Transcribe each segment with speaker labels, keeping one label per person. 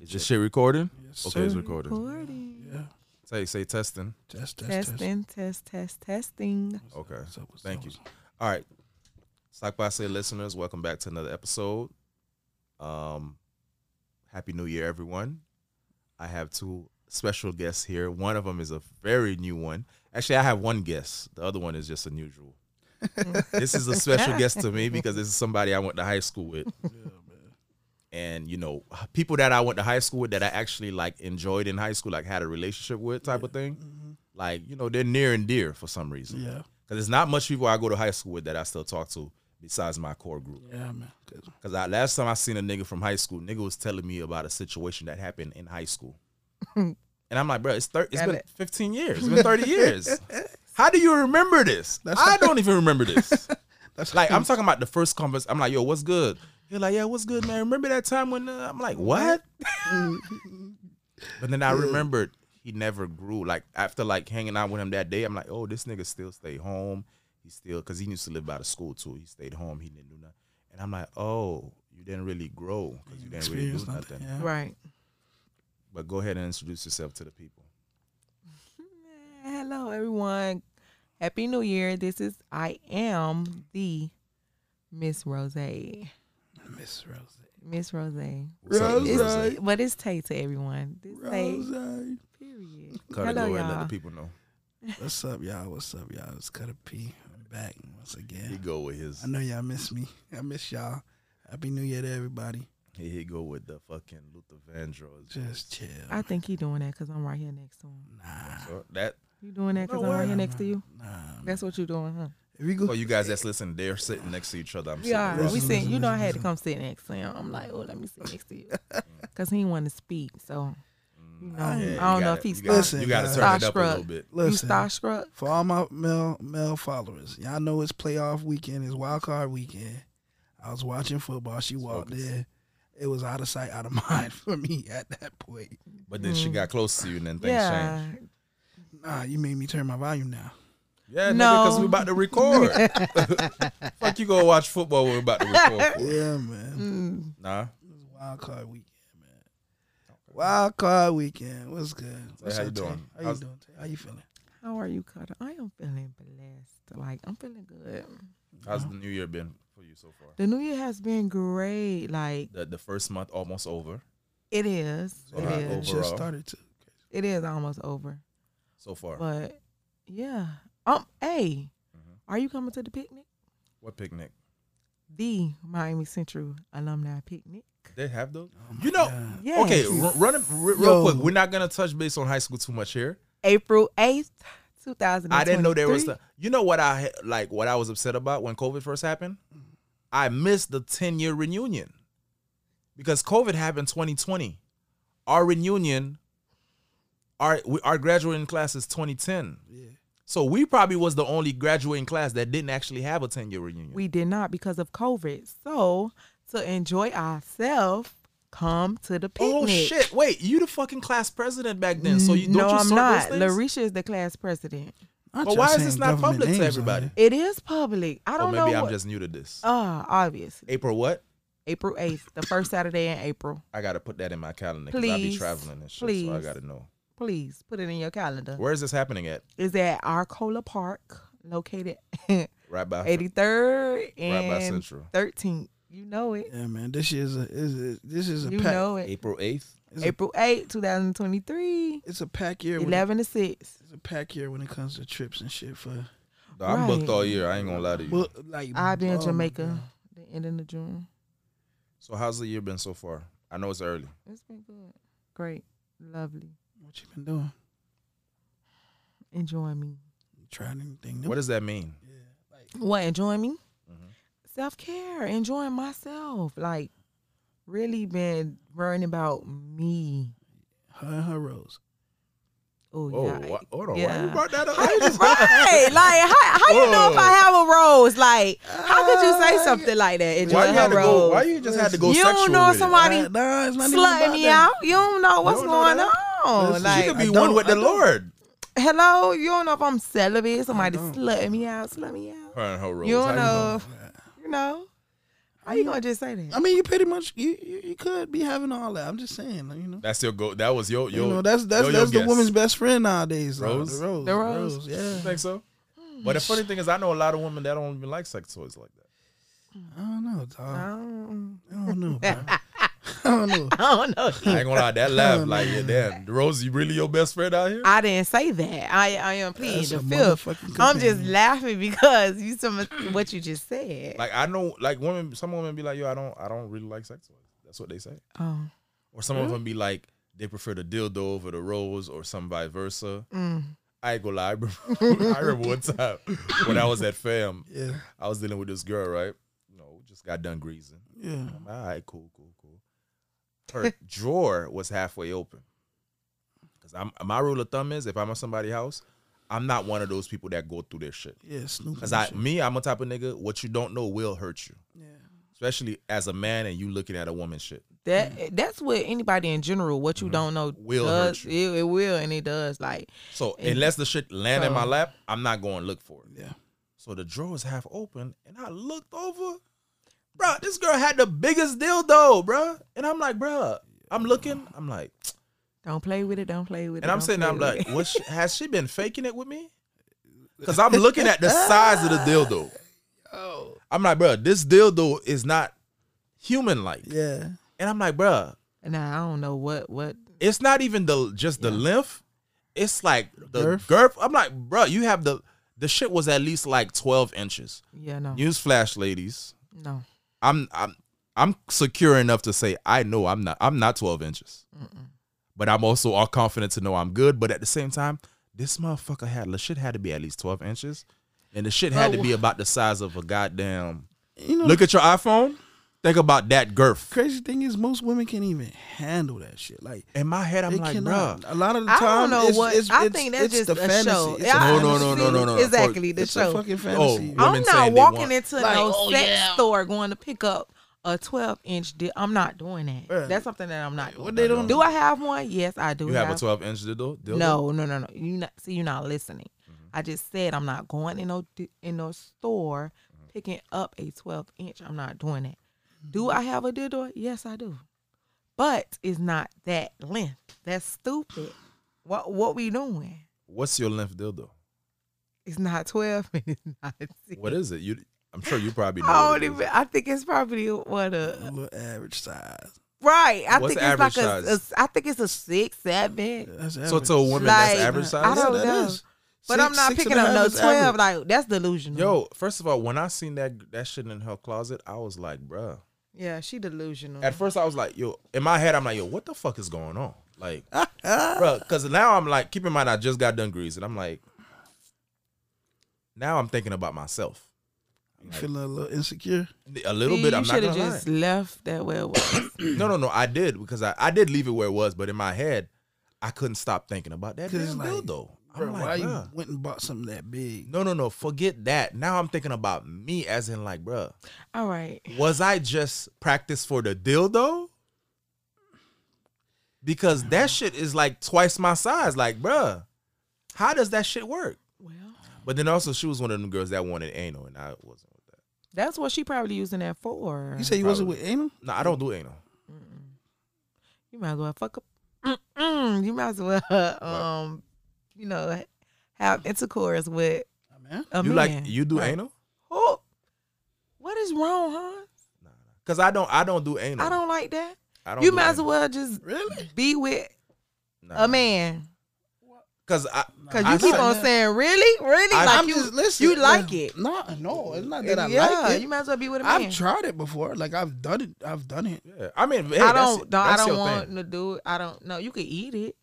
Speaker 1: Is this shit recording?
Speaker 2: Yes,
Speaker 1: Okay, it's
Speaker 2: sir.
Speaker 1: recording.
Speaker 3: Recording.
Speaker 2: Yeah.
Speaker 1: Say say testing.
Speaker 2: Test, test, test.
Speaker 3: Testing, test, test, testing.
Speaker 1: Okay.
Speaker 2: What's up, what's
Speaker 1: Thank
Speaker 2: up,
Speaker 1: you.
Speaker 2: what's up?
Speaker 1: All right. Stock by say listeners, welcome back to another episode. Um Happy New Year everyone. I have two special guests here. One of them is a very new one. Actually, I have one guest. The other one is just unusual. this is a special guest to me because this is somebody I went to high school with. and you know people that I went to high school with that I actually like enjoyed in high school, like had a relationship with, type of thing. Like you know they're near and dear for some reason.
Speaker 2: Yeah,
Speaker 1: Because there's not much people I go to high school with that I still talk to besides my core group.
Speaker 2: yeah, man. 'Cause-
Speaker 1: Because I, last time I seen a nigga from high school, nigga was telling me about a situation that happened in high school, and I'm like, bro, it's thir- it's
Speaker 3: Got
Speaker 1: been
Speaker 3: it.
Speaker 1: 15 years, it's been 30 years. How do you remember this? I don't even remember this.
Speaker 2: That's
Speaker 1: Like I'm talking about the first conference. I'm like, yo, what's good? You're like, yeah, what's good, man? Remember that time when uh, I'm like, what? but then I remembered he never grew. Like after like hanging out with him that day, I'm like, oh, this nigga still stay home. He still because he used to live by the school too. He stayed home. He didn't do nothing. And I'm like, oh, you didn't really grow because you didn't really do
Speaker 2: experience
Speaker 1: nothing.
Speaker 2: nothing. Yeah.
Speaker 3: Right.
Speaker 1: But go ahead and introduce yourself to the people.
Speaker 3: Hello, everyone. Happy New Year. This is I am the Miss Rose.
Speaker 2: Miss Rose.
Speaker 3: Miss Rose.
Speaker 1: What's up,
Speaker 2: Rose.
Speaker 1: Miss Rose?
Speaker 3: It's, but it's Tay to everyone. This Tay,
Speaker 2: Rose.
Speaker 3: period.
Speaker 1: Cut it, go
Speaker 3: Hello,
Speaker 1: ahead and let
Speaker 3: y'all.
Speaker 1: the people know.
Speaker 2: What's up, y'all? What's up, y'all? It's Cutter P. I'm back once
Speaker 1: He
Speaker 2: again.
Speaker 1: go with his.
Speaker 2: I know y'all miss me. I miss y'all. Happy New Year to everybody.
Speaker 1: Here he go with the fucking Luther Vandross.
Speaker 2: Just chill.
Speaker 3: I think he doing that because I'm right here next to him.
Speaker 2: nah,
Speaker 1: So that
Speaker 3: You doing that because
Speaker 1: No
Speaker 3: I'm right
Speaker 1: way.
Speaker 3: here next to you?
Speaker 2: nah.
Speaker 3: That's what you doing, huh?
Speaker 2: If we go,
Speaker 1: Oh, you guys that's listening, they're sitting next to each other. I'm
Speaker 3: We are.
Speaker 1: sitting
Speaker 3: We
Speaker 2: Listen,
Speaker 3: sit. You
Speaker 2: listen,
Speaker 3: know, I had to
Speaker 2: listen,
Speaker 3: come sit next to him. I'm like, oh, let me sit next to you, because he want to speak. So, you know,
Speaker 2: I-
Speaker 3: I,
Speaker 1: you
Speaker 2: Yeah,
Speaker 3: don't know
Speaker 1: gotta-
Speaker 3: if he's
Speaker 1: you gotta,
Speaker 2: Listen,
Speaker 1: you gotta
Speaker 2: guys.
Speaker 1: turn it up a little
Speaker 3: Starstruck.
Speaker 1: bit.
Speaker 2: listen.
Speaker 3: You starstruck?
Speaker 2: for all my male male followers, y'all know it's playoff weekend, it's wild card weekend. I was watching football. She walked
Speaker 1: Focus.
Speaker 2: in. It was out of sight, out of mind for me at that point.
Speaker 1: But then she got close to you, and then things
Speaker 3: Mm. Yeah.
Speaker 1: changed.
Speaker 2: Nah, you made me turn my volume now.
Speaker 1: Yeah,
Speaker 3: No.
Speaker 1: because we about to record. Fuck you, go watch football. when We're about to record. for.
Speaker 2: Yeah, man.
Speaker 3: Mm.
Speaker 1: Nah,
Speaker 2: It was wild card weekend, man. Wild card weekend. What's good? What's
Speaker 1: how you
Speaker 2: up, Tay?
Speaker 1: doing?
Speaker 2: How
Speaker 1: How's-
Speaker 2: you doing? Tay? How you feeling?
Speaker 3: How are you, Cutter? I am feeling blessed. Like I'm feeling good.
Speaker 1: how's the new year been for you so far?
Speaker 3: The new year has been great. Like
Speaker 1: The, the first month almost over.
Speaker 3: it is.
Speaker 1: So
Speaker 3: It
Speaker 1: how
Speaker 2: it
Speaker 3: is.
Speaker 1: over-
Speaker 2: just
Speaker 1: overall.
Speaker 2: started to.
Speaker 3: It is almost over.
Speaker 1: So far,
Speaker 3: But yeah. Um. Hey,
Speaker 1: Mhm.
Speaker 3: are you coming to the picnic?
Speaker 1: what picnic?
Speaker 3: The Miami Central Alumni Picnic.
Speaker 1: They have those.
Speaker 2: Oh my
Speaker 1: You know-
Speaker 2: God.
Speaker 3: Yes.
Speaker 1: Okay, r- run it r- real
Speaker 2: Yo.
Speaker 1: quick. We're not gonna touch base on high school too much here.
Speaker 3: April eighth, two thousand.
Speaker 1: I didn't know there was. The, you know what I ha- like? What I was upset about when COVID first happened? I missed the ten year reunion because COVID happened 2020. Our reunion, our we, our graduating class is 2010.
Speaker 2: Yeah.
Speaker 1: So we probably was the only graduating class that didn't actually have a 10 year reunion.
Speaker 3: We did not because of COVID. So to enjoy ourselves, come to the picnic.
Speaker 1: oh shit! Wait, you the fucking class president back then? So you don't
Speaker 3: Mm, no,
Speaker 1: you
Speaker 3: I'm
Speaker 1: sort
Speaker 3: not.
Speaker 1: Those things?
Speaker 3: Larisha is the class president.
Speaker 2: Not
Speaker 1: But
Speaker 2: y'all
Speaker 1: why is this
Speaker 2: saying
Speaker 1: not
Speaker 2: government
Speaker 1: public to
Speaker 2: names on
Speaker 1: everybody?
Speaker 2: here.
Speaker 3: It is public. I
Speaker 1: Or
Speaker 3: don't
Speaker 1: maybe
Speaker 3: know.
Speaker 1: I'm
Speaker 3: what,
Speaker 1: just new to this.
Speaker 3: uh, obviously,
Speaker 1: April what?
Speaker 3: April eighth, the first Saturday in April.
Speaker 1: I gotta put that in my calendar because I be
Speaker 3: Please.
Speaker 1: traveling and shit, so I
Speaker 3: Please.
Speaker 1: gotta know.
Speaker 3: Please put it in your calendar.
Speaker 1: Where is this happening at?
Speaker 3: It's at Arcola Park, located 83rd
Speaker 1: Right by right by
Speaker 3: and
Speaker 1: Central.
Speaker 3: 13th. You know it.
Speaker 2: Yeah, man. This is a is a, this is a
Speaker 3: You
Speaker 2: pack.
Speaker 3: know it.
Speaker 1: April eighth.
Speaker 2: It's a,
Speaker 3: April eighth, two 2023,
Speaker 2: it's a pack year. when it-
Speaker 3: 11 to 6.
Speaker 2: It's a pack year when it comes to trips and shit for
Speaker 1: I'm booked
Speaker 3: Right.
Speaker 1: all year. I ain't gonna lie to you.
Speaker 2: well, like
Speaker 3: I'll be in
Speaker 2: oh my
Speaker 3: Jamaica
Speaker 2: God.
Speaker 3: the end of the June.
Speaker 1: so how's the year been so far? I know it's early.
Speaker 3: It's been good. Great. Lovely.
Speaker 2: What you been doing?
Speaker 3: Enjoying me.
Speaker 2: You tried anything new?
Speaker 1: What does that mean?
Speaker 2: yeah, like
Speaker 3: What, enjoying me?
Speaker 1: Mhm.
Speaker 3: Self care, enjoying myself. Like, really been worrying about me.
Speaker 2: her and her rose.
Speaker 3: Oh,
Speaker 1: Oh,
Speaker 3: yeah.
Speaker 1: wha- hold on. Why you
Speaker 3: yeah.
Speaker 1: brought that up?
Speaker 3: How you- right? Like, how, how you know if I have a rose? Like, how could you
Speaker 2: Ah,
Speaker 3: say something like that? Enjoy
Speaker 1: Why you had
Speaker 3: her
Speaker 1: to go?
Speaker 3: rose.
Speaker 1: Why you just had to go
Speaker 3: You
Speaker 1: sexual
Speaker 3: don't know
Speaker 1: with it?
Speaker 3: somebody
Speaker 2: Uh, nah, it's not even
Speaker 3: slutting
Speaker 2: about
Speaker 3: me
Speaker 2: that.
Speaker 3: out. You don't know what's
Speaker 1: don't know
Speaker 3: going
Speaker 1: that.
Speaker 3: on.
Speaker 2: Listen,
Speaker 3: like,
Speaker 1: she could
Speaker 2: I
Speaker 1: be
Speaker 2: don't-
Speaker 1: one with
Speaker 2: I
Speaker 1: the
Speaker 2: don't.
Speaker 1: Lord.
Speaker 3: hello, you don't know if I'm celibate. Somebody
Speaker 2: don't.
Speaker 3: slutting me out, slut me out.
Speaker 1: Her and her rose.
Speaker 3: You
Speaker 1: How
Speaker 3: don't know.
Speaker 1: know?
Speaker 3: You know. How you gonna just say that?
Speaker 2: I mean, you pretty much you, you, you could be having all that. I'm just saying, like, you know.
Speaker 1: That's your goal. That was your your.
Speaker 2: you know, that's that's
Speaker 1: yo, yo
Speaker 2: that's the
Speaker 1: guess.
Speaker 2: woman's best friend nowadays. though,
Speaker 1: Rose?
Speaker 2: the rose,
Speaker 3: The rose.
Speaker 1: You
Speaker 2: yeah.
Speaker 1: think so? But the funny thing is, I know a lot of women that don't even like sex toys like that.
Speaker 2: I don't know, dog.
Speaker 3: Um,
Speaker 2: I don't know. bro. I don't know.
Speaker 3: I don't know.
Speaker 1: I ain't gonna lie, that laugh like, yeah, damn, Rose, you really your best friend out here?
Speaker 3: I didn't say that. I I am pleading
Speaker 2: That's
Speaker 3: the
Speaker 2: a
Speaker 3: fifth.
Speaker 2: motherfucking
Speaker 3: I'm just
Speaker 2: companion.
Speaker 3: laughing because you some of what you just said.
Speaker 1: Like I know, like women, some women be like, yo, I don't, I don't really like sex toys. That's what they say.
Speaker 3: oh,
Speaker 1: Or some of them be like, they prefer the dildo over the rose, or some vice versa.
Speaker 3: mm.
Speaker 1: I ain't gonna lie, I remember, I remember one time when I was at fam,
Speaker 2: Yeah,
Speaker 1: I was dealing with this girl, right? You know, we just got done greasing.
Speaker 2: yeah.
Speaker 1: I'm all right, cool, cool, cool. Her drawer was halfway open. Cause I'm my rule of thumb is if I'm at somebody's house, I'm not one of those people that go through their shit.
Speaker 2: Yeah, Snoop.
Speaker 1: Cause
Speaker 2: and
Speaker 1: I
Speaker 2: shit.
Speaker 1: me, I'm a type of nigga, what you don't know will hurt you.
Speaker 2: Yeah.
Speaker 1: Especially as a man and you looking at a woman's shit.
Speaker 3: That that's what anybody in general. What you
Speaker 1: Mhm.
Speaker 3: don't know
Speaker 1: mm. Will
Speaker 3: does
Speaker 1: hurt
Speaker 3: It, it will and it does. Like
Speaker 1: So
Speaker 3: And-
Speaker 1: unless the shit land in my
Speaker 3: so-
Speaker 1: lap, I'm not going to look for it.
Speaker 2: Yeah.
Speaker 1: So the drawer is half open, and I looked over. Bro, this girl had the biggest dildo, bro. And I'm like, bro, I'm looking. I'm like,
Speaker 3: don't play with it. Don't play with it.
Speaker 1: and I'm
Speaker 3: don't
Speaker 1: sitting
Speaker 3: play
Speaker 1: there, I'm
Speaker 3: with
Speaker 1: like,
Speaker 3: it.
Speaker 1: what she, has she been faking it with me? Because I'm looking at the size of the dildo.
Speaker 2: Oh.
Speaker 1: I'm like, bro, this dildo is not human like.
Speaker 2: Yeah.
Speaker 1: And I'm like, bro,
Speaker 3: nah, I don't know what what.
Speaker 1: it's not even the just the length. It's like the girth.
Speaker 2: girth?
Speaker 1: I'm like, bro, you have the the shit was at least like 12 inches.
Speaker 3: Yeah, no,
Speaker 1: Newsflash, ladies.
Speaker 3: no.
Speaker 1: I'm I'm I'm secure enough to say I know I'm not I'm not 12 inches. But I'm also all confident to know I'm good. But at the same time, this motherfucker had the shit had to be at least 12 inches. And the shit had to
Speaker 3: Oh.
Speaker 1: be about the size of a goddamn
Speaker 2: You know,
Speaker 1: look at your iPhone. Think about that girth.
Speaker 2: crazy thing is, most women can't even handle that shit. Like,
Speaker 1: In my head, I'm
Speaker 2: they
Speaker 1: like,
Speaker 2: cannot.
Speaker 1: bruh.
Speaker 2: A lot of the
Speaker 3: I
Speaker 2: time,
Speaker 3: don't know
Speaker 2: it's,
Speaker 3: what.
Speaker 2: It's,
Speaker 3: I
Speaker 2: it's-
Speaker 3: think that's
Speaker 2: it's
Speaker 3: just
Speaker 2: the
Speaker 3: a
Speaker 2: fantasy.
Speaker 3: show.
Speaker 2: It's a
Speaker 3: Yeah, I
Speaker 1: No, no, no,
Speaker 2: fantasy.
Speaker 1: no, no, no, no.
Speaker 3: Exactly, the
Speaker 2: It's
Speaker 3: show.
Speaker 2: a fucking fantasy.
Speaker 1: Oh.
Speaker 3: I'm
Speaker 1: women saying
Speaker 3: not
Speaker 1: they
Speaker 3: walking
Speaker 1: want-
Speaker 3: into
Speaker 2: Like,
Speaker 3: no
Speaker 2: oh,
Speaker 3: sex
Speaker 2: yeah.
Speaker 3: store going to pick up a 12 inch. Di- I'm not doing that.
Speaker 2: Bruh.
Speaker 3: That's something that I'm not doing.
Speaker 2: What they don't
Speaker 3: Do I have one? Yes, I do.
Speaker 1: You have a 12 inch dildo? dildo? Mm-hmm.
Speaker 3: No, no, no, no. You not see, you're not listening. I just said I'm not going in no d- in no store
Speaker 1: Mm-hmm.
Speaker 3: picking up a 12 inch. I'm not doing that.
Speaker 2: Mm-hmm.
Speaker 3: Do I have a dildo? Yes, I do, but it's not that length. That's stupid. What what we doing?
Speaker 1: What's your length dildo?
Speaker 3: It's not 12 and it's not. 6.
Speaker 1: What is it? You I'm sure you probably know.
Speaker 3: I
Speaker 1: what
Speaker 3: don't
Speaker 1: it is.
Speaker 3: even. I think it's probably what
Speaker 2: A
Speaker 3: a
Speaker 2: little average size.
Speaker 3: right. I
Speaker 1: What's
Speaker 3: think
Speaker 1: the
Speaker 3: it's like
Speaker 1: average
Speaker 3: a, a.
Speaker 1: size?
Speaker 3: I think it's a six, seven.
Speaker 2: That's
Speaker 1: So
Speaker 2: average.
Speaker 1: to a woman
Speaker 3: Like,
Speaker 1: that's average size?
Speaker 3: I don't
Speaker 2: Yeah, that
Speaker 3: know.
Speaker 2: is.
Speaker 3: But
Speaker 2: Six-
Speaker 3: I'm not
Speaker 2: six
Speaker 3: picking
Speaker 2: and a
Speaker 3: up
Speaker 2: half
Speaker 3: no
Speaker 2: is
Speaker 3: 12.
Speaker 2: average.
Speaker 3: Like that's delusional.
Speaker 1: Yo, first of all, when I seen that that shit in her closet, I was like, bruh.
Speaker 3: yeah, she delusional.
Speaker 1: At first, I was like, yo, in my head, I'm like, yo, what the fuck is going on? Like,
Speaker 2: Ah,
Speaker 1: bruh, because now I'm like, keep in mind, I just got done greasing. I'm like, now I'm thinking about myself
Speaker 2: you feeling a little insecure?
Speaker 1: a little bit.
Speaker 3: You
Speaker 1: I'm not
Speaker 3: shoulda
Speaker 1: gonna
Speaker 3: just
Speaker 1: lie.
Speaker 3: left that where it was.
Speaker 1: No, no, no. I did because I, I did leave it where it was, but in my head, I couldn't stop thinking about that
Speaker 2: 'Cause it's
Speaker 1: damn
Speaker 2: like,
Speaker 1: dildo. I'm
Speaker 2: Bro,
Speaker 1: like,
Speaker 2: why you
Speaker 1: bruh.
Speaker 2: went and bought something that big?
Speaker 1: No, no, no. Forget that. Now I'm thinking about me, as in like, bruh,
Speaker 3: All right.
Speaker 1: was I just practiced for the dildo? Because that shit is like twice my size. Like, bruh, how does that shit work?
Speaker 3: Well,
Speaker 1: But then also, she was one of them girls that wanted anal, and I wasn't with that.
Speaker 3: that's what she probably using that for.
Speaker 2: You say you wasn't
Speaker 1: Probably.
Speaker 2: with anal?
Speaker 1: No, I don't do anal.
Speaker 3: you might as well fuck up. Mm-mm, you might as well, um, you know, have intercourse with
Speaker 2: Nah, Oh, Man,
Speaker 3: a
Speaker 1: you
Speaker 3: man.
Speaker 1: like you do
Speaker 3: Right.
Speaker 1: anal?
Speaker 3: Oh, what is wrong, huh?
Speaker 1: Cause I don't. I don't do anal.
Speaker 3: I don't like that.
Speaker 1: I don't
Speaker 3: you
Speaker 1: do
Speaker 3: might as
Speaker 1: anal.
Speaker 3: well just
Speaker 2: really?
Speaker 3: be with
Speaker 1: Nah.
Speaker 3: a man.
Speaker 1: Cause I.
Speaker 3: Cause you
Speaker 1: I
Speaker 3: keep
Speaker 1: said-
Speaker 3: on saying, really, really,
Speaker 1: I-
Speaker 3: like
Speaker 2: I'm
Speaker 3: you,
Speaker 2: just listening.
Speaker 3: you like it.
Speaker 2: No, no, it's not that I
Speaker 3: yeah,
Speaker 2: like it.
Speaker 3: you might as well be with a man.
Speaker 2: I've tried it before. Like I've done it. I've done it.
Speaker 1: Yeah. I mean, hey,
Speaker 3: I
Speaker 1: that's
Speaker 3: don't,
Speaker 1: it.
Speaker 3: no, I
Speaker 1: That's
Speaker 3: don't
Speaker 1: your
Speaker 3: want
Speaker 1: thing.
Speaker 3: to do it. I don't know. You could eat it.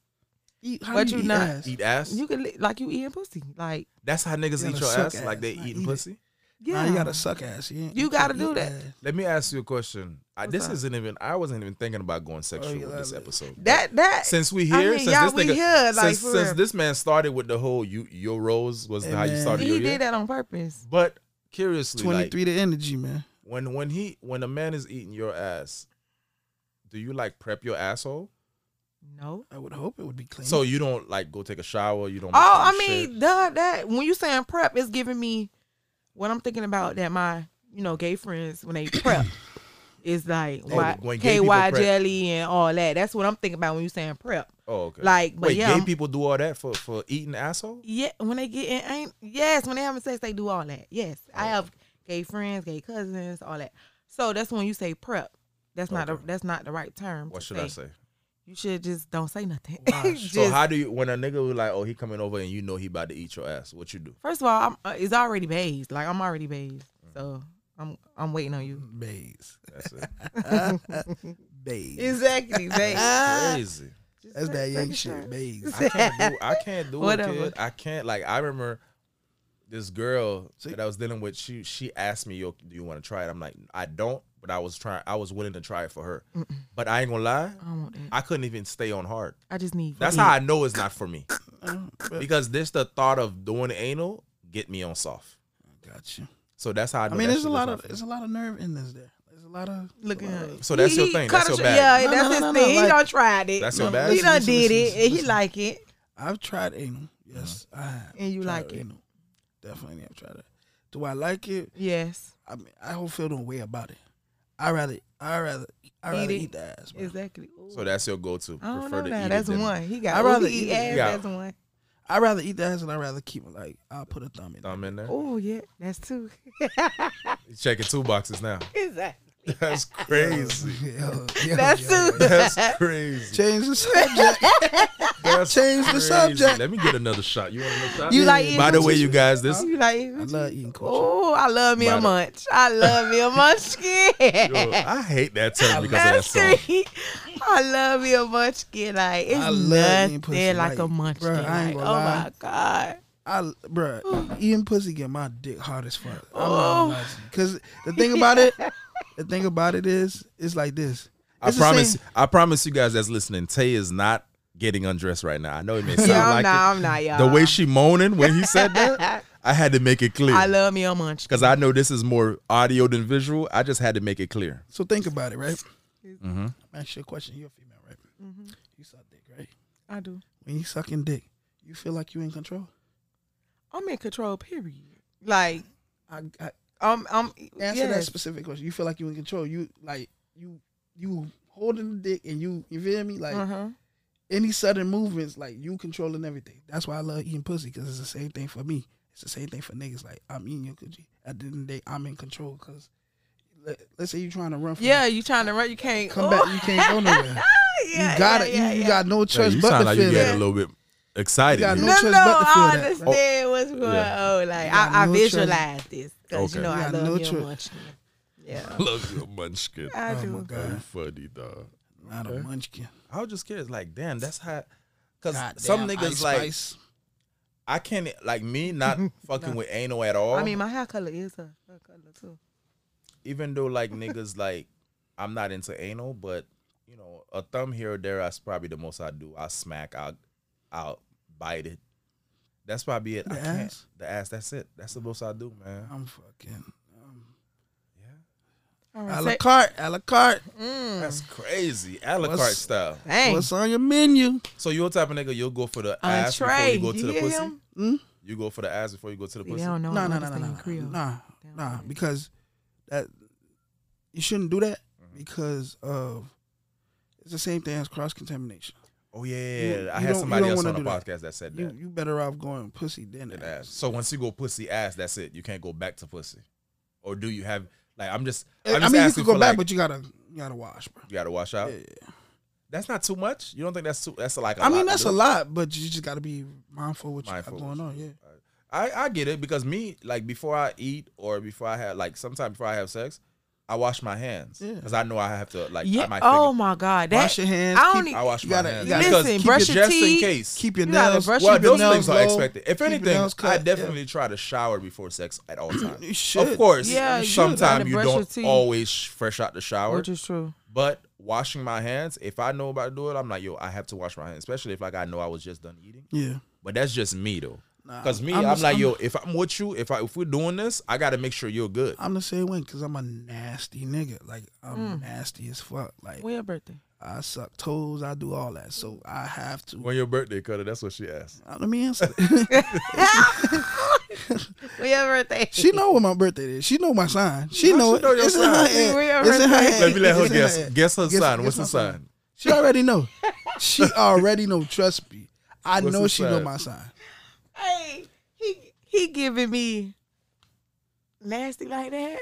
Speaker 2: Eat, how
Speaker 3: But
Speaker 2: you
Speaker 3: you
Speaker 2: eat
Speaker 3: not-
Speaker 2: ass?
Speaker 1: Eat ass.
Speaker 3: You could li- like you eating pussy, like
Speaker 1: That's how niggas
Speaker 2: You
Speaker 1: eat
Speaker 2: gotta
Speaker 1: your ass,
Speaker 2: suck
Speaker 1: like
Speaker 2: ass,
Speaker 1: they
Speaker 2: not
Speaker 1: eating
Speaker 2: eat it.
Speaker 1: pussy.
Speaker 3: yeah,
Speaker 2: Nah, you gotta suck ass. You, ain't-
Speaker 3: You
Speaker 2: you
Speaker 3: gotta
Speaker 2: can't
Speaker 3: do
Speaker 2: eat
Speaker 3: that.
Speaker 2: ass.
Speaker 1: Let me ask you a question. I,
Speaker 3: What's
Speaker 1: this
Speaker 3: up? Oh,
Speaker 1: isn't even. I wasn't even thinking about going sexual
Speaker 2: yeah,
Speaker 1: with this
Speaker 2: that-
Speaker 1: episode.
Speaker 3: That that
Speaker 1: since we
Speaker 3: I
Speaker 1: here,
Speaker 3: mean,
Speaker 1: since
Speaker 3: y'all,
Speaker 1: this
Speaker 3: we
Speaker 1: nigga,
Speaker 3: here, like,
Speaker 1: since,
Speaker 3: for
Speaker 1: since
Speaker 3: real.
Speaker 1: this man started with the whole you your rose was
Speaker 2: Hey,
Speaker 1: how you
Speaker 2: man.
Speaker 1: started
Speaker 3: he
Speaker 1: your
Speaker 3: did
Speaker 1: year.
Speaker 3: that on purpose.
Speaker 1: But curiously,
Speaker 2: Twenty
Speaker 1: like,
Speaker 2: three to energy, man.
Speaker 1: when when he when a man is eating your ass, do you like prep your asshole
Speaker 3: No.
Speaker 2: I would hope it would be clean.
Speaker 1: so you don't like go take a shower? You don't.
Speaker 3: Oh, I
Speaker 1: make sure you shit?
Speaker 3: mean, duh, that when you saying prep, it's giving me what I'm thinking about that my you know gay friends when they prep, It's like
Speaker 1: Oh,
Speaker 3: why-
Speaker 1: when gay people
Speaker 3: KY
Speaker 1: prep.
Speaker 3: jelly and all that. That's what I'm thinking about when you saying prep.
Speaker 1: Oh, okay.
Speaker 3: Like, but
Speaker 1: Wait,
Speaker 3: yeah,
Speaker 1: gay
Speaker 3: I'm-
Speaker 1: people do all that for for eating asshole?
Speaker 3: yeah, when they get in, ain't yes, when they having sex, they do all that. Yes,
Speaker 1: Oh.
Speaker 3: I have gay friends, gay cousins, all that. So that's when you say prep. That's not the,
Speaker 1: Okay.
Speaker 3: that's not the right term.
Speaker 1: What
Speaker 3: to
Speaker 1: should I say?
Speaker 3: You should just don't say nothing. just,
Speaker 1: so how do you when a nigga was like, oh, he coming over and you know he about to eat your ass? What you do?
Speaker 3: first of all, I'm, uh, it's already bathed. Like I'm already bathed.
Speaker 1: Mm.
Speaker 3: So I'm I'm waiting on you.
Speaker 2: Baze.
Speaker 1: That's it.
Speaker 2: Baze.
Speaker 1: Mm.
Speaker 3: Exactly, babe.
Speaker 1: Crazy.
Speaker 2: That's that yank shit. Baze.
Speaker 1: I can't do. I can't do it,
Speaker 3: Whatever.
Speaker 1: kid. I can't. Like I remember this girl
Speaker 2: See-
Speaker 1: that I was dealing with. She she asked me, "Yo, do you want to try it?" I'm like, I don't. But I was trying. I was willing to try it for her. But I ain't gonna lie.
Speaker 3: I don't want that.
Speaker 1: I couldn't even stay on hard.
Speaker 3: I just need.
Speaker 1: That's
Speaker 3: heat.
Speaker 1: how I know it's not for me.
Speaker 2: Oh, but-
Speaker 1: Because this the thought of doing anal get me on soft.
Speaker 2: Gotcha.
Speaker 1: So that's how I. Know
Speaker 2: I
Speaker 1: that
Speaker 2: mean, there's
Speaker 1: shit
Speaker 2: a
Speaker 1: is
Speaker 2: lot
Speaker 1: not
Speaker 2: of
Speaker 1: for me.
Speaker 2: there's a lot of nerve endings there. There's a lot of
Speaker 3: Look
Speaker 2: a
Speaker 3: at
Speaker 2: lot
Speaker 3: him.
Speaker 2: of-
Speaker 1: So that's your thing. That's
Speaker 3: cut
Speaker 1: your
Speaker 3: it-
Speaker 1: bag.
Speaker 2: No,
Speaker 3: Yeah, that's
Speaker 2: no,
Speaker 3: his
Speaker 2: no, no,
Speaker 3: thing.
Speaker 2: like-
Speaker 3: he done tried it.
Speaker 1: That's
Speaker 2: your
Speaker 1: bag?
Speaker 3: He
Speaker 2: Listen,
Speaker 3: done
Speaker 2: listen,
Speaker 3: did
Speaker 2: listen,
Speaker 3: it, and he
Speaker 2: listen.
Speaker 3: like it.
Speaker 2: I've tried anal. Yes, I have.
Speaker 3: And you
Speaker 2: tried
Speaker 3: like it?
Speaker 2: Anal. Definitely, I've tried it. Do I like it?
Speaker 3: Yes,
Speaker 2: I mean, I don't feel no way about it. I rather, I rather, I rather
Speaker 3: it.
Speaker 2: eat, the ass. Bro.
Speaker 3: exactly. Ooh.
Speaker 1: So that's your go-to.
Speaker 3: I don't
Speaker 1: Prefer
Speaker 3: know
Speaker 1: to eat
Speaker 3: that.
Speaker 1: it
Speaker 3: That's
Speaker 1: than-
Speaker 3: one. He got.
Speaker 2: I'd
Speaker 3: I
Speaker 2: rather
Speaker 3: rather
Speaker 2: eat
Speaker 3: eat
Speaker 2: it.
Speaker 3: ass.
Speaker 1: Yeah.
Speaker 3: That's one.
Speaker 2: I rather eat the ass, and I rather keep like I'll put a thumb in. it.
Speaker 1: Thumb in there.
Speaker 3: Oh yeah, that's two.
Speaker 1: Checking two boxes now.
Speaker 3: exactly.
Speaker 1: That's crazy.
Speaker 2: Yeah, yeah,
Speaker 3: That's
Speaker 2: yeah,
Speaker 3: two.
Speaker 2: yeah.
Speaker 1: That's crazy.
Speaker 2: Change the subject.
Speaker 1: That's
Speaker 2: Change the subject.
Speaker 1: Let me get another shot. You want another shot?
Speaker 3: You like
Speaker 1: By the way,
Speaker 2: Huh?
Speaker 1: you guys, this
Speaker 3: You like?
Speaker 2: I love eating culture.
Speaker 3: Oh, I love me
Speaker 1: By
Speaker 3: a
Speaker 1: the-
Speaker 3: munch. I love me a munchkin.
Speaker 1: yo, I hate that term because
Speaker 3: That's
Speaker 1: of that song.
Speaker 3: sweet. I love me a munchkin. Like it's
Speaker 2: I love eating
Speaker 3: nothing
Speaker 2: pussy,
Speaker 3: like a
Speaker 2: like,
Speaker 3: munchkin.
Speaker 2: bruh, I ain't
Speaker 3: Like,
Speaker 2: gonna
Speaker 3: oh
Speaker 2: lie.
Speaker 3: my god.
Speaker 2: I, bruh, eating pussy get my dick hard as fuck. I'm
Speaker 3: Oh.
Speaker 2: not Because the thing about it, the thing about it is, it's like this.
Speaker 1: I
Speaker 2: It's the
Speaker 1: promise.
Speaker 2: same-
Speaker 1: I promise you guys that's listening. Tay is not getting undressed right now. I know it may sound
Speaker 3: Yeah, I'm
Speaker 1: like
Speaker 3: not. I'm not,
Speaker 1: it.
Speaker 3: y'all.
Speaker 1: The way she moaning when he said that, I had to make it
Speaker 3: I
Speaker 1: clear
Speaker 3: love me a munchkin.
Speaker 1: because I know this is more audio than visual. I just had to make it clear.
Speaker 2: So think about it, right?
Speaker 1: Mm-hmm.
Speaker 2: I'm asking you a question. You're a female, right?
Speaker 3: Mm-hmm.
Speaker 2: You suck dick, right?
Speaker 3: I do.
Speaker 2: When you sucking dick, you feel like you in control.
Speaker 3: I'm in control. Period. Like
Speaker 2: I, I
Speaker 3: I'm. I'm.
Speaker 2: answer that
Speaker 3: yes.
Speaker 2: specific question. You feel like you in control. You like you you holding the dick and you you feel me like
Speaker 3: Uh-huh.
Speaker 2: any sudden movements like you controlling everything. That's why I love eating pussy because it's the same thing for me. It's the same thing for niggas. Like I'm eating your coochie. At the end of the day, I'm in control because let, us say you trying to run. From
Speaker 3: Yeah, you trying to run? You can't
Speaker 2: come
Speaker 3: oh.
Speaker 2: back. You can't go nowhere.
Speaker 3: Yeah,
Speaker 2: you gotta.
Speaker 3: yeah, yeah,
Speaker 2: you, you
Speaker 3: yeah.
Speaker 2: got no choice
Speaker 1: you
Speaker 2: but
Speaker 1: sound
Speaker 2: to
Speaker 1: like
Speaker 2: feel
Speaker 1: you
Speaker 2: that.
Speaker 1: getting a little bit excited.
Speaker 2: You got
Speaker 1: here.
Speaker 2: no
Speaker 3: No,
Speaker 2: choice
Speaker 3: no,
Speaker 2: but to feel
Speaker 3: I
Speaker 2: that. Oh,
Speaker 3: understand what's going
Speaker 1: Yeah.
Speaker 3: on. Like
Speaker 2: got
Speaker 3: I, I
Speaker 2: no choice.
Speaker 3: visualize this because
Speaker 1: Okay.
Speaker 3: you know
Speaker 2: You
Speaker 3: I
Speaker 2: got
Speaker 3: love
Speaker 2: no
Speaker 3: no you
Speaker 2: choice.
Speaker 3: much. Yeah,
Speaker 1: Love your munchkin.
Speaker 3: I
Speaker 2: Oh
Speaker 3: do.
Speaker 2: my god,
Speaker 1: funny dog.
Speaker 2: not a munchkin.
Speaker 1: I was just curious, like, damn, that's how. Cause
Speaker 2: Goddamn
Speaker 1: some niggas
Speaker 2: Ice
Speaker 1: like
Speaker 2: Spice.
Speaker 1: I can't like me not fucking with anal at all.
Speaker 3: I mean, my hair color is a hair color too.
Speaker 1: even though like niggas like I'm not into anal, but you know, a thumb here or there is probably the most I do. I smack, I'll I'll bite it. That's probably it. I
Speaker 2: The
Speaker 1: can't
Speaker 2: ass? Mm.
Speaker 1: the ass, that's it. That's the most I do, man.
Speaker 2: I'm fucking. Um,
Speaker 3: All
Speaker 2: a
Speaker 3: right,
Speaker 2: la
Speaker 3: say-
Speaker 2: carte, a la carte.
Speaker 3: mm,
Speaker 1: That's crazy. A la
Speaker 2: What's-
Speaker 1: carte style.
Speaker 3: dang,
Speaker 2: What's on your menu?
Speaker 1: So you're the type of nigga you'll go for the ass before
Speaker 3: entree.
Speaker 1: you go
Speaker 3: you
Speaker 1: to the
Speaker 3: hear
Speaker 1: pussy.
Speaker 3: him?
Speaker 2: Hmm?
Speaker 1: You go for the ass before you go to the
Speaker 3: See,
Speaker 1: pussy.
Speaker 3: They don't know.
Speaker 2: No,
Speaker 3: I
Speaker 2: no, no, no,
Speaker 3: understand
Speaker 2: no,
Speaker 3: Creole.
Speaker 2: nah,
Speaker 3: Down
Speaker 2: nah.
Speaker 3: there.
Speaker 2: Because that you shouldn't do that
Speaker 1: Mm-hmm.
Speaker 2: because of it's the same thing as cross contamination.
Speaker 1: Oh yeah, yeah, yeah.
Speaker 2: You-
Speaker 1: I
Speaker 2: you
Speaker 1: had
Speaker 2: don't- you
Speaker 1: somebody
Speaker 2: don't
Speaker 1: else
Speaker 2: wanna
Speaker 1: on the
Speaker 2: do that.
Speaker 1: podcast that said that.
Speaker 2: You you better off going pussy than
Speaker 1: and
Speaker 2: ass.
Speaker 1: ass. So once you go pussy ass, that's it. You can't go back to pussy. Or do you have like I'm just I'm
Speaker 2: I
Speaker 1: just
Speaker 2: mean, you
Speaker 1: asking
Speaker 2: could go
Speaker 1: for,
Speaker 2: back,
Speaker 1: like,
Speaker 2: but you gotta you gotta wash, bro.
Speaker 1: You gotta wash out.
Speaker 2: Yeah, yeah.
Speaker 1: That's not too much. You don't think that's too? That's like I
Speaker 2: I mean, that's a lot, but you just gotta be mindful of what
Speaker 1: Mindful
Speaker 2: you
Speaker 1: of
Speaker 2: got
Speaker 1: what
Speaker 2: going
Speaker 1: you
Speaker 2: on. Yeah.
Speaker 1: I I get it because me like before I eat or before I have like sometimes before I have sex, I wash my hands
Speaker 2: Yeah.
Speaker 1: because I know I have to like I
Speaker 3: Yeah.
Speaker 1: might
Speaker 3: Oh
Speaker 1: figure-
Speaker 3: my God. That,
Speaker 2: wash your hands.
Speaker 3: I
Speaker 2: keep,
Speaker 3: only-
Speaker 1: I wash
Speaker 2: you
Speaker 1: my
Speaker 2: gotta-
Speaker 1: hands
Speaker 2: you gotta
Speaker 3: Listen,
Speaker 1: because
Speaker 3: brush
Speaker 1: keep
Speaker 3: your
Speaker 1: it just
Speaker 3: teeth.
Speaker 1: in case.
Speaker 2: keep your
Speaker 3: you gotta
Speaker 2: nails.
Speaker 3: brush
Speaker 1: well,
Speaker 3: your
Speaker 1: those
Speaker 2: nails
Speaker 1: things are
Speaker 2: low,
Speaker 1: expected. If
Speaker 2: keep your
Speaker 1: anything,
Speaker 2: nails
Speaker 1: I
Speaker 2: cut, yeah.
Speaker 1: definitely try to shower before sex at all times.
Speaker 2: You should.
Speaker 1: Of course,
Speaker 3: Yeah, you should.
Speaker 1: sometimes
Speaker 3: Gotta
Speaker 1: you
Speaker 3: brush your
Speaker 1: don't
Speaker 3: teeth.
Speaker 1: always sh- fresh out the shower.
Speaker 3: which is true.
Speaker 1: But washing my hands, if I know about to do it, I'm like, yo, I have to wash my hands, especially if like I know I was just done eating.
Speaker 2: Yeah.
Speaker 1: But that's just me though,
Speaker 2: Nah,
Speaker 1: because me,
Speaker 2: I'm
Speaker 1: I'm,
Speaker 2: just-
Speaker 1: like,
Speaker 2: I'm-
Speaker 1: yo, if I'm with you, if I if we're doing this, I gotta make sure you're good.
Speaker 2: I'm the same way because I'm a nasty nigga. Like
Speaker 3: Mm.
Speaker 2: I'm nasty as fuck. Like
Speaker 3: When your birthday?
Speaker 2: I suck toes. I do all that. So I have to.
Speaker 1: When your birthday, Cutter? That's what she asked.
Speaker 2: Uh, Let me answer. that.
Speaker 3: When your birthday?
Speaker 2: She know what my birthday is. She know my sign. She
Speaker 1: How
Speaker 2: know
Speaker 1: she
Speaker 2: it.
Speaker 1: know your
Speaker 2: it's in
Speaker 1: sign?
Speaker 2: her
Speaker 3: Where your
Speaker 2: head. It's in her
Speaker 3: birthday?
Speaker 2: head.
Speaker 1: Let me let her
Speaker 2: It's in
Speaker 1: guess.
Speaker 2: head.
Speaker 1: Guess her
Speaker 2: Guess-
Speaker 1: sign.
Speaker 2: guess
Speaker 1: What's her
Speaker 2: my sign.
Speaker 1: sign?
Speaker 2: She already know. She already know. Trust me. I
Speaker 1: What's
Speaker 2: know
Speaker 1: his
Speaker 2: she know
Speaker 1: sign?
Speaker 2: my sign.
Speaker 3: Hey, he he giving me nasty like that.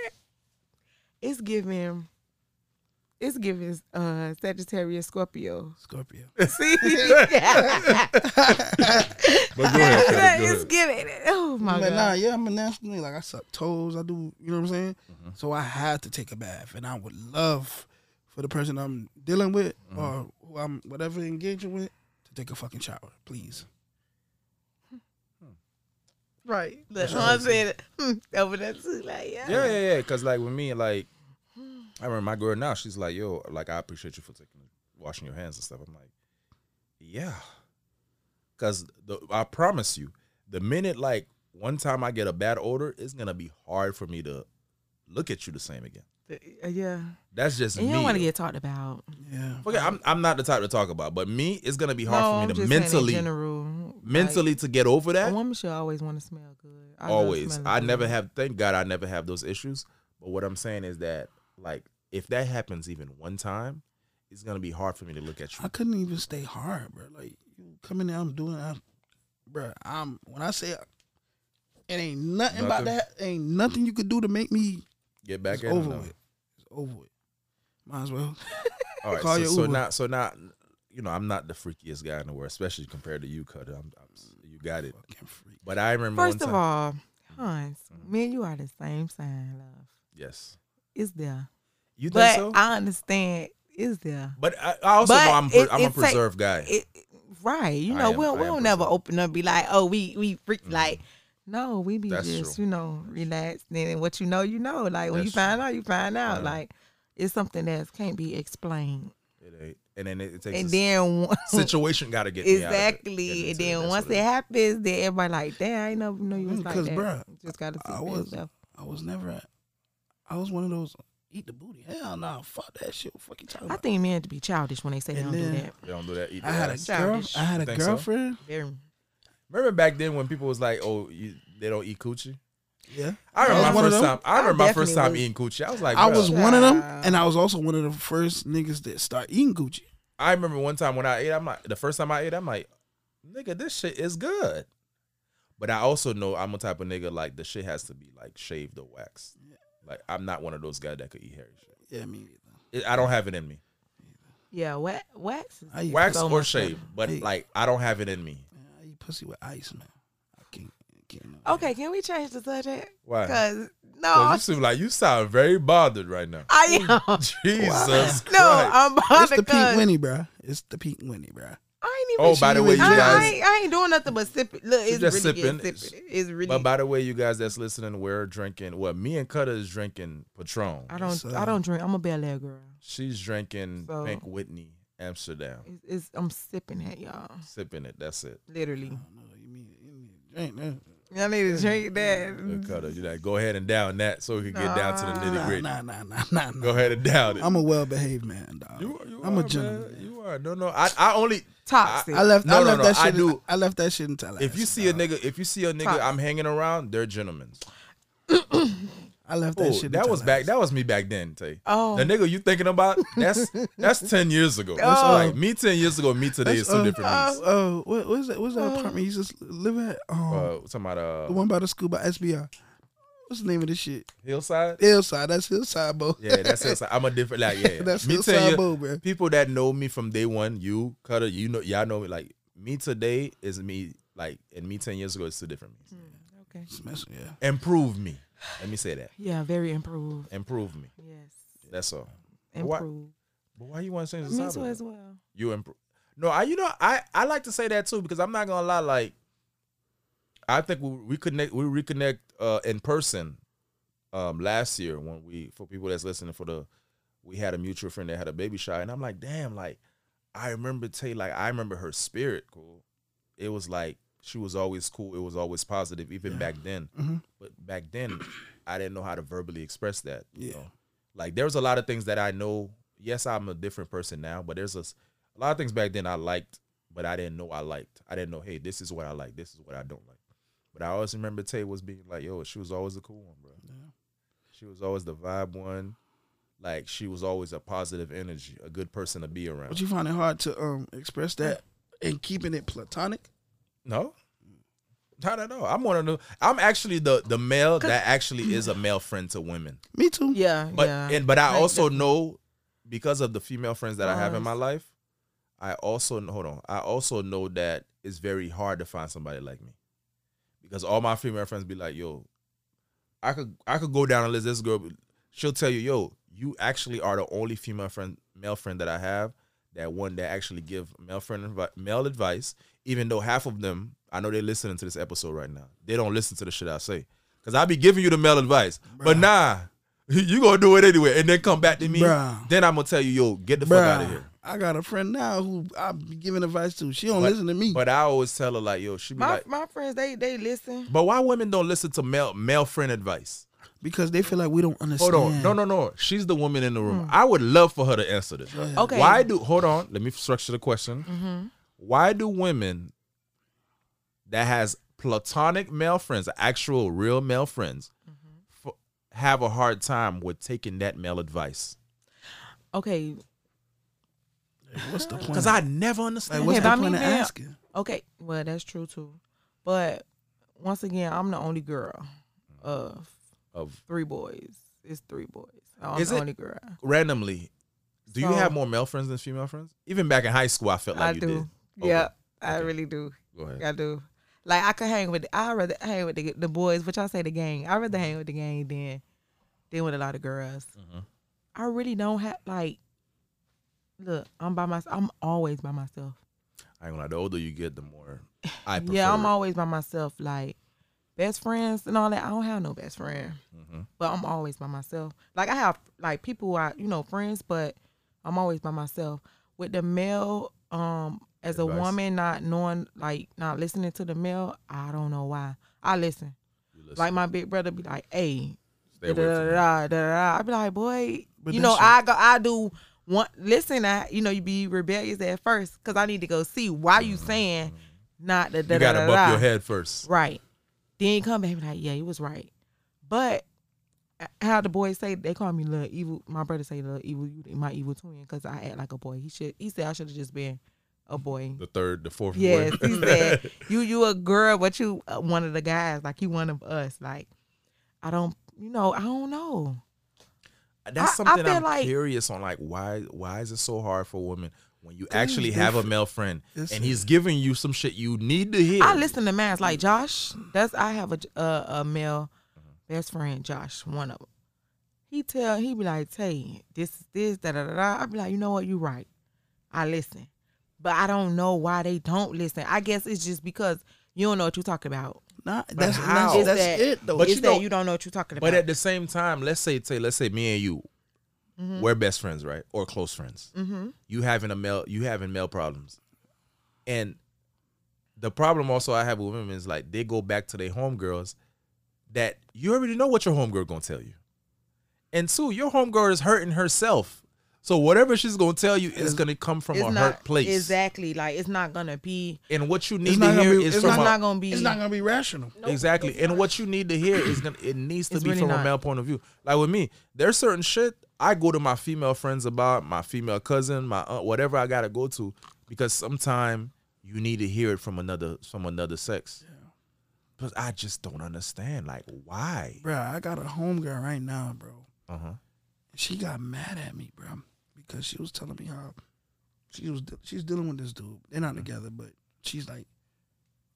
Speaker 3: It's giving. It's giving uh Sagittarius Scorpio.
Speaker 2: Scorpio.
Speaker 3: See, it's
Speaker 1: But go ahead. Shawty, go ahead.
Speaker 3: giving. Oh my
Speaker 2: but nah,
Speaker 3: god.
Speaker 2: yeah, I'm a nasty nigga. Like I suck toes. I do. You know what I'm saying?
Speaker 1: Mm-hmm.
Speaker 2: So I had to take a bath, and I would love for the person I'm dealing with
Speaker 1: Mm-hmm.
Speaker 2: or who I'm whatever engaging with to take a fucking shower, please.
Speaker 3: Right. Look, I'm saying hmm, over there too. Like yeah.
Speaker 1: Yeah, yeah, yeah. Cause like with me, like I remember my girl now. She's like, "Yo, like I appreciate you for taking washing your hands and stuff." I'm like, "Yeah," cause the, I promise you, the minute like one time I get a bad odor, it's gonna be hard for me to look at you the same again.
Speaker 3: Uh, yeah.
Speaker 1: That's just
Speaker 3: And
Speaker 1: me.
Speaker 3: you don't want to get talked about.
Speaker 2: Yeah.
Speaker 1: Okay, I'm I'm not the type to talk about, but me, it's gonna be hard
Speaker 3: no,
Speaker 1: for me
Speaker 3: I'm
Speaker 1: to
Speaker 3: just saying in
Speaker 1: mentally
Speaker 3: general,
Speaker 1: mentally to get over
Speaker 3: Like,
Speaker 1: that.
Speaker 3: a woman should always want to smell good. I love
Speaker 1: always.
Speaker 3: smelling
Speaker 1: I
Speaker 3: good.
Speaker 1: never have. Thank God, I never have those issues. But what I'm saying is that, like, if that happens even one time, it's gonna be hard for me to look at
Speaker 2: I
Speaker 1: you.
Speaker 2: couldn't even stay hard, bro. Like you coming in, there, I'm doing, I'm, bro. I'm when I say it ain't nothing, about
Speaker 1: Nothing.
Speaker 2: that. Ain't nothing you could do to make me.
Speaker 1: Get back
Speaker 2: it's
Speaker 1: at 'em,
Speaker 2: over
Speaker 1: though.
Speaker 2: with. It's over with. Might as well.
Speaker 1: All right.
Speaker 2: Call
Speaker 1: so,
Speaker 2: your
Speaker 1: so
Speaker 2: Uber.
Speaker 1: now, so now, you know, I'm not the freakiest guy in the world, especially compared to you, Cutter. I'm, I'm, you got it.
Speaker 2: Fucking freak.
Speaker 1: But I remember
Speaker 3: First
Speaker 1: one
Speaker 3: of
Speaker 1: time-
Speaker 3: all, Hans, me and you are the same sign, love.
Speaker 1: yes,
Speaker 3: It's there.
Speaker 1: you think
Speaker 3: But
Speaker 1: so?
Speaker 3: I understand it's there.
Speaker 1: but I, I also
Speaker 3: but
Speaker 1: know I'm,
Speaker 3: it-
Speaker 1: I'm a
Speaker 3: it take-
Speaker 1: preserved guy.
Speaker 3: It, it- right. You
Speaker 1: I
Speaker 3: know,
Speaker 1: am-
Speaker 3: we'll,
Speaker 1: I
Speaker 3: we'll
Speaker 1: am
Speaker 3: never
Speaker 1: preserved.
Speaker 3: open up be like, oh, we we freak like no, we be
Speaker 1: That's
Speaker 3: just,
Speaker 1: true.
Speaker 3: you know, relaxed and then what you know, you know. Like when you
Speaker 1: That's true.
Speaker 3: find out, you find out.
Speaker 1: Yeah.
Speaker 3: Like it's something that can't be explained.
Speaker 1: it ain't. And then it, it takes.
Speaker 3: and
Speaker 1: a s-
Speaker 3: then one-
Speaker 1: situation got to get me out of it. Get
Speaker 3: Exactly.
Speaker 1: into
Speaker 3: And
Speaker 1: it,
Speaker 3: then
Speaker 1: that's
Speaker 3: once
Speaker 1: what
Speaker 3: it
Speaker 1: is.
Speaker 3: happens, then everybody like, damn, I ain't never know you was
Speaker 2: Mm,
Speaker 3: like
Speaker 2: 'cause,
Speaker 3: that.
Speaker 2: bruh,
Speaker 3: Just gotta see
Speaker 2: I
Speaker 3: for
Speaker 2: was-
Speaker 3: yourself.
Speaker 2: I was never. At, I was one of those eat the booty. Hell no, fuck that shit. What fuck you talking
Speaker 3: I
Speaker 2: about?
Speaker 3: think men to be childish when they say they
Speaker 2: And
Speaker 3: don't do
Speaker 2: then-
Speaker 3: that.
Speaker 1: They don't do that. Eat
Speaker 2: I
Speaker 1: their
Speaker 2: had
Speaker 1: ass.
Speaker 2: a girl.
Speaker 3: Childish.
Speaker 2: I had a
Speaker 1: Think so?
Speaker 2: girlfriend.
Speaker 3: Very-
Speaker 1: Remember back then when people was like, "Oh, you, they don't eat coochie."
Speaker 2: Yeah,
Speaker 1: I remember
Speaker 2: was
Speaker 1: my
Speaker 2: one of
Speaker 1: first
Speaker 2: them.
Speaker 1: time. I remember
Speaker 3: I
Speaker 1: my first
Speaker 3: definitely
Speaker 1: time
Speaker 3: was.
Speaker 1: eating coochie. I was like,
Speaker 2: I was
Speaker 1: bruh.
Speaker 2: one of them,
Speaker 3: Child.
Speaker 2: and I was also one of the first niggas that start eating Gucci.
Speaker 1: I remember one time when I ate. I'm like, the first time I ate, I'm like, nigga, this shit is good. But I also know I'm a type of nigga like the shit has to be like shaved or waxed. Like I'm not one of those guys that could eat hairy shit.
Speaker 2: Yeah, me. neither.
Speaker 1: It, I don't have it in me.
Speaker 3: Yeah, what wax?
Speaker 2: I eat,
Speaker 1: Wax
Speaker 3: So
Speaker 1: or
Speaker 3: much
Speaker 1: shaved, but
Speaker 2: Hey.
Speaker 1: like I don't have it in me.
Speaker 2: I eat pussy with ice, man. I can't. can't no-
Speaker 3: Okay, can we change the subject?
Speaker 1: Why?
Speaker 3: Cause
Speaker 1: So
Speaker 3: no,
Speaker 1: you seem like you sound very bothered right now.
Speaker 3: I am.
Speaker 1: Jesus Christ.
Speaker 3: No, I'm
Speaker 2: It's
Speaker 3: bothered
Speaker 2: the Pink
Speaker 3: 'cause
Speaker 2: Winnie, bruh. It's the Pink Winnie, bruh.
Speaker 3: I ain't even.
Speaker 1: Oh, by the way, you
Speaker 3: I, I
Speaker 1: guys,
Speaker 3: ain't, I ain't doing nothing but sipping. Look, it's
Speaker 1: just
Speaker 3: really
Speaker 1: sipping.
Speaker 3: It's, sipping. it's really.
Speaker 1: But by the way, you guys that's listening, we're drinking. Well, me and Cutter is drinking Patron.
Speaker 3: I don't.
Speaker 2: Yes, uh,
Speaker 3: I don't drink. I'm a Bel Air girl.
Speaker 1: She's drinking
Speaker 3: So-
Speaker 1: Pink Whitney Amsterdam,
Speaker 2: Mm.
Speaker 3: It's, it's, I'm sipping it, y'all.
Speaker 1: sipping it. That's it.
Speaker 3: Literally,
Speaker 2: I don't know. You mean you mean drink that?
Speaker 3: y'all need to drink
Speaker 1: Uh,
Speaker 3: that.
Speaker 1: Cutter, you like go ahead and down that so we can get down to the nitty gritty.
Speaker 2: Mm. Nah, nah, nah, nah,
Speaker 1: Go
Speaker 2: nah.
Speaker 1: ahead and down it.
Speaker 2: I'm a well-behaved man, dog.
Speaker 1: you, you
Speaker 2: I'm
Speaker 1: are,
Speaker 2: a gentleman.
Speaker 1: Man. You are. No, no. I, I only
Speaker 3: Toxic.
Speaker 2: I left.
Speaker 1: No,
Speaker 2: I
Speaker 1: no,
Speaker 2: left
Speaker 1: no,
Speaker 2: that
Speaker 1: I
Speaker 2: shit.
Speaker 1: do-
Speaker 2: I left that shit until
Speaker 1: if you see a nigga, if you see a nigga,
Speaker 3: Toxic.
Speaker 1: I'm hanging around. They're gentlemen.
Speaker 2: I left that
Speaker 1: Oh,
Speaker 2: shit.
Speaker 1: that
Speaker 2: until
Speaker 1: was
Speaker 2: I
Speaker 1: back.
Speaker 2: asked.
Speaker 1: That was me back then, Tay.
Speaker 3: Oh.
Speaker 1: The nigga you thinking about? That's that's ten years ago.
Speaker 3: Oh.
Speaker 1: Like me ten years ago, me today is
Speaker 2: That's,
Speaker 1: two
Speaker 2: uh,
Speaker 1: different me's.
Speaker 2: Oh, what was that? What's that apartment you just live at?
Speaker 1: Uh,
Speaker 2: Um,
Speaker 1: talking about uh,
Speaker 2: the one by the school by SBR. What's the name of this shit?
Speaker 1: Hillside.
Speaker 2: Hillside. That's Hillside, bro.
Speaker 1: Yeah, that's Hillside. I'm a different like yeah.
Speaker 2: That's
Speaker 1: me
Speaker 2: Hillside
Speaker 1: tell you,
Speaker 2: Bowl, bruh.
Speaker 1: people that know me from day one, you Cutter, you know, y'all know me. Like me today is me like, and me ten years ago is two different
Speaker 2: Mm-hmm.
Speaker 1: me.
Speaker 3: okay.
Speaker 2: Smash- yeah.
Speaker 1: Improve me. Let me say that.
Speaker 3: Yeah, very improved.
Speaker 1: Improve me.
Speaker 3: Yes,
Speaker 1: That's all. Why-
Speaker 3: improved.
Speaker 1: But why you want to change the
Speaker 3: Me
Speaker 1: subject?
Speaker 3: too, as well.
Speaker 1: You improve. No, I you know I I like to say that too because I'm not gonna lie. Like, I think we reconnect we reconnect uh in person, um last year when we for people that's listening for the we had a mutual friend that had a baby shower and I'm like damn like I remember Tay like I remember her spirit cool. It was like she was always cool. It was always positive even back then. But back then I didn't know how to verbally express that. You
Speaker 2: Yeah.
Speaker 1: know? like there's a lot of things that I know. Yes, I'm a different person now, but there's a, s- a lot of things back then I liked, but I didn't know I liked. I didn't know, hey, this is what I like, this is what I don't like. But I always remember Tay was being like, yo, she was always the cool one, bro.
Speaker 2: Yeah.
Speaker 1: She was always the vibe one. Like she was always a positive energy, a good person to be around.
Speaker 2: But you find it hard to um express that and keeping it platonic.
Speaker 1: no. Not at all. I'm one of the I'm actually the the male that actually is a male friend to women.
Speaker 2: Me too.
Speaker 3: Yeah,
Speaker 1: But
Speaker 3: yeah.
Speaker 1: and but I
Speaker 3: Like
Speaker 1: also know because of the female friends that I have in
Speaker 3: Nice.
Speaker 1: my life, I also kn- hold on. I also know that it's very hard to find somebody like me. Because all my female friends be like, "Yo, I could I could go down and list this girl. but She'll tell you, "Yo, you actually are the only female friend male friend that I have that one that actually give male friend advi- male advice, even though half of them, I know they're listening to this episode right now. They don't listen to the shit I say. Cause I be giving you the male advice. But
Speaker 2: Bruh.
Speaker 1: nah, you gonna do it anyway. And then come back to me.
Speaker 2: Bruh.
Speaker 1: Then I'm gonna tell you, yo, get the fuck out of
Speaker 2: Bruh,
Speaker 1: here.
Speaker 2: I got a friend now who I'm giving advice to. She don't
Speaker 1: But-
Speaker 2: listen to me.
Speaker 1: But I always tell her, like, yo, she be
Speaker 3: my
Speaker 1: like,
Speaker 3: my friends they they listen.
Speaker 1: but why women don't listen to male male friend advice?
Speaker 2: Because they feel like we don't
Speaker 1: Hold
Speaker 2: understand. Hmm.
Speaker 1: on. No, no, no. She's the woman in the room. I would love for her to answer this.
Speaker 2: Go ahead.
Speaker 3: Okay.
Speaker 1: Why do hold on, let me structure the question.
Speaker 3: hmm
Speaker 1: why do women that has platonic male friends, actual real male friends,
Speaker 3: Mm-hmm.
Speaker 1: f- have a hard time with taking that male advice?
Speaker 3: Okay.
Speaker 2: What's the point?
Speaker 1: Because I never understand.
Speaker 2: like, what's
Speaker 3: Okay,
Speaker 2: the
Speaker 3: but I
Speaker 2: point
Speaker 3: mean,
Speaker 2: of
Speaker 3: man,
Speaker 2: asking?
Speaker 3: Okay. Well, that's true too. But once again, I'm the only girl of
Speaker 1: of
Speaker 3: three boys. It's three boys. I'm
Speaker 1: Is
Speaker 3: the
Speaker 1: it-
Speaker 3: only girl.
Speaker 1: randomly, do you
Speaker 3: So-
Speaker 1: have more male friends than female friends? Even back in high school, I felt like
Speaker 3: I
Speaker 1: you
Speaker 3: do.
Speaker 1: did. Okay.
Speaker 3: Yeah, I
Speaker 1: Okay.
Speaker 3: really do.
Speaker 1: Go ahead.
Speaker 3: I do. Like I could hang with. I rather hang with the, the boys, which I say the gang. I rather hang with the gang than than with a lot of girls.
Speaker 1: Mhm.
Speaker 3: I really don't have like. Look, I'm by myself. I'm always by myself.
Speaker 1: I ain't gonna lie. The older you get, the more I prefer.
Speaker 3: Yeah, I'm always by myself. Like best friends and all that. I don't have no best friend,
Speaker 1: Mhm.
Speaker 3: but I'm always by myself. Like I have like people who are you know friends, but I'm always by myself. With the male, um, as a
Speaker 1: Advice.
Speaker 3: woman, not knowing like not listening to the male, I don't know why. I listen.
Speaker 1: You listen.
Speaker 3: Like my big brother be like, "Hey,
Speaker 1: Stay
Speaker 3: da
Speaker 1: away from
Speaker 3: da
Speaker 1: me.
Speaker 3: da da." I be like, "Boy,
Speaker 2: But
Speaker 3: you
Speaker 2: that's
Speaker 3: know
Speaker 2: your-
Speaker 3: I go, I do want listen. I you know you be rebellious at first because I need to go see why you saying not Mm. da da
Speaker 1: Mm. You
Speaker 3: da
Speaker 1: gotta
Speaker 3: da
Speaker 1: buck
Speaker 3: da."
Speaker 1: your head first.
Speaker 3: Right. Then come back and be like, "Yeah, you was right," but uh, how the boys say they call me little evil. My brother say little evil, you my evil twin because I act like a boy. He should. He said I should have just been a boy.
Speaker 1: The third, the fourth.
Speaker 3: Yes,
Speaker 1: word.
Speaker 3: he said you you a girl, but you uh, one of the guys, like you one of us. Like I don't, you know, I don't know.
Speaker 1: That's
Speaker 3: I- I
Speaker 1: something I,
Speaker 3: feel
Speaker 1: am
Speaker 3: like-
Speaker 1: curious on. Like, why why is it so hard for women when you actually have a
Speaker 2: different.
Speaker 1: male friend
Speaker 2: It's-
Speaker 1: and he's giving you some shit you need to hear?
Speaker 3: I listen to mans like Josh. That's I have a j- a, a male best friend, Josh, one of them. He tell he be like, "Tay, this is this da da da da." I be like, "You know what? You right. I listen, but I don't know why they don't listen. I guess it's just because you don't know what you're talking about.
Speaker 2: Nah, that's
Speaker 1: how?
Speaker 2: that's,
Speaker 3: Is
Speaker 2: that's
Speaker 3: that-
Speaker 2: it though.
Speaker 1: But
Speaker 3: it's
Speaker 1: you
Speaker 3: that
Speaker 1: know-
Speaker 3: you don't know what you're talking about.
Speaker 1: But at the same time, let's say, say let's say me and you,
Speaker 3: Mm.
Speaker 1: we're best friends, right, or close friends.
Speaker 3: mm-hmm.
Speaker 1: You having a male, you having male problems, and the problem also I have with women is like they go back to their homegirls that you already know what your homegirl gonna tell you, and two, your homegirl is hurting herself. So whatever she's gonna tell you is
Speaker 2: It's-
Speaker 1: gonna come from
Speaker 3: it's
Speaker 1: a
Speaker 3: not
Speaker 1: hurt place.
Speaker 3: exactly like it's not gonna be.
Speaker 1: And what you
Speaker 2: It's
Speaker 1: need to
Speaker 2: not gonna
Speaker 1: hear
Speaker 2: be-
Speaker 1: is
Speaker 2: it's
Speaker 1: from
Speaker 3: it's
Speaker 1: a-
Speaker 3: not gonna be.
Speaker 2: it's not gonna be rational.
Speaker 1: exactly. And what you need to hear is gonna it needs to
Speaker 3: It's
Speaker 1: be
Speaker 3: really
Speaker 1: from a
Speaker 3: not.
Speaker 1: male point of view. Like with me, there's certain shit I go to my female friends about, my female cousin, my aunt, whatever I gotta go to, because sometime you need to hear it from another from another sex. But I just don't understand, like why?
Speaker 2: Bro, I got a homegirl right now, bro.
Speaker 1: Uh huh.
Speaker 2: She got mad at me, bro, because she was telling me how she was de- she's dealing with this dude.
Speaker 1: Mm-hmm.
Speaker 2: They're not together, but she's like,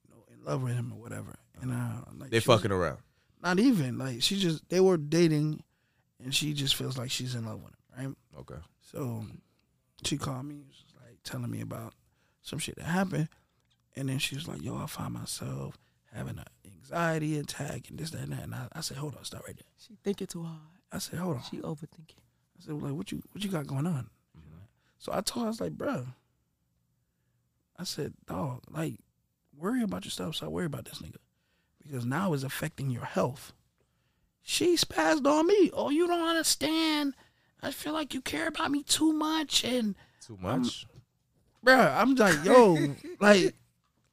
Speaker 2: you know, in love with him or whatever. And uh, like
Speaker 1: They
Speaker 2: she was-
Speaker 1: fucking around.
Speaker 2: not even like she just they were dating, and she just feels like she's in love with him, right?
Speaker 1: Okay.
Speaker 2: So she called me, she was like telling me about some shit that happened, and then she was like, "Yo, I find myself having an anxiety attack and this, that, and that." And I, I said, "Hold on, stop right there."
Speaker 3: She thinking too hard.
Speaker 2: I said, "Hold on."
Speaker 3: She overthinking.
Speaker 2: I said, well, like, what you what you got going on? So I told her, I was like, bruh. I said, dog, like, worry about yourself. Stop worry about this nigga. Because now it's affecting your health. She spazzed on me. Oh, you don't understand. I feel like you care about me too much. And
Speaker 1: Too much.
Speaker 2: bruh, I'm like, yo, like,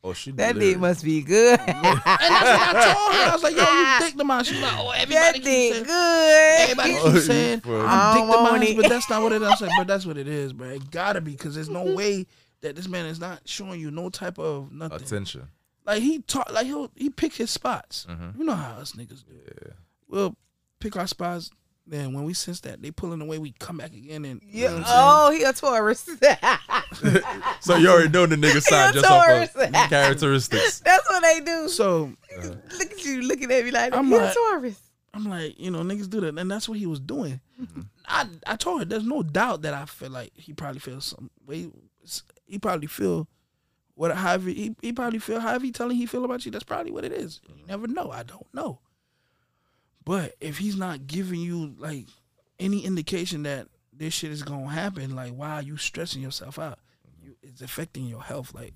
Speaker 1: Oh, she
Speaker 3: That
Speaker 1: delirious.
Speaker 3: dick must be good.
Speaker 2: And that's what I told her. I was like, yo, you dick the mind. She's like, oh,
Speaker 3: that
Speaker 2: everybody
Speaker 3: dick
Speaker 2: keeps saying,
Speaker 3: good.
Speaker 2: everybody
Speaker 1: Oh, you
Speaker 2: keeps saying,
Speaker 1: funny.
Speaker 3: I
Speaker 2: I'm
Speaker 3: don't
Speaker 2: dick the
Speaker 3: want
Speaker 2: mind,
Speaker 3: it.
Speaker 2: but that's not what it is. I said, but that's what it is, bro. It gotta be, because there's no way that this man is not showing you no type of nothing.
Speaker 1: attention.
Speaker 2: Like he talk, like he'll he pick his spots.
Speaker 1: Mhm.
Speaker 2: You know how us niggas do.
Speaker 1: Yeah.
Speaker 2: We'll pick our spots. Then when we sense that they pulling away, we come back again and you know what I'm saying?
Speaker 3: Oh, he a Taurus.
Speaker 1: So you already know the nigga side just off of
Speaker 3: Taurus.
Speaker 1: characteristics.
Speaker 3: That's what they do.
Speaker 2: So
Speaker 3: Look at you looking at me like
Speaker 2: I'm
Speaker 3: he a
Speaker 2: like-
Speaker 3: Taurus.
Speaker 2: I'm like, you know, niggas do that, and that's what he was doing. I I told her there's no doubt that I feel like he probably feels some way. He probably feel what however he he probably feel however he telling he feel about you. That's probably what it is. You never know. I don't know. But if he's not giving you like any indication that this shit is gonna happen, like why are you stressing yourself out? You, it's affecting your health. Like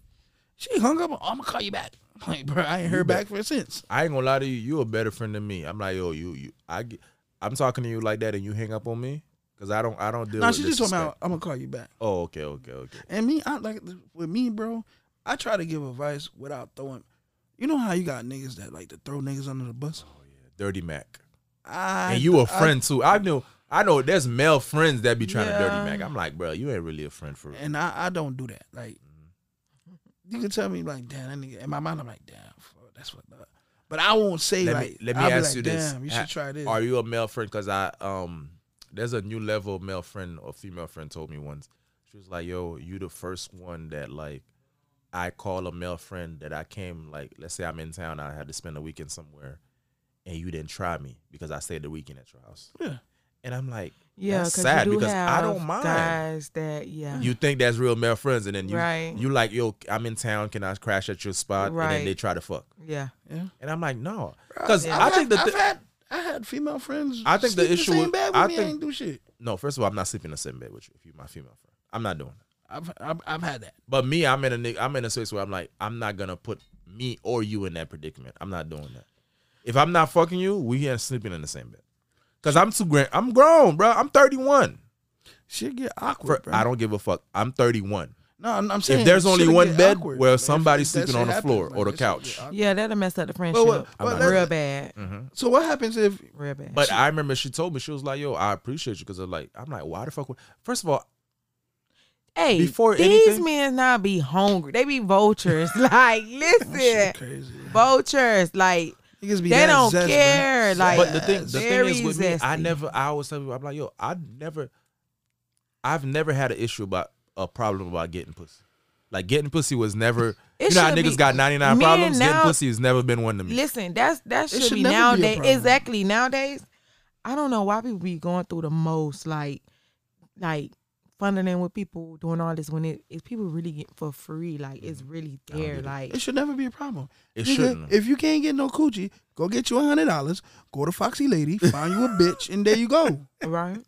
Speaker 2: she hung up. I'm gonna call you back. Like bro, I ain't heard back from since.
Speaker 1: I ain't gonna lie to you. You a better friend than me. I'm like yo, you you. I get- I'm talking to you like that, and you hang up on me because I don't I don't deal.
Speaker 2: No,
Speaker 1: with
Speaker 2: she just told me I'm
Speaker 1: disrespect.
Speaker 2: gonna call you back.
Speaker 1: Oh, okay, okay, okay.
Speaker 2: And me, I like with me, bro. I try to give advice without throwing. You know how you got niggas that like to throw niggas under the bus.
Speaker 1: Dirty Mac.
Speaker 2: I,
Speaker 1: and you a
Speaker 2: I-
Speaker 1: friend too. I know. I know. There's male friends that be trying to
Speaker 3: Yeah.
Speaker 1: dirty Mac. I'm like, bro, you ain't really a friend for real.
Speaker 2: and I, I don't do that. Like you can tell me like, damn, that nigga. In my mind, I'm like, damn, fuck, that's what. Up. But I won't say
Speaker 1: Let
Speaker 2: like.
Speaker 1: me let me
Speaker 2: I'll be
Speaker 1: ask
Speaker 2: like,
Speaker 1: you this:
Speaker 2: Damn, you
Speaker 1: Ha-
Speaker 2: should try this.
Speaker 1: Are you a male friend? Because I um, there's a new level of male friend or female friend told me once. She was like, "Yo, you the first one that like I call a male friend that I came like, let's say I'm in town, I had to spend a weekend somewhere, and you didn't try me because I stayed the weekend at your house."
Speaker 2: Yeah.
Speaker 1: And I'm like,
Speaker 3: Yeah,
Speaker 1: That's
Speaker 3: 'cause
Speaker 1: sad
Speaker 3: you do
Speaker 1: because I
Speaker 3: have
Speaker 1: don't mind.
Speaker 3: guys that yeah.
Speaker 1: you think that's real male friends, and then you
Speaker 3: Right.
Speaker 1: you like, "Yo, I'm in town, can I crash at your spot?" And then
Speaker 3: Right.
Speaker 1: they try to fuck,
Speaker 3: yeah.
Speaker 1: and I'm like, "No," because
Speaker 2: I've
Speaker 1: I think
Speaker 2: had-
Speaker 1: the
Speaker 2: I've
Speaker 1: thi-
Speaker 2: had I had female friends.
Speaker 1: I think the
Speaker 2: sleep in
Speaker 1: issue
Speaker 2: same
Speaker 1: with-
Speaker 2: bed with
Speaker 1: I
Speaker 2: me,
Speaker 1: think-
Speaker 2: ain't do shit.
Speaker 1: no, first of all, I'm not sleeping in the same bed with you if you're my female friend. I'm not doing that.
Speaker 2: I've, I've I've had that.
Speaker 1: But me, I'm in a ni- I'm in a space where I'm like, I'm not gonna put me or you in that predicament. I'm not doing that. If I'm not fucking you, we ain't sleeping in the same bed. Cause I'm too grand. I'm grown, bro. I'm 31.
Speaker 2: Shit get
Speaker 1: For-
Speaker 2: awkward, bro.
Speaker 1: I don't give a fuck. I'm 31.
Speaker 2: No, I'm, I'm saying
Speaker 1: there's
Speaker 2: shit
Speaker 1: only
Speaker 2: get
Speaker 1: one bed
Speaker 2: awkward,
Speaker 1: where
Speaker 2: man. If-
Speaker 1: somebody's
Speaker 2: if that
Speaker 1: sleeping
Speaker 2: shit
Speaker 1: on the
Speaker 2: happens,
Speaker 1: floor or the
Speaker 2: that shit get
Speaker 1: couch.
Speaker 2: awkward.
Speaker 3: Yeah, that'll mess up the friendship
Speaker 2: But what- but
Speaker 1: let's-
Speaker 3: real bad.
Speaker 2: So what happens if
Speaker 3: Real bad.
Speaker 1: But I remember she told me she was like, "Yo, I appreciate you." Because like, I'm like, why the fuck? Would- First of all,
Speaker 3: hey,
Speaker 1: before
Speaker 3: these
Speaker 1: anything-
Speaker 3: men not be hungry. They be vultures. like,
Speaker 2: that shit
Speaker 3: listen,
Speaker 2: crazy?
Speaker 3: vultures. Like,
Speaker 2: Niggas be
Speaker 3: They
Speaker 2: that
Speaker 3: don't
Speaker 2: zest,
Speaker 3: care,
Speaker 2: bruh.
Speaker 3: like-
Speaker 1: but the thing,
Speaker 3: Yes.
Speaker 1: the thing
Speaker 3: Very
Speaker 1: is with me, I
Speaker 3: zesty.
Speaker 1: never, I always tell people, I'm like, yo, I never, I've never had an issue about a problem about getting pussy. Like getting pussy was never.
Speaker 3: It
Speaker 1: you know how
Speaker 3: shouldn't
Speaker 1: niggas
Speaker 3: be-
Speaker 1: got 99
Speaker 3: Men
Speaker 1: problems.
Speaker 3: now-
Speaker 1: getting pussy has never been one to me.
Speaker 3: listen, that's that should,
Speaker 2: Mm. should
Speaker 3: be
Speaker 2: never be a
Speaker 3: nowadays.
Speaker 2: problem.
Speaker 3: exactly nowadays. I don't know why people be going through the most like, like funneling with people doing all this when it is people really get for free. Like, it's
Speaker 2: Mm.
Speaker 3: really there. Like,
Speaker 2: it should never be a problem.
Speaker 1: It
Speaker 2: Nigga,
Speaker 1: shouldn't.
Speaker 2: If you can't get no coochie, go get you a hundred dollars. Go to Foxy Lady, find you a bitch, and there you go.
Speaker 3: right?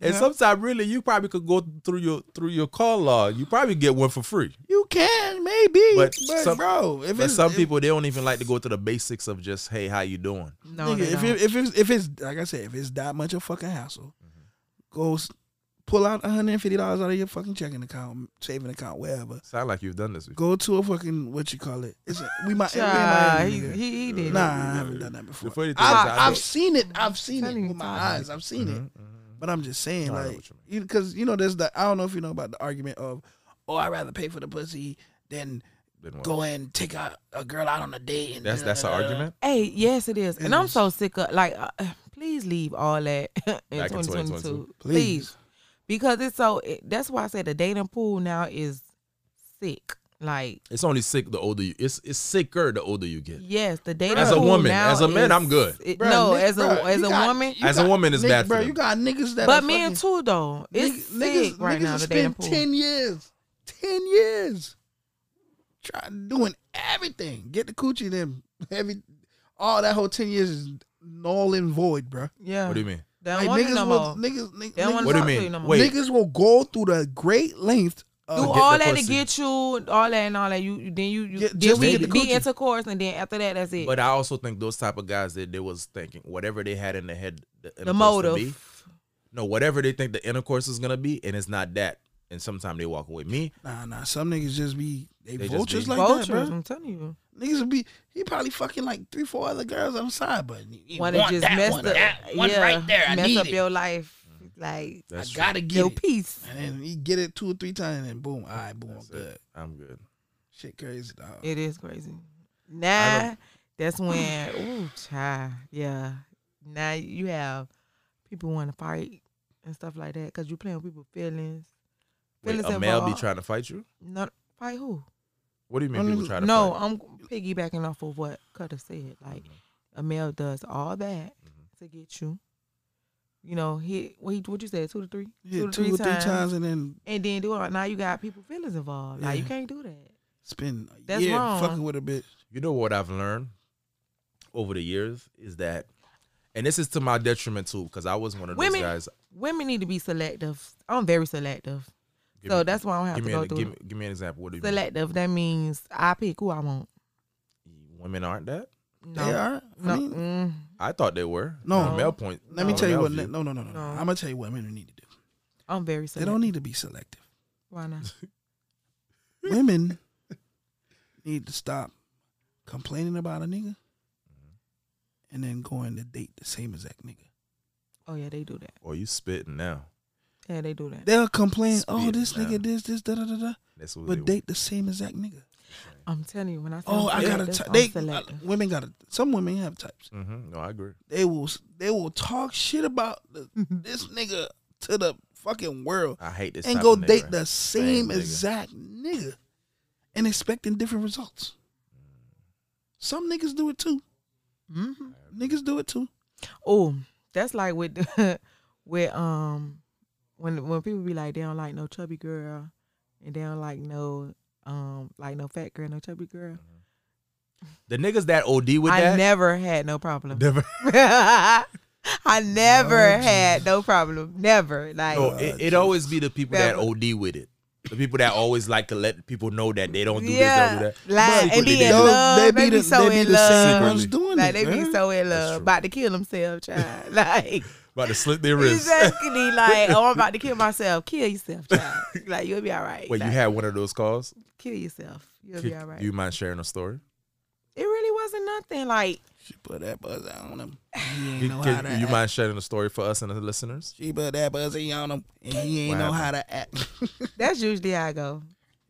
Speaker 1: and sometimes, really, you probably could go through your through your call log. You probably get one for free.
Speaker 2: You can maybe, but,
Speaker 1: But some-
Speaker 2: bro, if
Speaker 1: But
Speaker 2: it's
Speaker 1: some
Speaker 2: if-
Speaker 1: people they don't even like to go to the basics of just, hey, how you doing?
Speaker 3: No,
Speaker 2: nigga,
Speaker 3: they
Speaker 2: if
Speaker 3: don't.
Speaker 2: it, if it's if it's like I said, if it's that much of fucking hassle,
Speaker 1: Mm-hmm.
Speaker 2: go s- pull out one hundred and fifty dollars out of your fucking checking account, saving account, wherever.
Speaker 1: Sound like you've done this. Before.
Speaker 2: Go to a fucking what you call it? It's a, we might. we in
Speaker 3: Child,
Speaker 2: Miami,
Speaker 3: he,
Speaker 2: nigga.
Speaker 3: he, he did.
Speaker 2: Nah,
Speaker 3: it.
Speaker 2: I haven't done that before.
Speaker 1: The funny thing is, I
Speaker 2: I've,
Speaker 1: don't- Mm-hmm,
Speaker 2: I've seen it. I've seen
Speaker 3: Telling
Speaker 2: it
Speaker 3: you,
Speaker 2: with my
Speaker 3: Todd.
Speaker 2: eyes. I've seen it. But I'm just saying,
Speaker 1: I know
Speaker 2: like,
Speaker 1: what you
Speaker 2: because you, know, there's the. I don't know if you know about the argument of, oh, I'd rather pay for the pussy than
Speaker 1: Didn't work.
Speaker 2: go and take a, a girl out on a date. And
Speaker 1: That's that's an argument.
Speaker 3: Hey, yes, it is, and I'm
Speaker 2: Yes.
Speaker 3: so sick of like. Uh, please leave all that in
Speaker 1: Back in
Speaker 3: 2022,
Speaker 1: 2022.
Speaker 3: please.
Speaker 2: Please.
Speaker 3: because it's so. It, that's why I say the dating pool now is sick. Like,
Speaker 1: It's only sick the older you. It's it's sicker the older you get.
Speaker 3: yes, the dating
Speaker 1: As a
Speaker 3: pool
Speaker 1: woman,
Speaker 3: now
Speaker 1: as a man,
Speaker 3: is-
Speaker 1: I'm good.
Speaker 3: it-
Speaker 2: Bruh,
Speaker 3: no,
Speaker 2: nigga,
Speaker 3: as a
Speaker 2: bruh,
Speaker 3: as
Speaker 2: you
Speaker 3: a
Speaker 2: got-
Speaker 3: woman,
Speaker 2: you
Speaker 1: As a woman, it's
Speaker 2: nigga,
Speaker 1: bad for
Speaker 2: Bro,
Speaker 1: them.
Speaker 2: you got niggas that.
Speaker 3: but
Speaker 2: are
Speaker 3: men
Speaker 2: fucking-
Speaker 3: too though. It's
Speaker 2: niggas,
Speaker 3: sick right
Speaker 2: niggas
Speaker 3: now.
Speaker 2: have
Speaker 3: The dating
Speaker 2: spent
Speaker 3: pool.
Speaker 2: ten years, ten years, trying doing everything. Get the coochie, then every all that whole ten years is null and void, bro.
Speaker 3: yeah,
Speaker 1: What do you mean?
Speaker 3: They don't
Speaker 2: Like
Speaker 3: want it
Speaker 2: niggas,
Speaker 3: no
Speaker 2: will,
Speaker 3: more.
Speaker 2: niggas, niggas,
Speaker 3: They don't
Speaker 2: niggas,
Speaker 3: want
Speaker 1: What do
Speaker 3: to talk
Speaker 1: you
Speaker 3: to
Speaker 1: mean?
Speaker 3: you no more.
Speaker 1: Wait.
Speaker 2: niggas will go through the great length.
Speaker 3: do
Speaker 1: get
Speaker 2: Of,
Speaker 1: the
Speaker 3: all that to
Speaker 1: pussy.
Speaker 3: get you, all that and all that. You, you then you, you
Speaker 2: Get-
Speaker 3: then
Speaker 2: just
Speaker 3: we
Speaker 2: to get the
Speaker 3: be
Speaker 2: coochie.
Speaker 3: intercourse, and then after that, that's it.
Speaker 1: But I also think those type of guys that they was thinking whatever they had in the head, the,
Speaker 3: the
Speaker 1: intercourse to be,
Speaker 3: motive.
Speaker 1: no, whatever they think the intercourse is gonna be, and it's not that. and sometimes they walk away. Me,
Speaker 2: Nah, nah. Some niggas just be they,
Speaker 1: They just
Speaker 2: vultures
Speaker 1: be-
Speaker 2: like
Speaker 3: Vultures,
Speaker 2: that, bro.
Speaker 3: I'm telling you.
Speaker 2: Niggas would be he probably fucking like three, four other girls on the side, but he- he
Speaker 3: One that
Speaker 2: want
Speaker 3: just
Speaker 2: that
Speaker 3: messed
Speaker 2: one,
Speaker 3: up.
Speaker 2: that one
Speaker 3: yeah,
Speaker 2: right there. I
Speaker 3: mess
Speaker 2: need
Speaker 3: up
Speaker 2: it.
Speaker 3: your life.
Speaker 2: I
Speaker 3: Like
Speaker 1: that's true.
Speaker 2: gotta get
Speaker 3: your
Speaker 2: it.
Speaker 3: peace.
Speaker 2: And then he get it two or three times, and then boom, all right, boom, I'm
Speaker 1: That's it.
Speaker 2: good.
Speaker 1: I'm good.
Speaker 2: Shit crazy, dog.
Speaker 3: It is crazy. Now that's when ooh child. Yeah. Now you have people want to fight and stuff like that because you're playing with people's feelings.
Speaker 1: Wait, a male be trying to fight you?
Speaker 3: No, fight who?
Speaker 1: What do you mean
Speaker 2: Only-
Speaker 1: people try to
Speaker 3: no,
Speaker 1: fight?
Speaker 3: I'm piggybacking off of what Cutter said. Like
Speaker 1: Mm-hmm.
Speaker 3: a male does all that to get you. You know, hit what he what you said two to three,
Speaker 2: Yeah, two, or three times. and then
Speaker 3: and then do it. Now you got people feelings involved. Now you
Speaker 2: Yeah.
Speaker 3: can't do that.
Speaker 2: spend a
Speaker 3: That's
Speaker 2: year
Speaker 3: wrong.
Speaker 2: fucking with a bitch.
Speaker 1: You know what I've learned over the years is that, and this is to my detriment too, because I was one of those
Speaker 3: Women-
Speaker 1: guys.
Speaker 3: Women need to be selective. I'm very selective.
Speaker 1: Give
Speaker 3: so
Speaker 1: me-
Speaker 3: that's why I don't have
Speaker 1: give
Speaker 3: to
Speaker 1: me,
Speaker 3: go
Speaker 1: an,
Speaker 3: through
Speaker 1: give, me, give me an example. What do you
Speaker 3: selective. That means I pick who I want.
Speaker 1: mean? Women aren't that?
Speaker 3: No,
Speaker 2: They are.
Speaker 3: no,
Speaker 2: I mean,
Speaker 3: mm,
Speaker 1: I thought they were.
Speaker 2: No.
Speaker 1: From a male point.
Speaker 2: let me
Speaker 1: from a
Speaker 2: tell you
Speaker 1: male
Speaker 2: what.
Speaker 1: view.
Speaker 2: No, no, no, no. no.
Speaker 3: No.
Speaker 2: I'm gonna tell you what women need to do.
Speaker 3: I'm very
Speaker 2: They
Speaker 3: selective.
Speaker 2: don't need to be selective.
Speaker 3: Why not?
Speaker 2: women need to stop complaining about a nigga
Speaker 1: Mm-hmm.
Speaker 2: and then going to date the same exact nigga.
Speaker 3: Oh yeah, they do that.
Speaker 1: Or you spitting now.
Speaker 3: Yeah, they do that.
Speaker 2: They'll complain, oh,
Speaker 1: Spit,
Speaker 2: this
Speaker 1: man.
Speaker 2: nigga, this, this, da da da da,
Speaker 1: That's what
Speaker 2: but
Speaker 1: they
Speaker 2: date the same exact nigga.
Speaker 3: I'm telling you, when I say
Speaker 2: Oh,
Speaker 3: I'm
Speaker 2: I gotta.
Speaker 3: selective,
Speaker 2: T-
Speaker 3: I'm
Speaker 2: they
Speaker 3: selective.
Speaker 2: I- women gotta. Some women have types.
Speaker 1: hmm No, I agree.
Speaker 2: They will. s- They will talk shit about the, this nigga to the fucking world
Speaker 1: I hate this.
Speaker 2: and
Speaker 1: type
Speaker 2: go
Speaker 1: of nigga.
Speaker 2: date the same
Speaker 1: nigga.
Speaker 2: exact nigga and expecting different results.
Speaker 1: Mm.
Speaker 2: Some niggas do it too.
Speaker 3: Mhm.
Speaker 2: Niggas do it too.
Speaker 3: Oh, that's like with the, with um when when people be like they don't like no chubby girl and they don't like no um like no fat girl, no chubby girl.
Speaker 1: The niggas that OD with
Speaker 3: I
Speaker 1: that.
Speaker 3: never had no problem.
Speaker 1: never-
Speaker 3: I never had no problem. Never like
Speaker 1: no, it, it always be the people that
Speaker 3: Never.
Speaker 1: OD with it. The people that always like to let people know that they don't do this,
Speaker 3: yeah,
Speaker 1: don't do
Speaker 3: like
Speaker 1: But
Speaker 3: and be
Speaker 1: they
Speaker 3: in
Speaker 1: be-
Speaker 3: love. They be, so
Speaker 2: they be
Speaker 3: in
Speaker 2: the
Speaker 3: love.
Speaker 2: same ones
Speaker 1: Secretly.
Speaker 2: doing
Speaker 3: Like
Speaker 2: it,
Speaker 3: they be
Speaker 2: man.
Speaker 3: so in
Speaker 1: That's
Speaker 3: love,
Speaker 1: true.
Speaker 3: about to kill themselves, child. Like
Speaker 1: that. About to slit their wrist.
Speaker 3: exactly, like oh, I'm about to kill myself. Kill yourself, child. Like you'll be all right.
Speaker 1: Wait, you
Speaker 3: Like,
Speaker 1: had one of those calls?
Speaker 3: kill yourself. You'll
Speaker 1: Could-
Speaker 3: be all right.
Speaker 1: Do you mind sharing a story?
Speaker 3: it really wasn't nothing. Like
Speaker 2: She put that buzz on him. He ain't
Speaker 1: You,
Speaker 2: know
Speaker 1: can-
Speaker 2: how to
Speaker 1: you
Speaker 2: act.
Speaker 1: mind sharing a story for us and the listeners?
Speaker 2: She put that buzzy on him, and he ain't
Speaker 1: What
Speaker 2: know how
Speaker 1: happened?
Speaker 2: to act.
Speaker 3: that's usually how I go.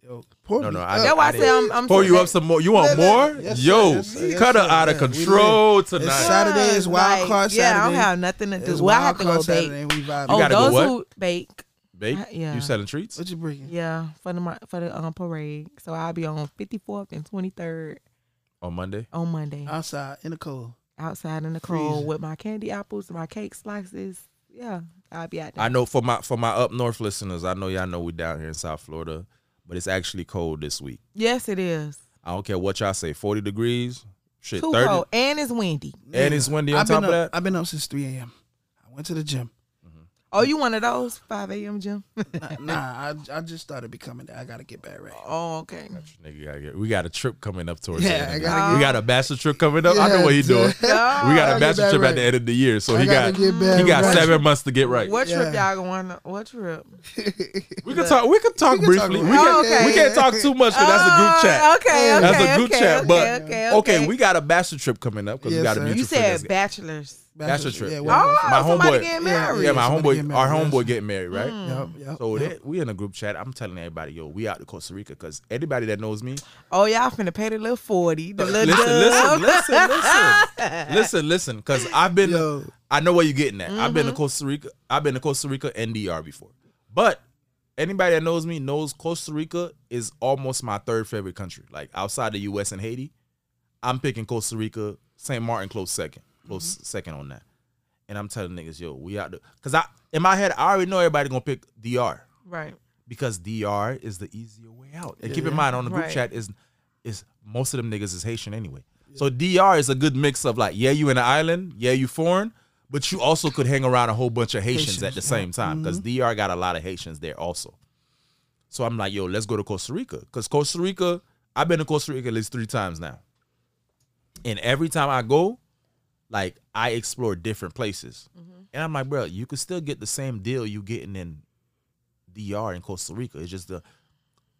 Speaker 2: Yo, pour
Speaker 1: No,
Speaker 2: me
Speaker 1: no,
Speaker 2: up.
Speaker 1: I-
Speaker 3: That's why I,
Speaker 1: didn't-
Speaker 3: say I'm. I'm
Speaker 1: Pour you
Speaker 3: select-
Speaker 1: up some more. You want
Speaker 2: Look, look.
Speaker 1: more?
Speaker 2: Yes, sir.
Speaker 1: Yo,
Speaker 2: Yes, sir. Yes,
Speaker 1: cut her
Speaker 2: sir.
Speaker 1: out of
Speaker 2: Yeah, we lit.
Speaker 1: control tonight.
Speaker 2: It's Saturday is Wild Card
Speaker 3: Yeah, I don't
Speaker 2: Saturday.
Speaker 3: have nothing to do.
Speaker 2: It's
Speaker 3: Well, I have to
Speaker 2: Wild Card
Speaker 3: go bake.
Speaker 2: Saturday, we vibing.
Speaker 3: Oh,
Speaker 1: gotta go
Speaker 3: those
Speaker 1: what?
Speaker 3: who bake,
Speaker 1: Babe,
Speaker 3: Yeah.
Speaker 1: you selling treats?
Speaker 2: What you bringing?
Speaker 3: yeah, for the mar- for the um, parade. So I'll be on 54th and 23rd
Speaker 1: On Monday?
Speaker 3: on Monday
Speaker 2: Outside in the cold.
Speaker 3: outside in the cold
Speaker 2: Freezing.
Speaker 3: with my candy apples, my cake slices. Yeah, I'll be out there.
Speaker 1: I know for my for my up north listeners, I know y'all know we down here in South Florida, but it's actually cold this week.
Speaker 3: yes, it is.
Speaker 1: I don't care what y'all say, forty degrees, shit,
Speaker 3: Too
Speaker 1: thirty,
Speaker 3: cold and it's windy.
Speaker 1: and it's windy on
Speaker 2: I've
Speaker 1: top
Speaker 2: been
Speaker 1: of
Speaker 2: up,
Speaker 1: that.
Speaker 2: I've been up since 3 a.m. I went to the gym.
Speaker 3: Oh, you one of those 5 a.m. gym?
Speaker 2: Nah, nah, I, I just started becoming that. I gotta get back right.
Speaker 3: oh, okay.
Speaker 1: Nigga, gotta get- we got a trip coming up towards.
Speaker 2: Yeah,
Speaker 1: the end of
Speaker 2: I
Speaker 1: the-
Speaker 2: gotta
Speaker 1: we
Speaker 3: get-
Speaker 1: got a bachelor trip coming up. I know what he
Speaker 2: Yeah,
Speaker 1: doing.
Speaker 2: dude.
Speaker 1: We got a
Speaker 2: gotta get
Speaker 1: bachelor
Speaker 2: that
Speaker 1: trip at
Speaker 2: right.
Speaker 1: the end of the year, so
Speaker 2: I
Speaker 1: he got
Speaker 2: gotta
Speaker 1: he
Speaker 2: get back
Speaker 1: got
Speaker 2: right.
Speaker 1: seven months to get right.
Speaker 3: What trip
Speaker 2: Yeah.
Speaker 3: y'all going? on? What trip?
Speaker 1: We can talk. We can talk
Speaker 2: can talk
Speaker 1: briefly. we, can,
Speaker 2: about
Speaker 3: it. Okay.
Speaker 1: we can't talk too much because that's a group
Speaker 3: Oh,
Speaker 1: chat.
Speaker 3: Okay, okay,
Speaker 1: That's a group
Speaker 3: okay,
Speaker 1: chat,
Speaker 3: Okay,
Speaker 1: but-
Speaker 3: okay,
Speaker 1: Okay,
Speaker 3: okay.
Speaker 1: we got a bachelor trip coming up because we
Speaker 2: Yes,
Speaker 1: got a
Speaker 2: sir.
Speaker 1: mutual
Speaker 3: You
Speaker 1: friend
Speaker 3: said
Speaker 1: that's-
Speaker 3: bachelors.
Speaker 1: Bachelor trip.
Speaker 2: Yeah,
Speaker 3: Oh,
Speaker 1: My
Speaker 3: somebody
Speaker 1: homeboy-
Speaker 3: getting
Speaker 2: Yeah,
Speaker 3: married.
Speaker 1: Yeah, my
Speaker 2: Somebody
Speaker 1: homeboy,
Speaker 2: getting
Speaker 1: our
Speaker 2: married, yes.
Speaker 1: homeboy getting married, right?
Speaker 2: Yep, yep,
Speaker 1: So
Speaker 2: yep.
Speaker 1: that, we in a group chat. I'm telling everybody, yo, we out to Costa Rica because anybody that knows me,
Speaker 3: Oh, y'all finna pay the little 40. The little
Speaker 1: listen,
Speaker 3: dub.
Speaker 1: listen, listen, listen, listen, listen, because I've been,
Speaker 2: Yo.
Speaker 1: I know where you're getting at. I've been to Costa Rica, I've been to Costa Rica and DR before, but anybody that knows me knows Costa Rica is almost my third favorite country. Like outside the U.S. and Haiti, I'm picking Costa Rica, Saint Martin close second, close second on that. And I'm telling niggas, yo, we out, because I in my head I already know everybody gonna pick DR
Speaker 3: Right.
Speaker 1: because DR is the easier way out. And keep
Speaker 2: Yeah.
Speaker 1: in mind on the group
Speaker 3: Right.
Speaker 1: chat is is most of them niggas is Haitian anyway. So DR is a good mix of like, yeah, you in the island, yeah, you foreign, but you also could hang around a whole bunch of Haitians,
Speaker 2: Haitians,
Speaker 1: at the
Speaker 2: yeah.
Speaker 1: same time because DR got a lot of Haitians there also. So I'm like, yo, let's go to Costa Rica because Costa Rica, I've been to Costa Rica at least three times now, and every time I go, like I explore different places, and I'm like, bro, you could still get the same deal you getting in DR and Costa Rica. It's just the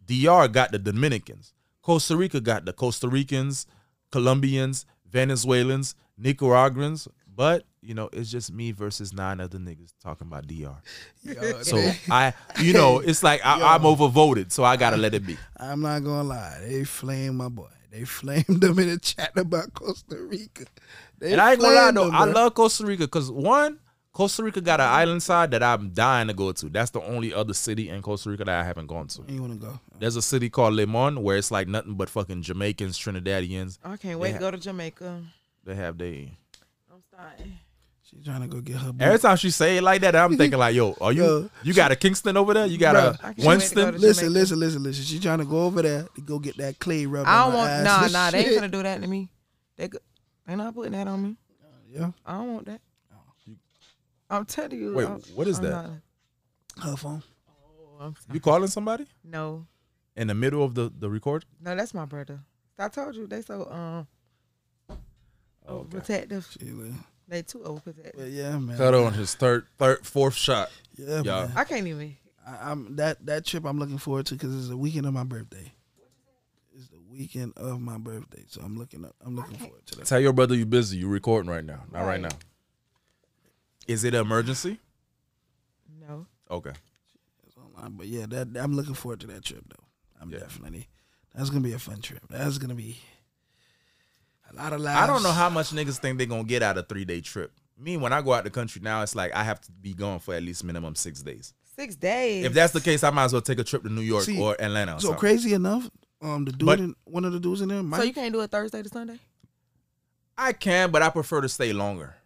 Speaker 1: DR got the Dominicans. Costa Rica got the Costa Ricans, Colombians, Venezuelans, Nicaraguans. But you know, it's just me versus nine other niggas talking about DR.
Speaker 2: Yo,
Speaker 1: So I, you know, it's like
Speaker 2: Yo.
Speaker 1: I, I'm overvoted, so I gotta let it be.
Speaker 2: I'm not gonna lie, they flamed my boy. They flamed them in the chat about Costa Rica. They
Speaker 1: and I ain't gonna lie
Speaker 2: flamed
Speaker 1: though,
Speaker 2: him,
Speaker 1: I
Speaker 2: bruh.
Speaker 1: love Costa Rica because one, Costa Rica got an island side that I'm dying to go to. That's the only other city in Costa Rica that I haven't gone to.
Speaker 2: You wanna go?
Speaker 1: There's a city called Limon where it's like nothing but fucking Jamaicans, Trinidadians.
Speaker 3: I can't wait
Speaker 1: Yeah.
Speaker 3: to go to Jamaica.
Speaker 1: They have they.
Speaker 3: I'm starting.
Speaker 2: She trying to go get her.
Speaker 1: Every
Speaker 2: boo.
Speaker 1: time she say it like that, I'm thinking like, yo, are you
Speaker 2: Yo.
Speaker 1: you got a Kingston over there? You got
Speaker 3: Bruh, I
Speaker 1: a
Speaker 3: can't wait to go
Speaker 1: Winston?
Speaker 3: to-
Speaker 2: Listen,
Speaker 3: Jamaica.
Speaker 2: listen, listen, listen. She trying to go over there to go get that clay rub.
Speaker 3: I
Speaker 2: on
Speaker 3: don't
Speaker 2: her
Speaker 3: want.
Speaker 2: eyes
Speaker 3: Nah,
Speaker 2: and
Speaker 3: nah, they ain't
Speaker 2: shit.
Speaker 3: gonna do that to me. They go- they not putting that on me.
Speaker 2: Yeah,
Speaker 3: I don't want that. I'm telling you.
Speaker 1: Oh, Wait,
Speaker 3: I'm-
Speaker 1: what is
Speaker 3: I'm
Speaker 1: that?
Speaker 3: not-
Speaker 2: her phone.
Speaker 3: oh, I'm sorry.
Speaker 1: You calling somebody
Speaker 3: no,
Speaker 1: in the middle of the the record?
Speaker 3: no, that's my brother. I told you they so um
Speaker 1: Oh,
Speaker 3: protective.
Speaker 2: She like,
Speaker 3: They too overprotective.
Speaker 2: But yeah, man.
Speaker 1: Cut on his third third fourth shot.
Speaker 2: Yeah,
Speaker 1: Yeah.
Speaker 2: man.
Speaker 3: I can't even.
Speaker 2: I, I'm that that trip I'm looking forward to because it's the weekend of my birthday. It's the weekend of my birthday, so I'm looking up. I'm looking forward to that.
Speaker 1: Tell your brother you busy. You recording right now. Not right
Speaker 3: Right.
Speaker 1: now. Is it an emergency?
Speaker 3: No,
Speaker 1: Okay.
Speaker 2: It's online, but yeah, that I'm looking forward to that trip though. I'm
Speaker 1: Yeah.
Speaker 2: definitely. That's gonna be a fun trip. That's gonna be a lot of laughs.
Speaker 1: I don't know how much niggas think they're gonna get out of three day trip. Me, when I go out the country now, it's like I have to be gone for at least minimum six days.
Speaker 3: six days.
Speaker 1: If that's the case, I might as well take a trip to New York
Speaker 2: See,
Speaker 1: or Atlanta. Or
Speaker 2: So
Speaker 1: something.
Speaker 2: crazy enough, um, the dude,
Speaker 1: But-
Speaker 2: in, one of the dudes in there, Mike.
Speaker 3: so you can't do it Thursday to Sunday.
Speaker 1: I can, but I prefer to stay longer.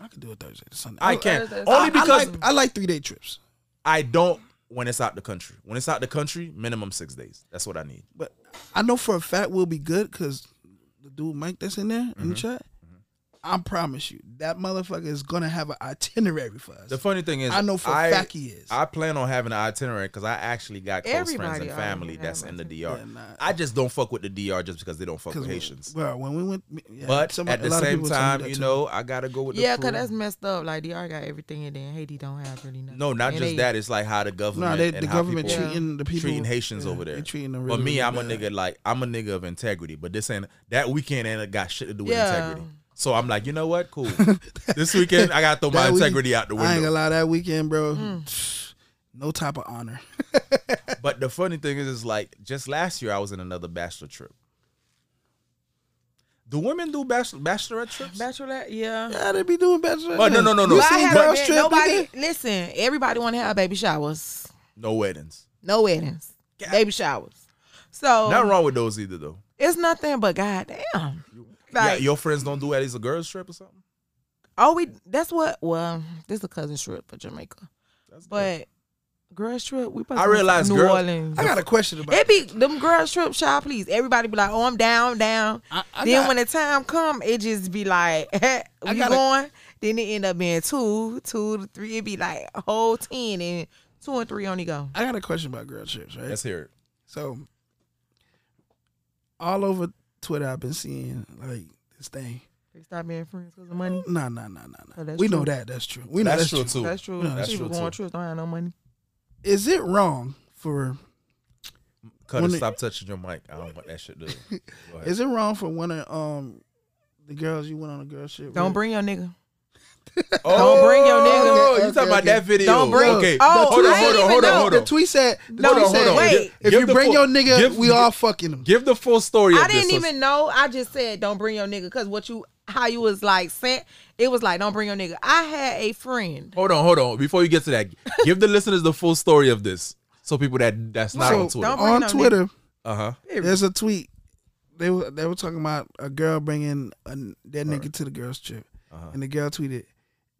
Speaker 2: I could do it Thursday to Sunday.
Speaker 1: I
Speaker 3: Oh,
Speaker 1: can
Speaker 3: Thursday,
Speaker 1: only
Speaker 3: Sunday.
Speaker 1: because
Speaker 2: I like, I like three day trips,
Speaker 1: I don't when it's out the country. When it's out the country, minimum six days. That's what I need.
Speaker 2: but I know for a fact we'll be good because the dude Mike that's in there
Speaker 1: Mm-hmm.
Speaker 2: in the chat. I promise you, that motherfucker is gonna have an itinerary for us.
Speaker 1: The funny thing is,
Speaker 2: I know for a
Speaker 1: I,
Speaker 2: fact he is.
Speaker 1: I plan on having an itinerary because I actually got close
Speaker 3: Everybody
Speaker 1: friends and
Speaker 3: already
Speaker 1: family
Speaker 3: have
Speaker 1: that's in the DR.
Speaker 3: itinerary.
Speaker 2: Yeah, nah.
Speaker 1: I just don't fuck with the DR just because they don't fuck
Speaker 2: 'Cause
Speaker 1: with
Speaker 2: we-
Speaker 1: Haitians.
Speaker 2: Bro, when we went, yeah,
Speaker 1: but
Speaker 2: some-
Speaker 1: at
Speaker 2: a
Speaker 1: the
Speaker 2: lot of
Speaker 1: same
Speaker 2: people told me
Speaker 1: time,
Speaker 2: that
Speaker 1: you
Speaker 2: too.
Speaker 1: know, I gotta go with
Speaker 3: Yeah,
Speaker 1: the
Speaker 3: cause
Speaker 1: crew.
Speaker 3: that's messed up. Like DR got everything, and then Haiti don't have really nothing.
Speaker 1: no, not
Speaker 3: And
Speaker 1: just
Speaker 3: they-
Speaker 1: that. It's like how the government
Speaker 2: nah, they,
Speaker 1: and
Speaker 2: the
Speaker 1: how
Speaker 2: government
Speaker 1: people
Speaker 3: treat
Speaker 2: treating the people
Speaker 1: treating Haitians
Speaker 2: yeah,
Speaker 1: over
Speaker 2: they
Speaker 1: there.
Speaker 2: treating them.
Speaker 1: But
Speaker 2: really,
Speaker 1: me,
Speaker 2: really
Speaker 1: I'm a
Speaker 2: bad.
Speaker 1: nigga like I'm a nigga of integrity. But this ain't that weekend ain't got shit to do with
Speaker 3: Yeah.
Speaker 1: integrity. So I'm like, you know what? Cool. this weekend I gotta throw my
Speaker 2: That week-
Speaker 1: integrity out the window.
Speaker 2: I ain't gonna lie, that weekend, bro, Mm. no type of honor.
Speaker 1: But the funny thing is, is like just last year I was in another bachelor trip. Do women do bachelor bachelorette trips?
Speaker 3: Bachelorette, yeah.
Speaker 2: yeah, they be doing bachelor.
Speaker 1: But no, no, no, no.
Speaker 2: You
Speaker 1: But
Speaker 3: I
Speaker 2: seen
Speaker 3: haven't
Speaker 2: girls
Speaker 3: been-
Speaker 2: trip?
Speaker 3: nobody.
Speaker 2: nigga?
Speaker 3: Listen, everybody want to have baby showers,
Speaker 1: No weddings.
Speaker 3: no weddings,
Speaker 1: God.
Speaker 3: baby showers.
Speaker 2: Oh.
Speaker 3: So
Speaker 1: Nothing wrong with those either though.
Speaker 3: it's nothing but goddamn.
Speaker 1: Yeah,
Speaker 3: Like,
Speaker 1: your friends don't do at least a girls trip or something.
Speaker 3: oh, we. That's what. Well, this is a cousin trip for Jamaica,
Speaker 1: That's good.
Speaker 3: but girls trip. We. supposed
Speaker 1: I
Speaker 3: to go to
Speaker 1: realize
Speaker 3: New
Speaker 1: girls-
Speaker 3: Orleans.
Speaker 2: I got a question about.
Speaker 3: It be them girls trip, child. Please, everybody be like, "Oh, I'm down, down."
Speaker 2: I, I
Speaker 3: then
Speaker 2: got,
Speaker 3: when the time come, it just be like, we
Speaker 2: gotta-
Speaker 3: going. Then it end up being two, two to three. It be like a whole ten, and two and three only go.
Speaker 2: I got a question about girl trips, right?
Speaker 1: let's hear it.
Speaker 2: So, all over Twitter, I've been seeing like this thing.
Speaker 3: They stop being friends because of money.
Speaker 2: Nah, nah, nah, nah,
Speaker 3: Oh,
Speaker 2: nah.
Speaker 3: that's
Speaker 2: we know
Speaker 3: true.
Speaker 2: that. That's true. We know
Speaker 1: that's,
Speaker 2: that's,
Speaker 1: true too.
Speaker 3: That's true.
Speaker 2: No, that's
Speaker 3: People
Speaker 1: true,
Speaker 3: going on
Speaker 1: too.
Speaker 3: trips don't have no money.
Speaker 2: Is it wrong for
Speaker 1: Cutter,
Speaker 2: When it-
Speaker 1: stop touching your mic. I don't want that shit to. Go ahead.
Speaker 2: Is it wrong for one of um the girls you went on a girl shit?
Speaker 3: Don't
Speaker 2: with?
Speaker 3: bring your nigga.
Speaker 1: Oh,
Speaker 3: Don't bring your
Speaker 1: Oh,
Speaker 3: nigga.
Speaker 1: you
Speaker 2: Okay,
Speaker 1: talking about
Speaker 2: okay.
Speaker 1: that video?
Speaker 3: Don't bring-
Speaker 1: Okay.
Speaker 3: Oh,
Speaker 1: hold on,
Speaker 3: I
Speaker 1: hold
Speaker 3: didn't
Speaker 1: on,
Speaker 3: even
Speaker 1: hold on,
Speaker 3: know.
Speaker 1: hold
Speaker 2: The
Speaker 1: on.
Speaker 2: tweet said. the
Speaker 3: No,
Speaker 1: hold
Speaker 2: tweet
Speaker 1: on, hold
Speaker 2: said,
Speaker 1: on.
Speaker 3: Wait.
Speaker 1: Give-
Speaker 2: If
Speaker 1: give
Speaker 2: you
Speaker 1: the
Speaker 2: bring
Speaker 1: full-
Speaker 2: your nigga,
Speaker 1: give-
Speaker 2: we all fucking him.
Speaker 1: Give the full story.
Speaker 3: I
Speaker 1: of this
Speaker 3: didn't
Speaker 1: one.
Speaker 3: even know. I just said don't bring your nigga because what you how you was like sent. It was like don't bring your nigga. I had a friend.
Speaker 1: Hold on, hold on. Before you get to that, give the listeners the full story of this, so people that that's not
Speaker 2: So,
Speaker 1: on Twitter.
Speaker 3: don't-
Speaker 2: on
Speaker 3: no nigga.
Speaker 2: Twitter,
Speaker 1: Uh huh.
Speaker 2: there's a tweet. They were they were talking about a girl bringing a, their nigga to the girls trip,
Speaker 1: Uh-huh.
Speaker 2: and the girl tweeted,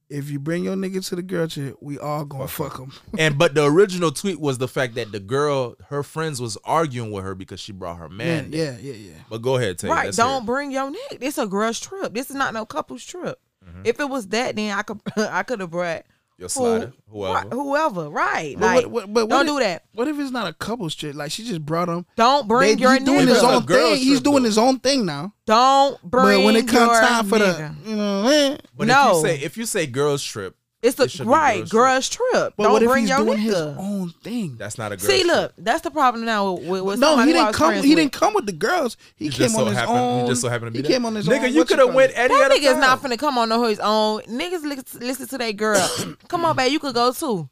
Speaker 2: "If you bring your nigga to the girl trip, we all gonna fuck him."
Speaker 1: And but the original tweet was the fact that the girl, her friends, was arguing with her because she brought her
Speaker 2: yeah,
Speaker 1: man.
Speaker 2: yeah, yeah, yeah.
Speaker 1: But go ahead, Tay.
Speaker 3: Right.
Speaker 1: Let's
Speaker 3: Don't
Speaker 1: hear
Speaker 3: bring your nigga. It's a girls trip. This is not no couples trip.
Speaker 2: Mm-hmm.
Speaker 3: If it was that, then I could I could have brought
Speaker 1: it. your
Speaker 3: who-
Speaker 1: slider, whoever.
Speaker 3: Right, whoever. Right.
Speaker 2: But
Speaker 3: Like
Speaker 2: what- what- but what
Speaker 3: don't
Speaker 2: if-
Speaker 3: do that.
Speaker 2: What if it's not a couple's trip? Like she just brought him.
Speaker 3: Don't bring
Speaker 2: They-
Speaker 3: your
Speaker 2: he doing
Speaker 3: nigga.
Speaker 2: his
Speaker 1: It's a
Speaker 2: own
Speaker 1: girls
Speaker 2: thing. He's
Speaker 1: trip,
Speaker 2: doing
Speaker 1: though.
Speaker 2: his own thing now.
Speaker 3: don't bring
Speaker 2: But when it comes
Speaker 3: your
Speaker 2: time for
Speaker 3: nigga.
Speaker 2: the, you know, eh,
Speaker 1: But if
Speaker 3: No.
Speaker 1: you say if you say girls trip,
Speaker 3: It's a
Speaker 1: It should be
Speaker 3: right
Speaker 1: girls'
Speaker 3: girls trip.
Speaker 2: But
Speaker 3: Don't
Speaker 2: what if
Speaker 3: bring
Speaker 2: he's
Speaker 3: your
Speaker 2: doing
Speaker 3: nigga.
Speaker 2: his own thing?
Speaker 1: That's not a girl.
Speaker 3: See, look, that's the problem now with, with, with
Speaker 2: no,
Speaker 3: somebody
Speaker 2: he
Speaker 3: who I
Speaker 2: didn't
Speaker 3: was
Speaker 2: come.
Speaker 3: friends
Speaker 2: He
Speaker 3: with.
Speaker 2: didn't come with the girls. He
Speaker 1: He
Speaker 2: came
Speaker 1: just so
Speaker 2: on his
Speaker 1: happened.
Speaker 2: own.
Speaker 1: He just so happened to be
Speaker 2: he
Speaker 1: there.
Speaker 2: came on his own.
Speaker 1: Nigga, you
Speaker 2: what
Speaker 1: could have
Speaker 2: call
Speaker 1: went
Speaker 2: it?
Speaker 1: Eddie
Speaker 3: That
Speaker 1: at a
Speaker 3: nigga's not
Speaker 1: time.
Speaker 3: finna come on no his own. Niggas li- listen to that girl. come on, babe, you could go too.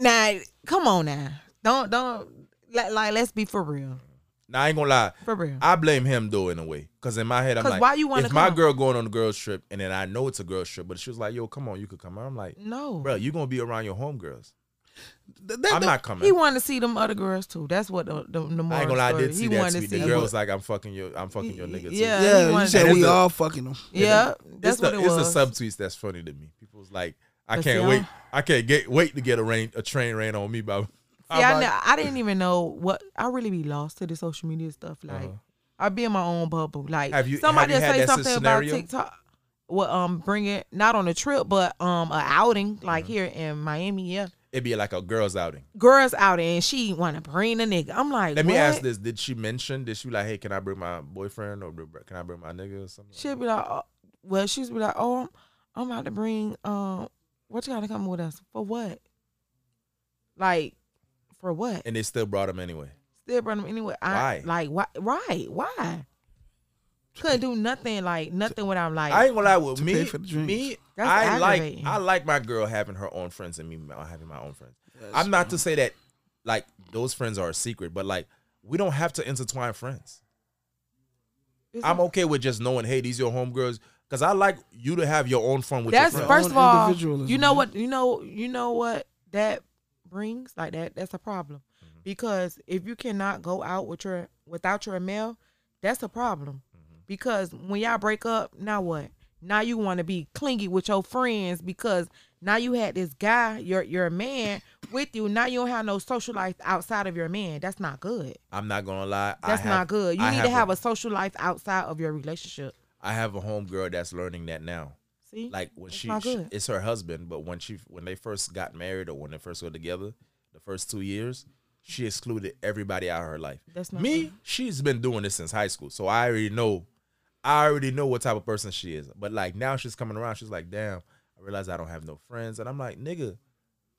Speaker 3: Now, come on now. Don't don't like, like let's be for real.
Speaker 1: Nah, I ain't gonna lie.
Speaker 3: For real.
Speaker 1: I blame him though in a way, cause in my head I'm
Speaker 3: 'Cause
Speaker 1: like,
Speaker 3: why you wanna
Speaker 1: if my
Speaker 3: come?
Speaker 1: girl going on a girls trip and then I know it's a girls trip, but she was like, yo, come on, you could come. I'm like,
Speaker 3: no.
Speaker 1: bro, you gonna be around your homegirls.
Speaker 2: Th- that-
Speaker 1: I'm
Speaker 2: that-
Speaker 1: not
Speaker 3: He
Speaker 1: coming.
Speaker 3: wanted to see them other girls too. That's what the the, the
Speaker 1: I
Speaker 3: moral
Speaker 1: ain't gonna lie, I
Speaker 3: story.
Speaker 1: did see
Speaker 3: he
Speaker 1: that
Speaker 3: wanted
Speaker 1: tweet.
Speaker 3: to
Speaker 1: The
Speaker 3: see.
Speaker 1: girl was like, I'm fucking your, I'm fucking your nigga too.
Speaker 3: Yeah, he
Speaker 2: Yeah, you
Speaker 3: wanted-
Speaker 2: said
Speaker 1: And
Speaker 2: we
Speaker 1: it's the-
Speaker 2: all fucking him.
Speaker 3: yeah, that's
Speaker 1: it's the,
Speaker 3: what it
Speaker 1: it's
Speaker 3: was.
Speaker 1: the subtweets that's funny to me. People's like, I
Speaker 3: But
Speaker 1: can't
Speaker 3: see,
Speaker 1: wait.
Speaker 3: I'm-
Speaker 1: I can't get wait to get a rain a train rain on me by. I'm
Speaker 3: Yeah, I,
Speaker 1: like,
Speaker 3: know, I didn't even know what I really be lost to the social media stuff. Like
Speaker 1: Uh-huh.
Speaker 3: I be in my own bubble. Like
Speaker 1: Have you-
Speaker 3: somebody
Speaker 1: have you had
Speaker 3: will say
Speaker 1: that
Speaker 3: something about
Speaker 1: scenario?
Speaker 3: TikTok. Well, um, bring it not on a trip, but um, a outing like
Speaker 1: Uh-huh.
Speaker 3: here in Miami. Yeah,
Speaker 1: It'd be like a girls outing.
Speaker 3: girls out and she want to bring a nigga. I'm like,
Speaker 1: Let me
Speaker 3: what?
Speaker 1: ask this: Did she mention? Did she like, hey, can I bring my boyfriend or can I bring my nigga or something?
Speaker 3: She'll be like, oh, well, she's be like, oh, I'm, I'm about to bring. Um, what you gotta come with us for? What? Like, for what?
Speaker 1: and they still brought him anyway.
Speaker 3: still brought him anyway. I,
Speaker 1: Why?
Speaker 3: Like why? Right? Why? Couldn't do nothing. Like nothing without like.
Speaker 1: I ain't gonna lie with
Speaker 2: to
Speaker 1: me.
Speaker 2: pay for the drinks.
Speaker 1: Me,
Speaker 3: That's
Speaker 1: I like
Speaker 3: aggravating.
Speaker 1: I like my girl having her own friends and me not having my own friends. I'm not to say that like those friends are a secret, but like we don't have to intertwine friends.
Speaker 3: It's-
Speaker 1: I'm okay with just knowing, hey, these your homegirls, because I like you to have your own fun with
Speaker 3: that's
Speaker 1: your friends.
Speaker 3: first of all.
Speaker 2: individualism,
Speaker 3: You know
Speaker 2: man.
Speaker 3: what? You know. You know what that brings. Like that. That's a problem.
Speaker 1: Mm-hmm.
Speaker 3: Because if you cannot go out with your without your male, that's a problem.
Speaker 1: Mm-hmm.
Speaker 3: Because when y'all break up, now what? Now you want to be clingy with your friends because now you had this guy, your your man, with you. Now you don't have no social life outside of your man. That's not good.
Speaker 1: I'm not gonna lie. I
Speaker 3: That's
Speaker 1: have-
Speaker 3: not good. You
Speaker 1: I
Speaker 3: need to have
Speaker 1: a-
Speaker 3: a social life outside of your relationship.
Speaker 1: I have a homegirl that's learning that now.
Speaker 3: See,
Speaker 1: Like when
Speaker 3: That's
Speaker 1: she,
Speaker 3: not
Speaker 1: she-
Speaker 3: good.
Speaker 1: it's her husband, but when she when they first got married or when they first were together, the first two years, she excluded everybody out of her life.
Speaker 3: That's not
Speaker 1: me.
Speaker 3: good.
Speaker 1: She's been doing this since high school, so I already know, I already know what type of person she is. But like now, she's coming around. She's like, damn, I realize I don't have no friends, and I'm like, nigga,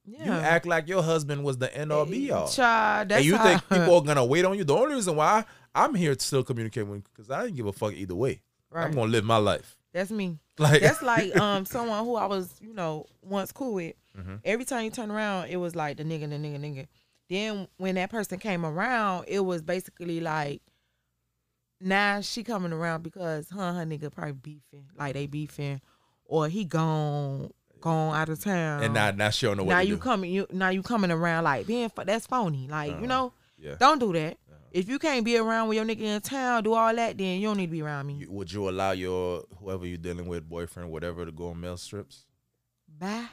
Speaker 3: yeah.
Speaker 1: you act like your husband was the end all be all.
Speaker 3: Child, that's
Speaker 1: and you
Speaker 3: how,
Speaker 1: think people are gonna wait on you? The only reason why I'm here to still communicate with because I didn't give a fuck either way.
Speaker 3: Right.
Speaker 1: I'm gonna live my life.
Speaker 3: That's me.
Speaker 1: Like
Speaker 3: That's like um someone who I was you know once cool with.
Speaker 1: Mm-hmm.
Speaker 3: Every time you turn around, it was like the nigga, the nigga, nigga. Then when that person came around, it was basically like now she coming around because her and her nigga probably beefing, like they beefing, or he gone gone out of town.
Speaker 1: and now now she don't know what
Speaker 3: now
Speaker 1: to
Speaker 3: you
Speaker 1: do.
Speaker 3: coming you now you coming around like being ph- that's phony like
Speaker 1: Uh-huh.
Speaker 3: you know
Speaker 1: Yeah.
Speaker 3: don't do that if you can't be around with your nigga in town do all that then you don't need to be around me
Speaker 1: You- would you allow your whoever you're dealing with, boyfriend, whatever, to go on male strips?
Speaker 3: bye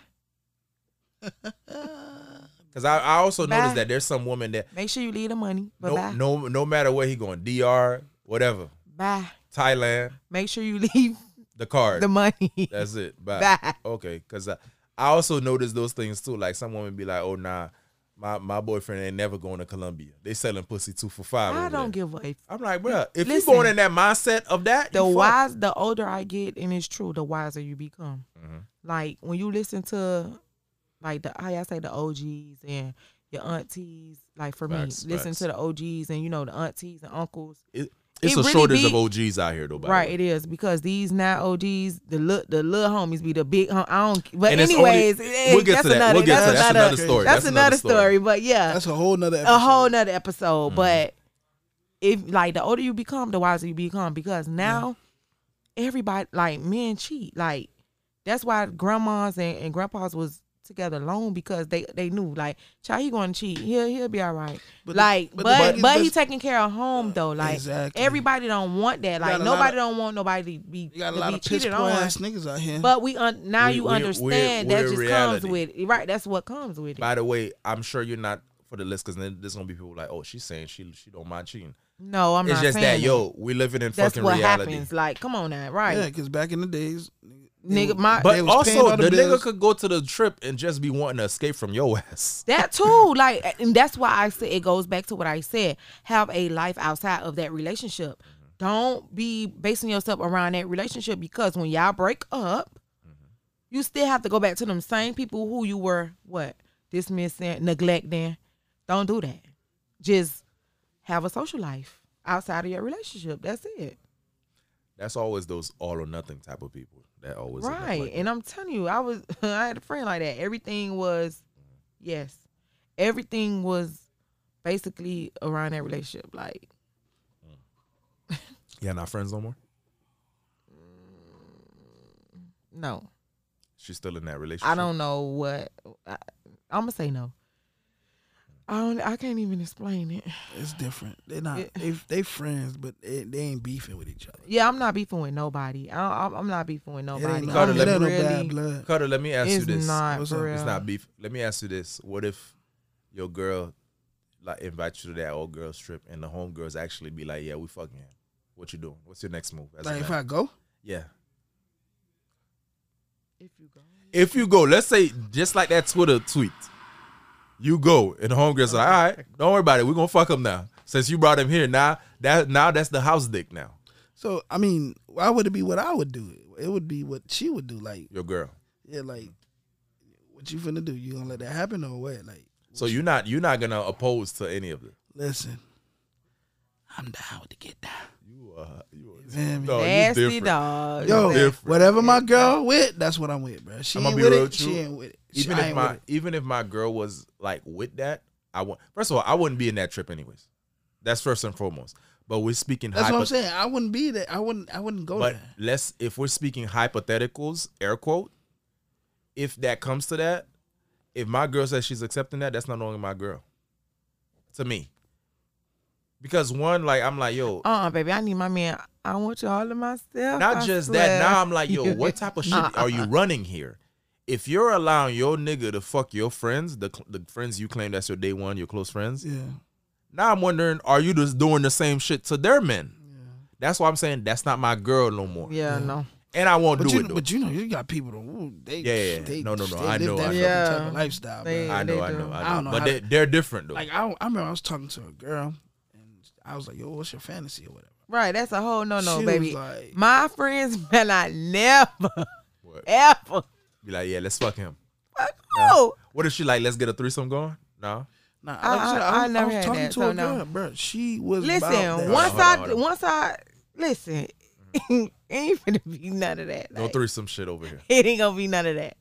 Speaker 1: Because I, I also
Speaker 3: Nah.
Speaker 1: noticed that there's some women that
Speaker 3: make sure you leave the money bye
Speaker 1: no,
Speaker 3: bye
Speaker 1: no no matter where he going, DR, whatever,
Speaker 3: bye
Speaker 1: Thailand,
Speaker 3: make sure you leave
Speaker 1: the card.
Speaker 3: the money
Speaker 1: That's it. Bye.
Speaker 3: Bye.
Speaker 1: Okay. Because I, I also noticed those things too. Like some women be like, oh, nah, my, my boyfriend ain't never going to Colombia. They selling pussy two for five.
Speaker 3: i
Speaker 1: over
Speaker 3: don't
Speaker 1: there."
Speaker 3: give a f-
Speaker 1: I'm like, bruh, if you
Speaker 3: Listen.
Speaker 1: going in that mindset of that,
Speaker 3: the
Speaker 1: you fucked.
Speaker 3: wise the older i get and it's true the wiser you become
Speaker 1: Mm-hmm.
Speaker 3: like when you listen to like the how I say the OGs and your aunties like for
Speaker 1: Facts,
Speaker 3: me listen
Speaker 1: facts.
Speaker 3: to the OGs and you know the aunties and uncles
Speaker 1: It- it's
Speaker 3: it
Speaker 1: a
Speaker 3: really
Speaker 1: shortage of
Speaker 3: be-
Speaker 1: OGs out here though. By the
Speaker 3: Right,
Speaker 1: way.
Speaker 3: it is because these now OGs, the look, the little homies be the big. Hom- I don't. But
Speaker 1: And it's
Speaker 3: anyways,
Speaker 1: only-
Speaker 3: eh,
Speaker 1: we'll get
Speaker 3: that's
Speaker 1: to that.
Speaker 3: another.
Speaker 1: We'll get
Speaker 3: that's,
Speaker 1: to that. That's
Speaker 3: another.
Speaker 1: another story.
Speaker 3: That's,
Speaker 1: That's
Speaker 3: another,
Speaker 1: another
Speaker 3: story.
Speaker 1: story.
Speaker 3: But yeah,
Speaker 2: That's a whole nother. Episode. Mm.
Speaker 3: Uh, a whole nother episode. But if like the older you become, the wiser you become because now everybody like men cheat. Like that's why grandmas and, and grandpas was together alone because they they knew like child he going to cheat. He'll he'll be all right.
Speaker 2: But the-
Speaker 3: like
Speaker 2: but the
Speaker 3: but
Speaker 2: thing
Speaker 3: but,
Speaker 2: is
Speaker 3: he
Speaker 2: this-
Speaker 3: taking care of home though. Like
Speaker 2: Exactly.
Speaker 3: everybody don't want that. Like
Speaker 2: got a lot
Speaker 3: nobody
Speaker 2: of-
Speaker 3: don't want nobody to be,
Speaker 2: You got a
Speaker 3: to
Speaker 2: lot
Speaker 3: be
Speaker 2: of piss
Speaker 3: cheated
Speaker 2: poor
Speaker 3: on.
Speaker 2: ass niggas out here.
Speaker 3: But we un- now
Speaker 1: We-
Speaker 3: you
Speaker 1: we-
Speaker 3: understand
Speaker 1: we're-
Speaker 3: that just
Speaker 1: we're
Speaker 3: comes
Speaker 1: reality.
Speaker 3: with it. right. That's what comes with it.
Speaker 1: By the way, I'm sure you're not for the list because there's gonna be people like, oh, she's saying she she don't mind cheating.
Speaker 3: No, I'm
Speaker 1: it's
Speaker 3: not
Speaker 1: just
Speaker 3: saying
Speaker 1: that,
Speaker 3: it.
Speaker 1: yo, we living in
Speaker 3: That's
Speaker 1: fucking
Speaker 3: what
Speaker 1: reality.
Speaker 3: happens. Like, come on now,
Speaker 2: yeah,
Speaker 3: right?
Speaker 2: because back in the days,
Speaker 3: Nigga,
Speaker 2: they-
Speaker 3: my-
Speaker 2: they
Speaker 1: But
Speaker 2: was paying
Speaker 1: also,
Speaker 2: all
Speaker 1: the, nigga
Speaker 2: bills.
Speaker 1: could go to the trip and just be wanting to escape from your ass.
Speaker 3: That too, like, and that's why I said it goes back to what I said. Have a life outside of that relationship.
Speaker 1: Mm-hmm. Mm-hmm.
Speaker 3: Don't be basing yourself around that relationship because when y'all break up, you still have to go back to them same people who you were what dismissing, neglecting. Don't do that. Just have a social life outside of your relationship. That's it.
Speaker 1: That's always those all or nothing type of people that always end up
Speaker 3: right.
Speaker 1: like that.
Speaker 3: and I'm telling you, I was I had a friend like that. Everything was yes. Everything was basically around that relationship. Like
Speaker 1: yeah, not friends no more.
Speaker 3: no.
Speaker 1: She's still in that relationship.
Speaker 3: I don't know what I, I'm gonna say no. I don't I can't even explain it.
Speaker 2: It's different. They're not.
Speaker 3: Yeah.
Speaker 2: They they friends, but they, they ain't beefing with each other.
Speaker 3: Yeah, I'm not beefing with nobody. I don't, I'm- I'm not beefing with
Speaker 2: It ain't
Speaker 3: nobody.
Speaker 2: no,
Speaker 1: Carter,
Speaker 2: it
Speaker 1: let me-
Speaker 2: ain't no
Speaker 3: really,
Speaker 2: bad blood.
Speaker 1: Carter, let me ask you
Speaker 3: it's
Speaker 1: this.
Speaker 3: not
Speaker 2: What's up?
Speaker 3: for real.
Speaker 1: It's not beef. Let me ask you this: What if your girl like invites you to that old girl's trip, and the homegirls actually be like, "Yeah, we fucking him. What you doing? What's your next move?" As a
Speaker 2: Like if
Speaker 1: man?
Speaker 2: I go,
Speaker 1: yeah.
Speaker 3: If you go,
Speaker 1: If you go, let's say just like that Twitter tweet, you go, and the homegirls are like, "All right, don't worry about it. We're gonna fuck him now. Since you brought him here, now that now that's the house dick now.
Speaker 2: so I mean, why would it be what I would do? It would be what she would do. Like
Speaker 1: Your girl.
Speaker 2: yeah, like what you finna do? You gonna let that happen or what? Like
Speaker 1: So you're not you're not gonna oppose to any of this.
Speaker 2: listen, I'm down to get down.
Speaker 1: You are you are
Speaker 2: Damn.
Speaker 1: no, you
Speaker 3: nasty
Speaker 1: different.
Speaker 3: dog.
Speaker 2: Yo,
Speaker 1: different.
Speaker 2: whatever my girl with, that's what I'm with, bro. She
Speaker 1: I'ma
Speaker 2: ain't
Speaker 1: be
Speaker 2: with
Speaker 1: real
Speaker 2: it.
Speaker 1: with you.
Speaker 2: She ain't with it. She
Speaker 1: even
Speaker 2: I
Speaker 1: if
Speaker 2: ain't with
Speaker 1: my
Speaker 2: it.
Speaker 1: even if my girl was like with that, I would first of all I wouldn't be in that trip anyways. That's first and foremost. But we're speaking
Speaker 2: That's what I'm
Speaker 1: hypo-
Speaker 2: saying. I wouldn't be there. I wouldn't. I wouldn't go
Speaker 1: But
Speaker 2: there.
Speaker 1: let's if we're speaking hypotheticals, air quote, if that comes to that, if my girl says she's accepting that, that's not only my girl. To me. Because one, like I'm like, yo,
Speaker 3: uh, uh baby, I need my man. I want you all to myself.
Speaker 1: not
Speaker 3: I
Speaker 1: just
Speaker 3: swear.
Speaker 1: that. Now I'm like, yo, what type of shit are you running here? If you're allowing your nigga to fuck your friends, the cl- the friends you claim that's your day one, your close friends,
Speaker 2: Yeah.
Speaker 1: Now I'm wondering, are you just doing the same shit to their men? That's why I'm saying that's not my girl no more.
Speaker 3: Yeah, no.
Speaker 1: And I won't
Speaker 2: But
Speaker 1: do
Speaker 2: you,
Speaker 1: it though.
Speaker 2: but you know, you got people who they,
Speaker 1: Yeah, yeah, yeah.
Speaker 2: they
Speaker 1: No, no, no.
Speaker 2: they
Speaker 1: I
Speaker 2: live
Speaker 1: know,
Speaker 2: that
Speaker 1: I
Speaker 2: different
Speaker 3: know.
Speaker 2: type of lifestyle, bro.
Speaker 3: They-
Speaker 1: I know, I
Speaker 3: do.
Speaker 1: know, I know.
Speaker 2: I don't know
Speaker 1: but
Speaker 2: how
Speaker 1: they,
Speaker 2: to-
Speaker 1: they're different though.
Speaker 2: Like I, I remember I was talking to a girl, and I was like, "Yo, what's your fantasy or whatever?"
Speaker 3: Right, that's a whole no no,
Speaker 2: She
Speaker 3: baby.
Speaker 2: was like-
Speaker 3: my friends, man, I never,
Speaker 1: What?
Speaker 3: ever.
Speaker 1: Be like, yeah, let's fuck him.
Speaker 3: Oh,
Speaker 1: What if she like, let's get a threesome going? No.
Speaker 2: Nah, like
Speaker 3: I-
Speaker 2: I, said,
Speaker 3: I-
Speaker 2: I, was-
Speaker 3: I never
Speaker 2: I was
Speaker 3: had
Speaker 2: talking
Speaker 3: that,
Speaker 2: to
Speaker 3: so
Speaker 2: a
Speaker 3: no.
Speaker 2: girl, bro. She was about that.
Speaker 3: listen. Once
Speaker 1: Hold on,
Speaker 3: I,
Speaker 1: hold on.
Speaker 3: once I, listen, ain't gonna be none of that.
Speaker 1: No
Speaker 3: Like,
Speaker 1: threesome shit over here.
Speaker 3: it ain't gonna be none of that.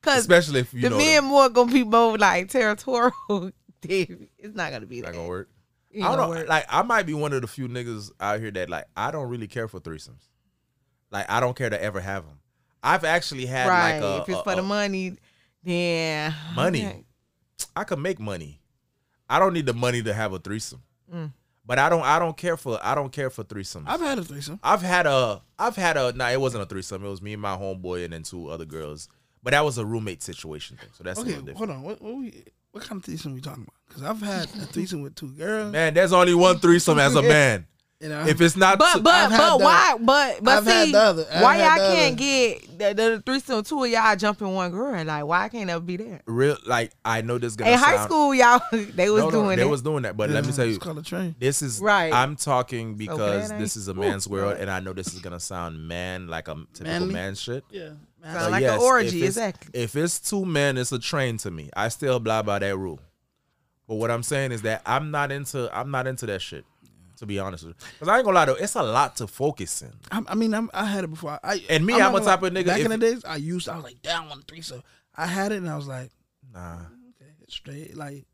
Speaker 3: Cause
Speaker 1: Especially if you
Speaker 3: the
Speaker 1: know
Speaker 3: men
Speaker 1: them.
Speaker 3: more gonna be more like territorial. Dude, it's not gonna be
Speaker 1: not
Speaker 3: that.
Speaker 1: gonna work.
Speaker 3: It ain't
Speaker 1: I
Speaker 3: gonna
Speaker 1: don't know,
Speaker 3: work.
Speaker 1: like I might be one of the few niggas out here that like I don't really care for threesomes. Like I don't care to ever have them. I've actually had
Speaker 3: right.
Speaker 1: like a,
Speaker 3: if it's
Speaker 1: a-
Speaker 3: for
Speaker 1: a-
Speaker 3: the money, then
Speaker 1: money.
Speaker 3: Okay.
Speaker 1: I could make money. I don't need the money to have a threesome.
Speaker 3: Mm.
Speaker 1: But I don't I don't care for I don't care for threesomes.
Speaker 2: I've
Speaker 1: I've,
Speaker 2: had a threesome.
Speaker 1: had a I've had a nah, it wasn't a threesome. It was me and my homeboy and then two other girls. But that was a roommate situation thing. So that's a
Speaker 2: Okay,
Speaker 1: little different.
Speaker 2: hold on. What what, we, what kind of threesome we talking about? Because I've had a threesome with two girls.
Speaker 1: Man, there's only one threesome as a man.
Speaker 2: And I,
Speaker 1: If it's not
Speaker 3: But
Speaker 1: two-
Speaker 3: but
Speaker 2: I've had
Speaker 3: but
Speaker 2: the-
Speaker 3: why? But but
Speaker 2: I've had
Speaker 3: see,
Speaker 2: the other- I've
Speaker 3: why y'all
Speaker 2: had the
Speaker 3: can't
Speaker 2: other.
Speaker 3: get the, the threesome? Two of y'all jumping one girl. Like why can't that be there?
Speaker 1: real like I know this gonna
Speaker 3: In high
Speaker 1: sound-
Speaker 3: school, y'all they was
Speaker 1: No, no,
Speaker 3: doing
Speaker 1: they
Speaker 3: it.
Speaker 1: was doing that. But let me
Speaker 2: Yeah,
Speaker 1: tell
Speaker 2: Mm, it's
Speaker 1: you,
Speaker 2: called a train.
Speaker 1: This is
Speaker 3: Right.
Speaker 1: I'm talking because
Speaker 3: that ain't-
Speaker 1: this is a
Speaker 3: Ooh,
Speaker 1: man's world,
Speaker 3: God.
Speaker 1: and I know this is gonna sound man like a typical
Speaker 2: Manly.
Speaker 1: man shit.
Speaker 2: Yeah,
Speaker 3: Sound
Speaker 1: But
Speaker 3: like an
Speaker 1: yes,
Speaker 3: orgy,
Speaker 1: if it's-
Speaker 3: exactly.
Speaker 1: If it's two men, it's a train to me. I still abide by that rule. But what I'm saying is that I'm not into I'm not into that shit. To be honest with you, because I ain't gonna lie though, it's a lot to focus in.
Speaker 3: Mm-hmm.
Speaker 2: I, I mean, I'm, I had it before. I
Speaker 1: And me,
Speaker 2: not
Speaker 1: I'm a
Speaker 2: gonna
Speaker 1: type
Speaker 2: lie.
Speaker 1: of nigga,
Speaker 2: Back
Speaker 1: if-
Speaker 2: in the days, I used. I was like, down one threesome. I had it, and I was like,
Speaker 1: Nah,
Speaker 2: okay, it's straight. Like,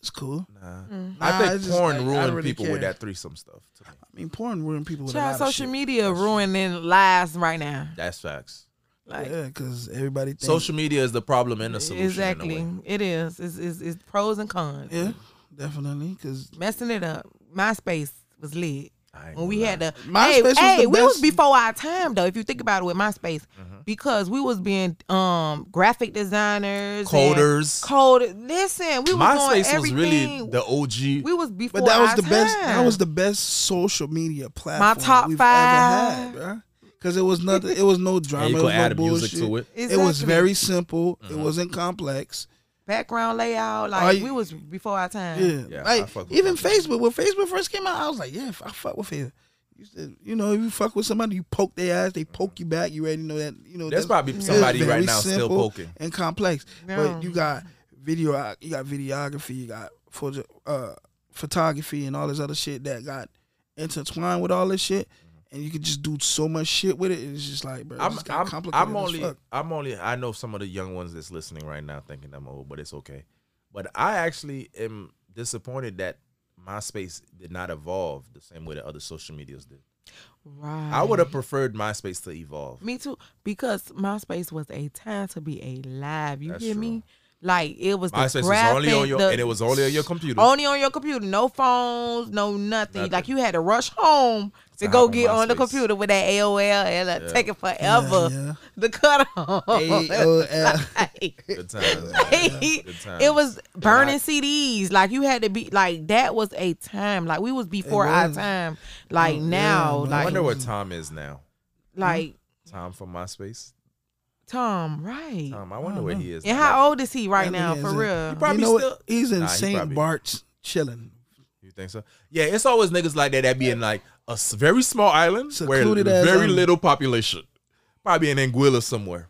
Speaker 2: it's cool.
Speaker 1: nah.
Speaker 2: Nah,
Speaker 3: Mm.
Speaker 1: I
Speaker 2: it's
Speaker 1: think
Speaker 2: just
Speaker 1: porn
Speaker 2: like, I
Speaker 1: ruined
Speaker 2: don't really
Speaker 1: people with
Speaker 2: care.
Speaker 1: that threesome stuff. To me.
Speaker 2: I mean, porn ruined people with a lot
Speaker 3: Child,
Speaker 2: of
Speaker 3: social
Speaker 2: shit.
Speaker 3: media ruining lives right now.
Speaker 1: That's facts.
Speaker 3: Like
Speaker 2: Yeah, because everybody thinks,
Speaker 1: Social media is the problem and the solution.
Speaker 3: exactly,
Speaker 1: In a way.
Speaker 3: it is. It's, it's it's pros and cons.
Speaker 2: Yeah, definitely. Because
Speaker 3: Messing it up. MySpace was lit.
Speaker 1: I ain't
Speaker 3: when we
Speaker 1: gonna
Speaker 3: had
Speaker 1: lie.
Speaker 3: the
Speaker 2: MySpace
Speaker 3: hey,
Speaker 2: was
Speaker 3: hey
Speaker 2: the
Speaker 3: we was
Speaker 2: best.
Speaker 3: before our time though. If you think about it, with MySpace,
Speaker 1: Uh-huh.
Speaker 3: because we was being um graphic designers,
Speaker 1: Coders.
Speaker 3: code. Listen, we was MySpace
Speaker 1: MySpace
Speaker 3: doing
Speaker 1: was
Speaker 3: everything.
Speaker 1: really the OG.
Speaker 3: we was before.
Speaker 2: But that was
Speaker 3: our
Speaker 2: the best. That
Speaker 3: time.
Speaker 2: was the best social media platform
Speaker 3: top
Speaker 2: we've
Speaker 3: five.
Speaker 2: ever had, bro. Because it was nothing. It was no drama.
Speaker 1: and you
Speaker 2: it
Speaker 1: could
Speaker 2: was no
Speaker 1: add
Speaker 2: bullshit.
Speaker 1: music to it. Uh-huh.
Speaker 2: It was
Speaker 3: Exactly.
Speaker 2: very simple. It wasn't complex.
Speaker 3: background layout. Like
Speaker 2: I-
Speaker 3: we was before our time.
Speaker 2: Yeah,
Speaker 1: Yeah, I
Speaker 2: like
Speaker 1: fuck with
Speaker 2: even
Speaker 1: that.
Speaker 2: Facebook. When Facebook first came out, I was like, yeah, I fuck with Facebook. You said, you know, if you fuck with somebody, you poke their ass, they poke you back. You already know that, you know.
Speaker 1: There's
Speaker 2: that's-
Speaker 1: probably
Speaker 2: it's
Speaker 1: somebody right
Speaker 2: very
Speaker 1: now still
Speaker 2: simple
Speaker 1: poking.
Speaker 2: and complex.
Speaker 3: No.
Speaker 2: But you got video, you got videography, you got photo, uh, photography, and all this other shit that got intertwined with all this shit, and you could just do so much shit with it. It's just like, bro,
Speaker 1: I'm,
Speaker 2: it's got
Speaker 1: I'm,
Speaker 2: complicated.
Speaker 1: I'm
Speaker 2: as
Speaker 1: only,
Speaker 2: fuck.
Speaker 1: I'm only, I know some of the young ones that's listening right now thinking I'm old, but it's okay. But I actually am disappointed that MySpace did not evolve the same way that other social medias did.
Speaker 3: Right.
Speaker 1: I would have preferred MySpace to evolve.
Speaker 3: Me too, because MySpace was a time to be alive. You
Speaker 1: That's
Speaker 3: hear
Speaker 1: true.
Speaker 3: me? Like it was the
Speaker 1: MySpace was
Speaker 3: graphic,
Speaker 1: only on your,
Speaker 3: the-
Speaker 1: and it was only on your computer.
Speaker 3: only on your computer. No phones, no nothing.
Speaker 1: Nothing.
Speaker 3: Like you had to rush home to
Speaker 1: To
Speaker 3: go
Speaker 1: hop on
Speaker 3: get on the
Speaker 1: MySpace.
Speaker 3: computer with that AOL. And uh, it taking
Speaker 2: Yeah,
Speaker 3: forever.
Speaker 2: yeah.
Speaker 3: The cut off.
Speaker 2: AOL.
Speaker 1: Good times. Good times.
Speaker 3: it was burning
Speaker 1: I-
Speaker 3: CDs. Like you had to be like that was a time. Like we was before our
Speaker 2: was.
Speaker 3: time. Like
Speaker 2: Oh, yeah,
Speaker 3: now,
Speaker 2: man.
Speaker 1: I
Speaker 3: like
Speaker 1: Mm, wonder
Speaker 2: mm.
Speaker 1: Hmm? where Tom is now.
Speaker 3: like
Speaker 1: Tom from MySpace.
Speaker 3: Tom, right?
Speaker 1: Tom, I wonder where he is.
Speaker 3: And
Speaker 1: now.
Speaker 3: how old is he right
Speaker 2: Yeah,
Speaker 3: now?
Speaker 2: he
Speaker 3: For
Speaker 2: is, yeah.
Speaker 3: real,
Speaker 1: He probably
Speaker 2: you know
Speaker 1: still-
Speaker 2: what? He's in
Speaker 1: Nah, he
Speaker 2: St.
Speaker 1: probably-
Speaker 2: Bart's chilling,
Speaker 1: You think so? Yeah, it's always niggas like that that be in like a s- very small island
Speaker 2: Secluded
Speaker 1: where
Speaker 2: ass
Speaker 1: very
Speaker 2: island.
Speaker 1: little population. Probably in Anguilla somewhere.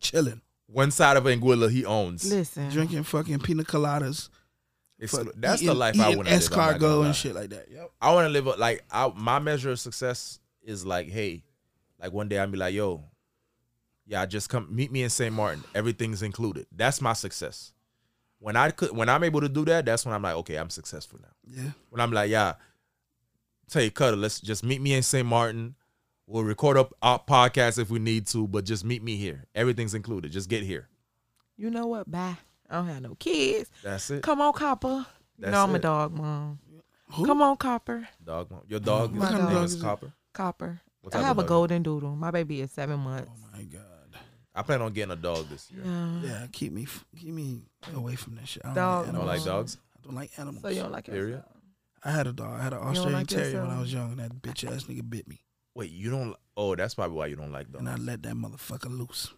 Speaker 2: chilling,
Speaker 1: One side of Anguilla he owns.
Speaker 3: listen.
Speaker 2: drinking fucking pina coladas.
Speaker 1: It's-
Speaker 2: fuck,
Speaker 1: that's the
Speaker 2: eating-
Speaker 1: life I
Speaker 2: eating
Speaker 1: want to live. I'm not gonna
Speaker 2: Escargot
Speaker 1: lie.
Speaker 2: and shit like that. Yep.
Speaker 1: I want to live a, like I, my measure of success is like, hey, like one day I'll be like, yo, yeah, just come meet me in St. Martin. Everything's included. That's my success. When I could, when I'm able to do that, that's when I'm like, okay, I'm successful now.
Speaker 2: Yeah.
Speaker 1: When I'm like, yeah, tell you, Cutter, let's just meet me in St. Martin. We'll record up our podcast if we need to, but just meet me here. Everything's included. Just get here.
Speaker 3: You know what? Bye. I don't have no kids.
Speaker 1: That's it.
Speaker 3: Come on, Copper.
Speaker 1: That's
Speaker 3: no, I'm a
Speaker 1: it.
Speaker 3: dog mom.
Speaker 2: Who?
Speaker 3: Come on, Copper.
Speaker 1: Dog, mom. your dog,
Speaker 2: My
Speaker 1: his
Speaker 3: dog
Speaker 1: name
Speaker 2: is
Speaker 1: is
Speaker 2: a-
Speaker 1: Copper.
Speaker 3: Copper.
Speaker 1: What
Speaker 3: I
Speaker 1: type of
Speaker 3: have a
Speaker 1: dog?
Speaker 3: golden doodle. My baby is seven months.
Speaker 2: Oh My God.
Speaker 1: I plan on getting a dog this year.
Speaker 3: Yeah.
Speaker 2: Yeah, keep me f- keep me away from that shit. I don't like
Speaker 3: Dog.
Speaker 1: You don't like
Speaker 2: animals.
Speaker 1: dogs?
Speaker 2: I don't like animals.
Speaker 3: So you don't like it?
Speaker 1: Period.
Speaker 2: I had a dog. I had an
Speaker 3: don't
Speaker 2: Australian
Speaker 3: like
Speaker 2: Terrier when
Speaker 3: yourself?
Speaker 2: I was young, and that bitch ass nigga bit me,
Speaker 1: Wait, you don't? Oh, that's probably why you don't like dogs.
Speaker 2: and I let that motherfucker loose.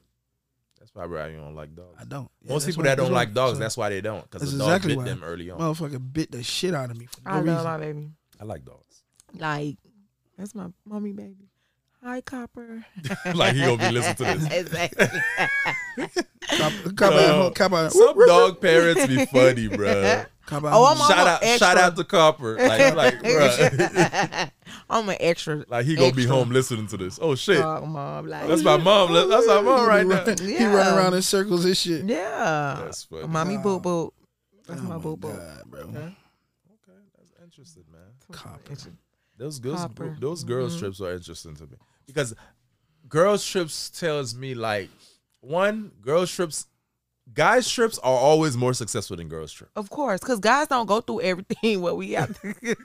Speaker 1: That's probably why you don't like dogs.
Speaker 2: I don't. Yeah,
Speaker 1: Most
Speaker 2: that's
Speaker 1: people
Speaker 2: why-
Speaker 1: that don't
Speaker 2: that's why-
Speaker 1: like dogs,
Speaker 2: so
Speaker 1: that's why they don't, because
Speaker 2: That's
Speaker 1: the dog
Speaker 2: exactly
Speaker 1: bit
Speaker 2: why.
Speaker 1: them early on.
Speaker 2: motherfucker bit the shit out of me for no
Speaker 3: I love
Speaker 2: reason.
Speaker 3: my baby.
Speaker 1: I like dogs.
Speaker 3: Like that's my mommy baby. Hi, Copper.
Speaker 1: like he gonna be listening to this.
Speaker 3: exactly.
Speaker 2: Cop, cop out,
Speaker 1: No.
Speaker 2: ho- cop out.
Speaker 1: Some dog parents be funny, bro.
Speaker 2: Cop out.
Speaker 3: Oh,
Speaker 2: ho-
Speaker 3: I'm
Speaker 1: Shout
Speaker 3: a
Speaker 1: out, shout
Speaker 3: extra.
Speaker 1: out to Copper. Like, like, bruh.
Speaker 3: I'm an extra.
Speaker 1: like he gonna be
Speaker 3: extra
Speaker 1: home listening to this. Oh shit,
Speaker 2: Uh,
Speaker 3: Dog mom. Like
Speaker 1: that's my mom. Oh, That's- That's my mom right now.
Speaker 2: He
Speaker 3: Yeah.
Speaker 2: run around in circles and shit.
Speaker 3: Yeah.
Speaker 1: That's funny.
Speaker 3: Mommy
Speaker 2: Wow.
Speaker 3: boo boo. That's
Speaker 2: Oh
Speaker 3: my
Speaker 2: my
Speaker 3: boo boo.
Speaker 2: God, bro.
Speaker 3: Okay.
Speaker 1: Okay, that's interesting, man.
Speaker 2: Copper.
Speaker 3: It's-
Speaker 1: Those girls,
Speaker 3: Copper.
Speaker 1: those girls
Speaker 2: Mm-hmm.
Speaker 1: trips are interesting to me because girls trips tells me like one girls trips, guys trips are always more successful than girls trip.
Speaker 3: Of course, because guys don't go through everything what we have. To,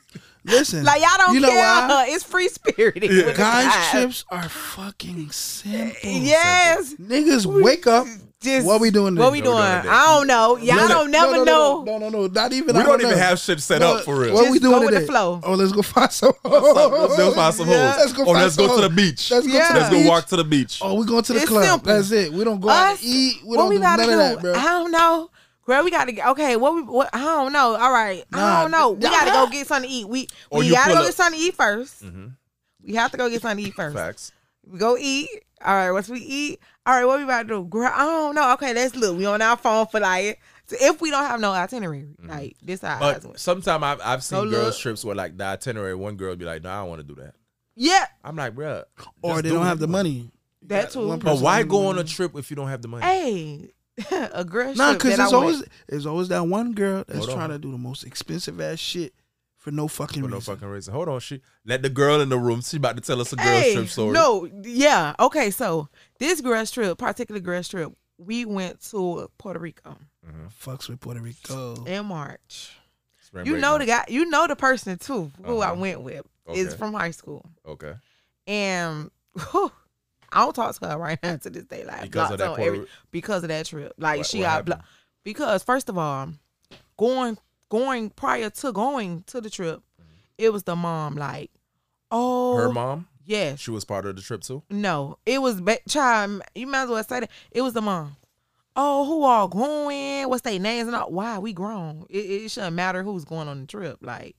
Speaker 2: Listen,
Speaker 3: like y'all don't
Speaker 2: you know
Speaker 3: care.
Speaker 2: why?
Speaker 3: It's free spirited. with the
Speaker 2: Guys' trips are fucking simple.
Speaker 3: Yes.
Speaker 2: Niggas wake up.
Speaker 3: Just
Speaker 2: What we doing
Speaker 3: What
Speaker 2: today?
Speaker 3: we
Speaker 1: What we
Speaker 3: doing?
Speaker 1: doing today?
Speaker 3: I don't know. Y'all
Speaker 1: Look,
Speaker 3: don't never
Speaker 2: no, no,
Speaker 3: know.
Speaker 2: No, no, no, no, not even.
Speaker 1: We
Speaker 2: I
Speaker 1: don't
Speaker 2: know.
Speaker 1: even have shit set
Speaker 2: No,
Speaker 1: up for real.
Speaker 2: What
Speaker 3: Just
Speaker 2: we doing
Speaker 3: go with the
Speaker 2: today?
Speaker 3: flow.
Speaker 2: Oh, let's go find some.
Speaker 1: Let's go find some
Speaker 3: Yeah.
Speaker 1: hoes.
Speaker 2: Let's go
Speaker 1: or
Speaker 2: find
Speaker 1: let's
Speaker 2: some
Speaker 1: go to the
Speaker 2: hoes.
Speaker 1: beach.
Speaker 2: Let's go.
Speaker 3: Yeah.
Speaker 2: To the
Speaker 1: Let's go
Speaker 2: beach.
Speaker 1: walk to the beach.
Speaker 2: Oh, we going to the
Speaker 3: It's
Speaker 2: club.
Speaker 3: simple.
Speaker 2: That's it. We don't go out
Speaker 3: Us,
Speaker 2: and eat. We
Speaker 3: what
Speaker 2: don't
Speaker 3: we
Speaker 2: do
Speaker 3: gotta
Speaker 2: none
Speaker 3: do?
Speaker 2: of that, bro.
Speaker 3: I don't know. Girl, we gotta get okay. What we what I don't know. All right. I
Speaker 2: Nah,
Speaker 3: don't know. We
Speaker 2: y'all-
Speaker 3: gotta go get something to eat. We
Speaker 1: Or
Speaker 3: we
Speaker 1: you
Speaker 3: gotta
Speaker 1: pull
Speaker 3: go
Speaker 1: up-
Speaker 3: get something to eat 1st
Speaker 1: Mhm.
Speaker 3: We have to go get something to eat first.
Speaker 1: Facts.
Speaker 3: We go eat. All right, once we eat, all right, what we about to do? Girl, I don't know. Okay, let's look. We on our phone for like so if we don't have no itinerary, like this
Speaker 2: Ah,
Speaker 3: our eyes.
Speaker 1: Mm. But sometimes I've, I've
Speaker 2: Oh,
Speaker 1: seen
Speaker 3: Go
Speaker 1: girls
Speaker 3: look.
Speaker 1: trips where like the itinerary, one girl be like, "No, I don't want to do that."
Speaker 3: Yeah,
Speaker 1: I'm like, bruh.
Speaker 2: Or
Speaker 1: just
Speaker 2: they
Speaker 1: do
Speaker 2: don't
Speaker 1: it.
Speaker 2: have the money.
Speaker 3: that
Speaker 2: Yeah,
Speaker 3: too.
Speaker 2: one
Speaker 1: But
Speaker 2: person
Speaker 1: why
Speaker 2: doesn't
Speaker 1: go
Speaker 2: know.
Speaker 1: on a trip if you don't have the money?
Speaker 3: Hey, a girl.
Speaker 2: Nah,
Speaker 3: trip
Speaker 2: because
Speaker 3: that I
Speaker 2: there's
Speaker 3: went-
Speaker 2: always there's always that one girl that's
Speaker 1: Hold on.
Speaker 2: trying to do the most expensive ass shit for no fucking
Speaker 1: For
Speaker 2: reason.
Speaker 1: no fucking reason. Hold on, she let the girl in the room. She about to tell us a girl
Speaker 3: Hey,
Speaker 1: trip story.
Speaker 3: No, yeah. Okay, so this girls trip, particular girls trip, we went to Puerto Rico
Speaker 2: Fucks with Puerto Rico.
Speaker 3: in March.
Speaker 1: Spring
Speaker 3: You
Speaker 1: break
Speaker 3: know the
Speaker 1: month.
Speaker 3: guy, you know the person too who I
Speaker 1: Uh-huh.
Speaker 3: went with is
Speaker 1: Okay.
Speaker 3: from high school.
Speaker 1: Okay.
Speaker 3: And whew, I don't talk to her right now to this day. Like
Speaker 1: Because of
Speaker 3: blocked
Speaker 1: that
Speaker 3: on
Speaker 1: Puerto
Speaker 3: every-
Speaker 1: Ri-
Speaker 3: because of that trip. Like
Speaker 1: What-
Speaker 3: she
Speaker 1: what
Speaker 3: got
Speaker 1: happened?
Speaker 3: blocked. Because first of all, going going prior to going to the trip, it was the mom like, oh
Speaker 1: Mm. Her mom,
Speaker 3: yes,
Speaker 1: she was part of the trip too.
Speaker 3: No, it was ba- child. You might as well say that it was the mom. Oh, who all going? What's their names and all? Why we grown? It, it shouldn't matter who's going on the trip. Like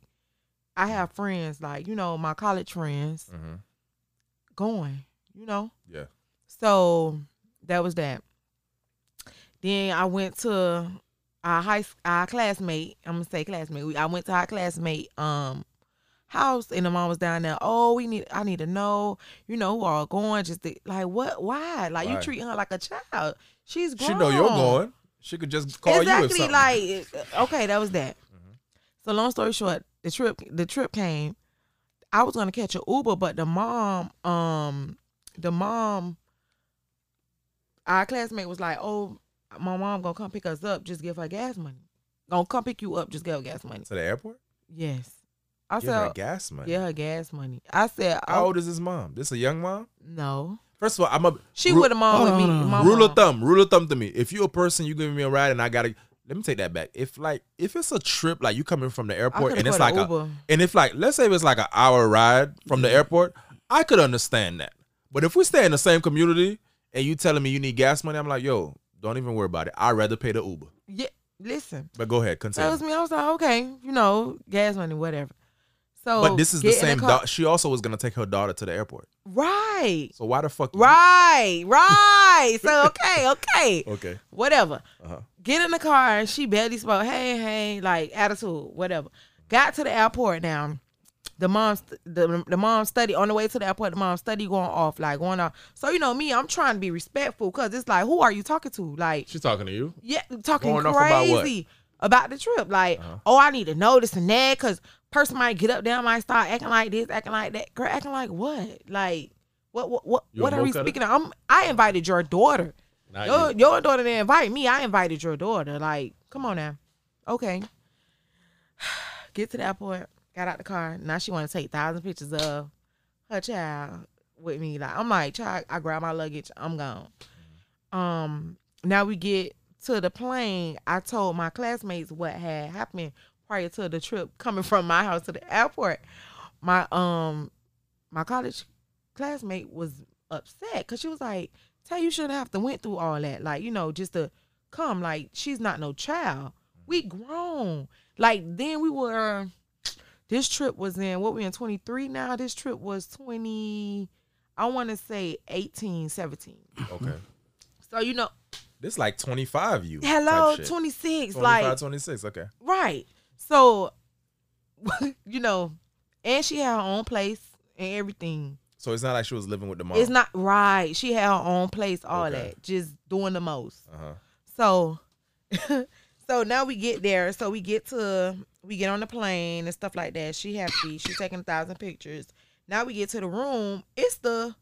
Speaker 3: I have friends like you know my college friends
Speaker 1: Mm-hmm.
Speaker 3: going. You know,
Speaker 1: Yeah.
Speaker 3: so that was that. Then I went to our high s- our classmate. I'm gonna say classmate. We, I went to our classmate um house, and the mom was down there. Oh, we need. I need to know. You know who are going? Just to, like what? Why? Like
Speaker 1: Why?
Speaker 3: you treating her like a child. She's grown.
Speaker 1: She know you're going. She could just call you if
Speaker 3: exactly.
Speaker 1: something. Mm-hmm.
Speaker 3: like okay, that was that. So long story short, the trip the trip came. I was gonna catch a Uber, but the mom, um, the mom, our classmate was like, "Oh, my mom gonna come pick us up. Just give her gas money. Gonna come pick you up. Just give her gas money."
Speaker 1: to the airport.
Speaker 3: Yes. I
Speaker 1: Give her
Speaker 3: said,
Speaker 1: gas money.
Speaker 3: "Give her gas money." I said,
Speaker 1: How
Speaker 3: "Oh
Speaker 1: old is his mom? This a young mom?
Speaker 3: no,
Speaker 1: First of all, I'm a
Speaker 3: she
Speaker 1: ru-
Speaker 3: would have mom
Speaker 2: Hold on,
Speaker 3: with me."
Speaker 2: hold on.
Speaker 3: my
Speaker 1: rule
Speaker 3: mom.
Speaker 1: of thumb. Rule of thumb to me. If you're a person, you giving me a ride, and I gotta let me take that back. If like if it's a trip, like you coming from the
Speaker 3: I
Speaker 1: airport,
Speaker 3: coulda
Speaker 1: and it's
Speaker 3: caught
Speaker 1: like
Speaker 3: a
Speaker 1: a,
Speaker 3: Uber.
Speaker 1: and if like let's say it's like an hour ride from
Speaker 3: Mm-hmm.
Speaker 1: the airport, I could understand that. But if we stay in the same community and you telling me you need gas money, I'm like, yo, don't even worry about it. I'd rather pay the Uber.
Speaker 3: Yeah, listen.
Speaker 1: But go ahead, continue.
Speaker 3: tells me I was like, okay, you know, gas money, whatever. So,
Speaker 1: but this is the
Speaker 3: get in
Speaker 1: same.
Speaker 3: car-
Speaker 1: Da- she also was gonna take her daughter to the airport.
Speaker 3: right,
Speaker 1: So why the fuck? you-
Speaker 3: right, right. so okay, okay,
Speaker 1: Okay.
Speaker 3: whatever.
Speaker 1: Uh-huh.
Speaker 3: Get in the car. and She barely spoke. Hey, hey, like attitude, whatever. Got to the airport now. The mom, st- the, the mom study on the way to the airport. The mom study going off, like going off. So you know me, I'm trying to be respectful because it's like, who are you talking to? Like,
Speaker 1: She's talking to you.
Speaker 3: yeah, talking
Speaker 1: Going off about what? Uh-huh.
Speaker 3: crazy about, the trip. Like, oh, I need to know this and that because person might get up there, might start acting like this, acting like that. Girl, acting like what? Like, what? What? What,
Speaker 1: You
Speaker 3: what are we
Speaker 1: woke at it?
Speaker 3: speaking? Of? I'm. I invited your daughter.
Speaker 1: Not
Speaker 3: Your, your daughter didn't invite me. I invited your daughter. Like, come on now. Okay. Get to the airport. Got out the car. Now she want to take thousand pictures of her child with me. Like, I'm like, child. I grab my luggage. I'm gone. Um. Now we get to the plane. I told my classmates what had happened prior to the trip coming from my house to the airport. My um, my college classmate was upset because she was like, "Tay, you shouldn't have to went through all that. Like, you know, just to come. Like, she's not no child. We grown. Like, then we were. This trip was in what we in 23 now. This trip was 20. I want to say 18, 17.
Speaker 1: Okay.
Speaker 3: So you know,
Speaker 1: This like 25 you. type
Speaker 3: hello,
Speaker 1: shit.
Speaker 3: 26.
Speaker 1: 25,
Speaker 3: Like,
Speaker 1: 26. Okay.
Speaker 3: Right. So, you know, and she had her own place and everything.
Speaker 1: So it's not like she was living with the mom.
Speaker 3: It's not right. She had her own place, all
Speaker 1: Okay.
Speaker 3: that, just doing the most.
Speaker 1: Uh-huh.
Speaker 3: So, so now we get there. So we get to we get on the plane and stuff like that. She happy. She taking a thousand pictures. Now we get to the room. It's the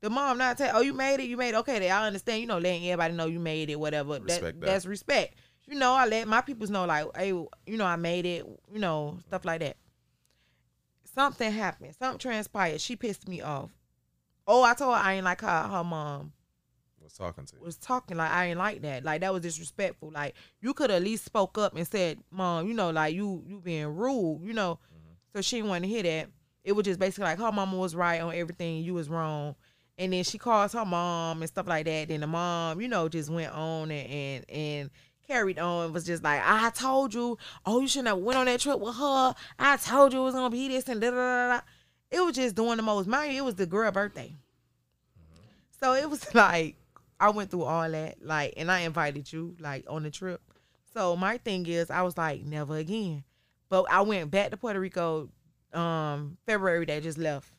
Speaker 3: the mom not tell. Oh, you made it. You made it. Okay, then I understand. You know, letting everybody know you made it. Whatever. That-
Speaker 1: Respect that.
Speaker 3: That's respect. You know, I let my peoples know like, hey, you know, I made it. You know, stuff like that. Something happened. Something transpired. She pissed me off. Oh, I told her I ain't like her her mom
Speaker 1: Was talking to you.
Speaker 3: was talking like I ain't like that. Like that was disrespectful. Like you could at least spoke up and said, "Mom, you know, like you you being rude, you know." So she didn't want to hear that. It was just basically like her mama was right on everything, you was wrong. And then she calls her mom and stuff like that. Then the mom, you know, just went on and and, and carried on and was just like, I told you, oh, you shouldn't have went on that trip with her. I told you it was gonna be this and da da da da. It was just doing the most. Mind you, it was the girl birthday. So it was like I went through all that, like, and I invited you, like, on the trip. So my thing is, I was like, never again. But I went back to Puerto Rico, um, February that just left,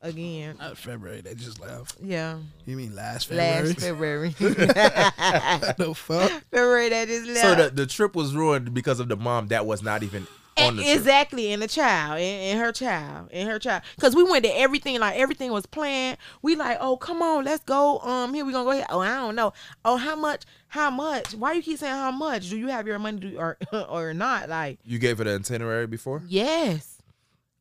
Speaker 3: again.
Speaker 2: Not February. They just left.
Speaker 3: Yeah,
Speaker 2: You mean last February?
Speaker 3: last February,
Speaker 2: the fuck?
Speaker 3: February that just left.
Speaker 1: So the, the trip was ruined because of the mom that was not even on the
Speaker 3: A-
Speaker 1: trip.
Speaker 3: exactly, and the child, and, and her child, and her child, because we went to everything. Like everything was planned. We like, oh come on, let's go. Um, here we gonna go. Here. Oh, I don't know. Oh, how much? How much? Why you keep saying how much? Do you have your money do, or or not? Like
Speaker 1: you gave her the itinerary before?
Speaker 3: yes,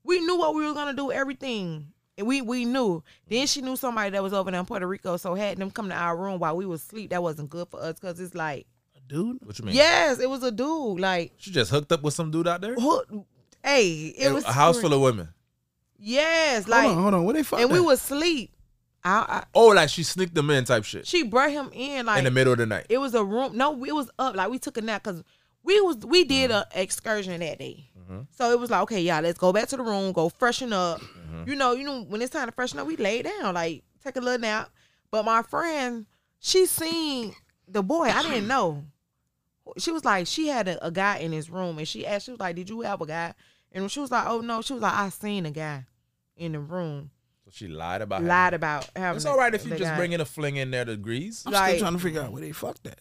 Speaker 3: we knew what we were gonna do. Everything. And We we knew. Then she knew somebody that was over there in Puerto Rico, so had them come to our room while we was asleep. That wasn't good for us because it's like,
Speaker 2: Dude,
Speaker 1: What you mean?
Speaker 3: yes, it was a dude. Like,
Speaker 1: She just hooked up with some dude out there?
Speaker 3: who, hey, Oh, it, was
Speaker 1: a house full of women.
Speaker 3: Yes,
Speaker 2: hold
Speaker 3: like
Speaker 2: on, hold on. What they fuck?
Speaker 3: and we
Speaker 2: at?
Speaker 3: was asleep. I, I
Speaker 1: Oh, like she sneaked them in type shit
Speaker 3: she brought him in like
Speaker 1: in the middle of the night.
Speaker 3: it was a room. No, it was up. Like we took a nap because we was we did a excursion that day. So it was like, okay, y'all, let's go back to the room, go freshen up. You know, you know, when it's time to freshen up, we lay down, like take a little nap. But my friend, she seen the boy. I didn't know. She was like, she had a, a guy in his room, and she asked, she was like, did you have a guy? And she was like, oh no, she was like, I seen a guy in the room.
Speaker 1: So she lied about having-
Speaker 3: Lied about having.
Speaker 1: It's
Speaker 3: the-
Speaker 1: all right if you
Speaker 3: the
Speaker 1: just
Speaker 3: guy.
Speaker 1: bring in a fling in there to grease
Speaker 2: I'm
Speaker 3: Like-
Speaker 2: still trying to figure out where they fucked at.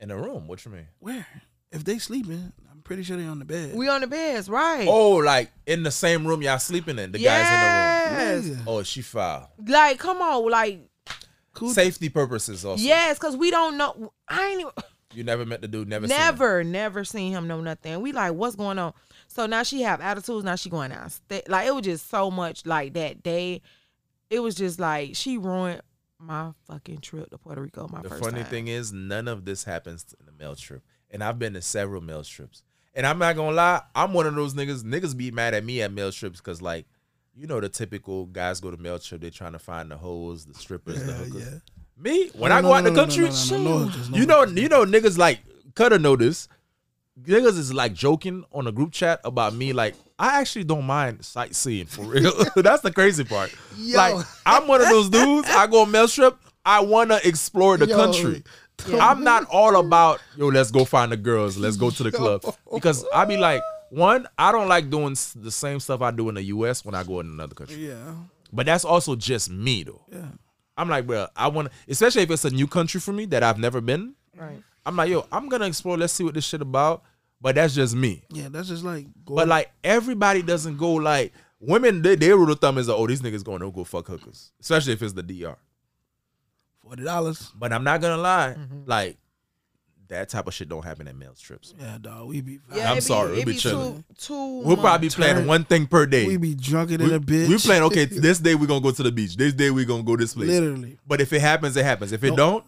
Speaker 1: in the room. What you mean?
Speaker 2: Where? If they sleeping, I'm pretty sure they on the bed.
Speaker 3: We on the beds, right?
Speaker 1: Oh, like in the same room y'all sleeping in. The guys in
Speaker 3: Yes.
Speaker 1: the room. Oh, she foul.
Speaker 3: Like, come on, like,
Speaker 2: Cool.
Speaker 1: Safety purposes also.
Speaker 3: yes, because we don't know. I ain't even-
Speaker 1: You never met the dude. Never. seen him.
Speaker 3: never, never seen him, no nothing. We like, what's going on? So now she have attitudes. Now she going out. sta- Like it was just so much. Like that day, it was just like she ruined my fucking trip to Puerto Rico. My
Speaker 1: The
Speaker 3: first
Speaker 1: funny
Speaker 3: time.
Speaker 1: thing is, none of this happens in the mail trip. And I've been to several mail trips. And I'm not gonna lie, I'm one of those niggas. Niggas be mad at me at mail trips because, like, you know, the typical guys go to mail trip. They're trying to find the hoes, the strippers, the
Speaker 2: Yeah,
Speaker 1: hookers.
Speaker 2: yeah.
Speaker 1: Me, when
Speaker 2: No,
Speaker 1: I go
Speaker 2: no,
Speaker 1: out
Speaker 2: no,
Speaker 1: the
Speaker 2: no, no,
Speaker 1: country,
Speaker 2: no, no, no, hookers, no
Speaker 1: you know,
Speaker 2: hookers.
Speaker 1: you know, niggas like Cutter know this. Niggas is like joking on a group chat about me. Like, I actually don't mind sightseeing for real. That's the crazy part.
Speaker 2: Yo.
Speaker 1: Like, I'm one of those dudes. I go on mail trip. I wanna explore the
Speaker 2: Yo,
Speaker 1: country.
Speaker 2: the-
Speaker 1: I'm not all about yo. Let's go find the girls. Let's go to the club because I be like, one, I don't like doing s- the same stuff I do in the U.S. when I go in another country.
Speaker 2: Yeah.
Speaker 1: But that's also just me though.
Speaker 2: Yeah.
Speaker 1: I'm like, bro, I want to, especially if it's a new country for me that I've never been.
Speaker 3: right?
Speaker 1: I'm like, yo, I'm gonna explore. Let's see what this shit about. But that's just me.
Speaker 2: Yeah, that's just like go
Speaker 1: But like everybody doesn't go like women. They their rule of thumb is oh these niggas going to go fuck hookers, especially if it's the DR.
Speaker 2: forty dollars.
Speaker 1: But I'm not gonna lie, like that type of shit don't happen at male trips.
Speaker 2: Yeah, dog. We be
Speaker 3: Yeah,
Speaker 1: I'm
Speaker 3: it be,
Speaker 1: sorry,
Speaker 3: It
Speaker 1: we be
Speaker 3: be
Speaker 1: chilling.
Speaker 3: Too, too
Speaker 1: We'll probably be planning
Speaker 2: Turn-
Speaker 1: one thing per day.
Speaker 2: we be drunker than
Speaker 1: we,
Speaker 2: a bitch.
Speaker 1: we plan okay. This day we're gonna go to the beach. This day we're gonna go this place.
Speaker 2: Literally.
Speaker 1: But if it happens, it happens. If it
Speaker 2: No.
Speaker 1: don't,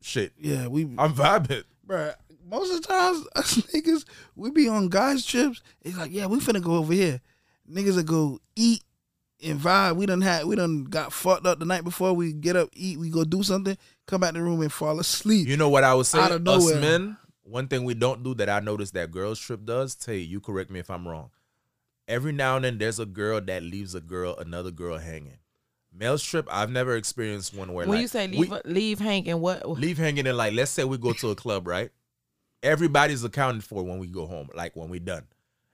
Speaker 1: shit,
Speaker 2: Yeah, we
Speaker 1: I'm vibing.
Speaker 2: bruh, most of the times us niggas, we be on guys trips. It's like, yeah, we finna go over here. Niggas will go eat and vibe. We done had we done got fucked up the night before. We get up, eat, we go do something, come back to the room and fall asleep.
Speaker 1: You know what I would say?
Speaker 2: Out of
Speaker 1: Us
Speaker 2: nowhere.
Speaker 1: men, one thing we don't do that I noticed that girls trip does. Tay, you correct me if I'm wrong. Every now and then, there's a girl that leaves a girl, another girl hanging. Male trip, I've never experienced one where
Speaker 3: When
Speaker 1: like,
Speaker 3: you say
Speaker 1: we-
Speaker 3: leave, leave hanging, what?
Speaker 1: leave hanging and like, let's say we go to a club, right? Everybody's accounted for when we go home, like when we done,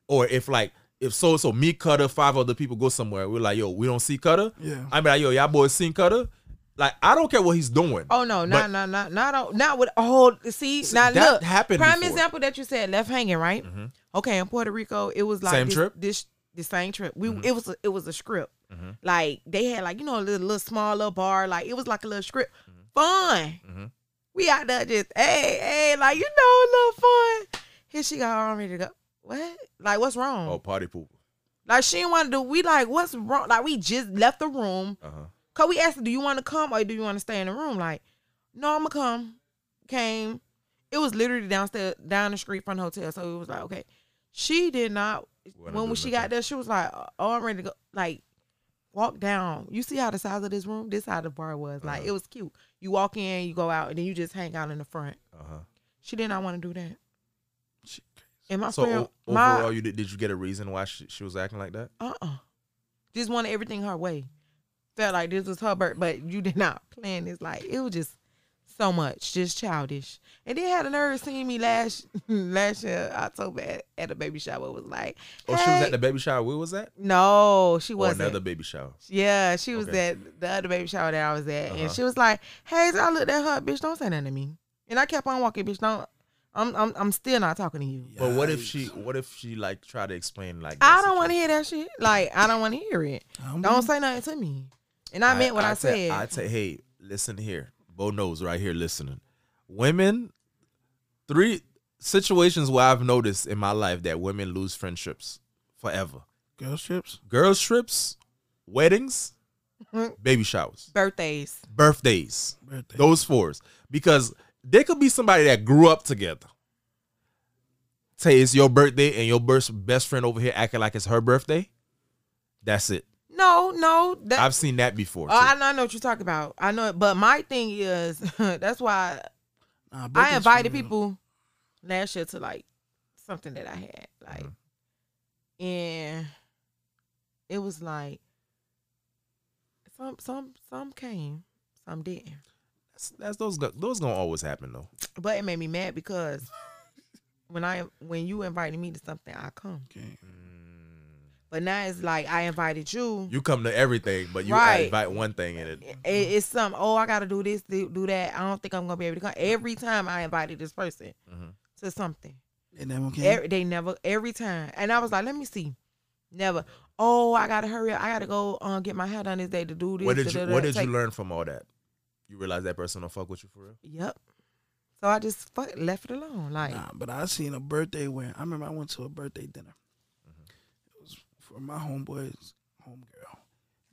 Speaker 1: or if like if so so me Cutter, five other people go somewhere, we're like, yo, we don't see Cutter.
Speaker 2: Yeah.
Speaker 1: I mean, like, yo, y'all boys seen Cutter. Like, I don't care what he's doing.
Speaker 3: Oh no,
Speaker 1: But-
Speaker 3: not not not not all- not with all. See, now
Speaker 1: that
Speaker 3: look,
Speaker 1: happened
Speaker 3: prime
Speaker 1: before. Mm-hmm.
Speaker 3: example that you said left hanging, right? Okay, in Puerto Rico, it was like
Speaker 1: Same
Speaker 3: this,
Speaker 1: trip? Mm-hmm.
Speaker 3: This the same trip. We it was a, it was a script. Like they had like you know a little, little small little bar. Like it was like a little script.
Speaker 1: Mm-hmm.
Speaker 3: Fun. We out there just hey hey like you know a little fun. Here she got all ready to go. What? Like what's wrong?
Speaker 1: Oh, party pooper.
Speaker 3: Like she didn't want to do. We like what's wrong? Like we just left the room.
Speaker 1: Uh huh.
Speaker 3: Cause we asked her, do you want to come or do you want to stay in the room? Like, no, I'm gonna come. Came. It was literally downstairs, down the street from the hotel. So it was like, okay. She did not.
Speaker 1: Wanna
Speaker 3: when
Speaker 1: do
Speaker 3: she
Speaker 1: nothing.
Speaker 3: got there, she was like, oh, I'm ready to go. Like, walk down. You see how the size of this room? This how the bar was. Like,
Speaker 1: Uh-huh.
Speaker 3: it was cute. You walk in, you go out, and then you just hang out in the front.
Speaker 1: Uh huh.
Speaker 3: She did not want to do that.
Speaker 2: She-
Speaker 3: And my
Speaker 1: So
Speaker 3: friend,
Speaker 1: o-
Speaker 3: my
Speaker 1: overall, you did, did you get a reason why she, she was acting like that?
Speaker 3: uh-uh. Just wanted everything her way. Felt like this was her birth, but you did not plan this. Like it was just so much, just childish. And then had a nerve seeing me last last year October at, at a baby shower. Was like,
Speaker 1: Oh, she was
Speaker 3: "Hey."
Speaker 1: at the baby shower. We was at
Speaker 3: no, she
Speaker 1: or
Speaker 3: wasn't.
Speaker 1: another baby shower.
Speaker 3: Yeah, she was
Speaker 1: Okay.
Speaker 3: at the other baby shower that I was at, and
Speaker 1: Uh-huh.
Speaker 3: she was like, "Hey," so I looked at her, bitch, don't say nothing to me. And I kept on walking, bitch, don't. I'm I'm I'm still not talking to you.
Speaker 1: But what if she? What if she like try to explain like?
Speaker 3: I
Speaker 1: that's
Speaker 3: don't
Speaker 1: a-
Speaker 3: want to hear that shit. Like I don't want to hear it.
Speaker 2: I don't
Speaker 3: Don't say nothing to me. And I, meant what I,
Speaker 1: ta-
Speaker 3: said.
Speaker 1: I said, hey, listen here. Bo knows right here listening. Women, three situations where I've noticed in my life that women lose friendships forever.
Speaker 2: girl trips.
Speaker 1: Girls trips, weddings,
Speaker 3: Mhm.
Speaker 1: baby showers,
Speaker 3: Birthdays.
Speaker 1: birthdays.
Speaker 2: Birthday.
Speaker 1: those fours because they could be somebody that grew up together. Say it's your birthday and your best best friend over here acting like it's her birthday. That's it.
Speaker 3: No, no. That,
Speaker 1: I've seen that before.
Speaker 3: Oh, I
Speaker 1: too.
Speaker 3: know, I know what you're talking about. I know it. But my thing is, that's why
Speaker 2: Nah,
Speaker 3: I
Speaker 2: birthdays
Speaker 3: invited
Speaker 2: for real.
Speaker 3: people last year to like something that I had. Like and it was like some some some came, some didn't.
Speaker 1: That's, that's those go- those gonna always happen though.
Speaker 3: But it made me mad because when I when you invited me to something, I come.
Speaker 2: Okay.
Speaker 3: But now it's like I invited you.
Speaker 1: You come to everything, but you
Speaker 3: Right.
Speaker 1: invite one thing in it.
Speaker 3: It- it's some oh I gotta do this, do, do that. I don't think I'm gonna be able to come. Every time I invited this person
Speaker 1: Mhm.
Speaker 3: to something,
Speaker 2: And then okay.
Speaker 3: every, they never every time. And I was like, let me see, never. Oh, I gotta hurry up. I gotta go uh, get my hair done this day to do this.
Speaker 1: What did you
Speaker 3: da-da-da,
Speaker 1: What did
Speaker 3: take-
Speaker 1: you learn from all that? You realize that person don't fuck with you for real.
Speaker 3: Yep. So I just fuck, left it alone. Like
Speaker 2: Nah, but I seen a birthday where I remember I went to a birthday dinner. It was for my homeboy's homegirl.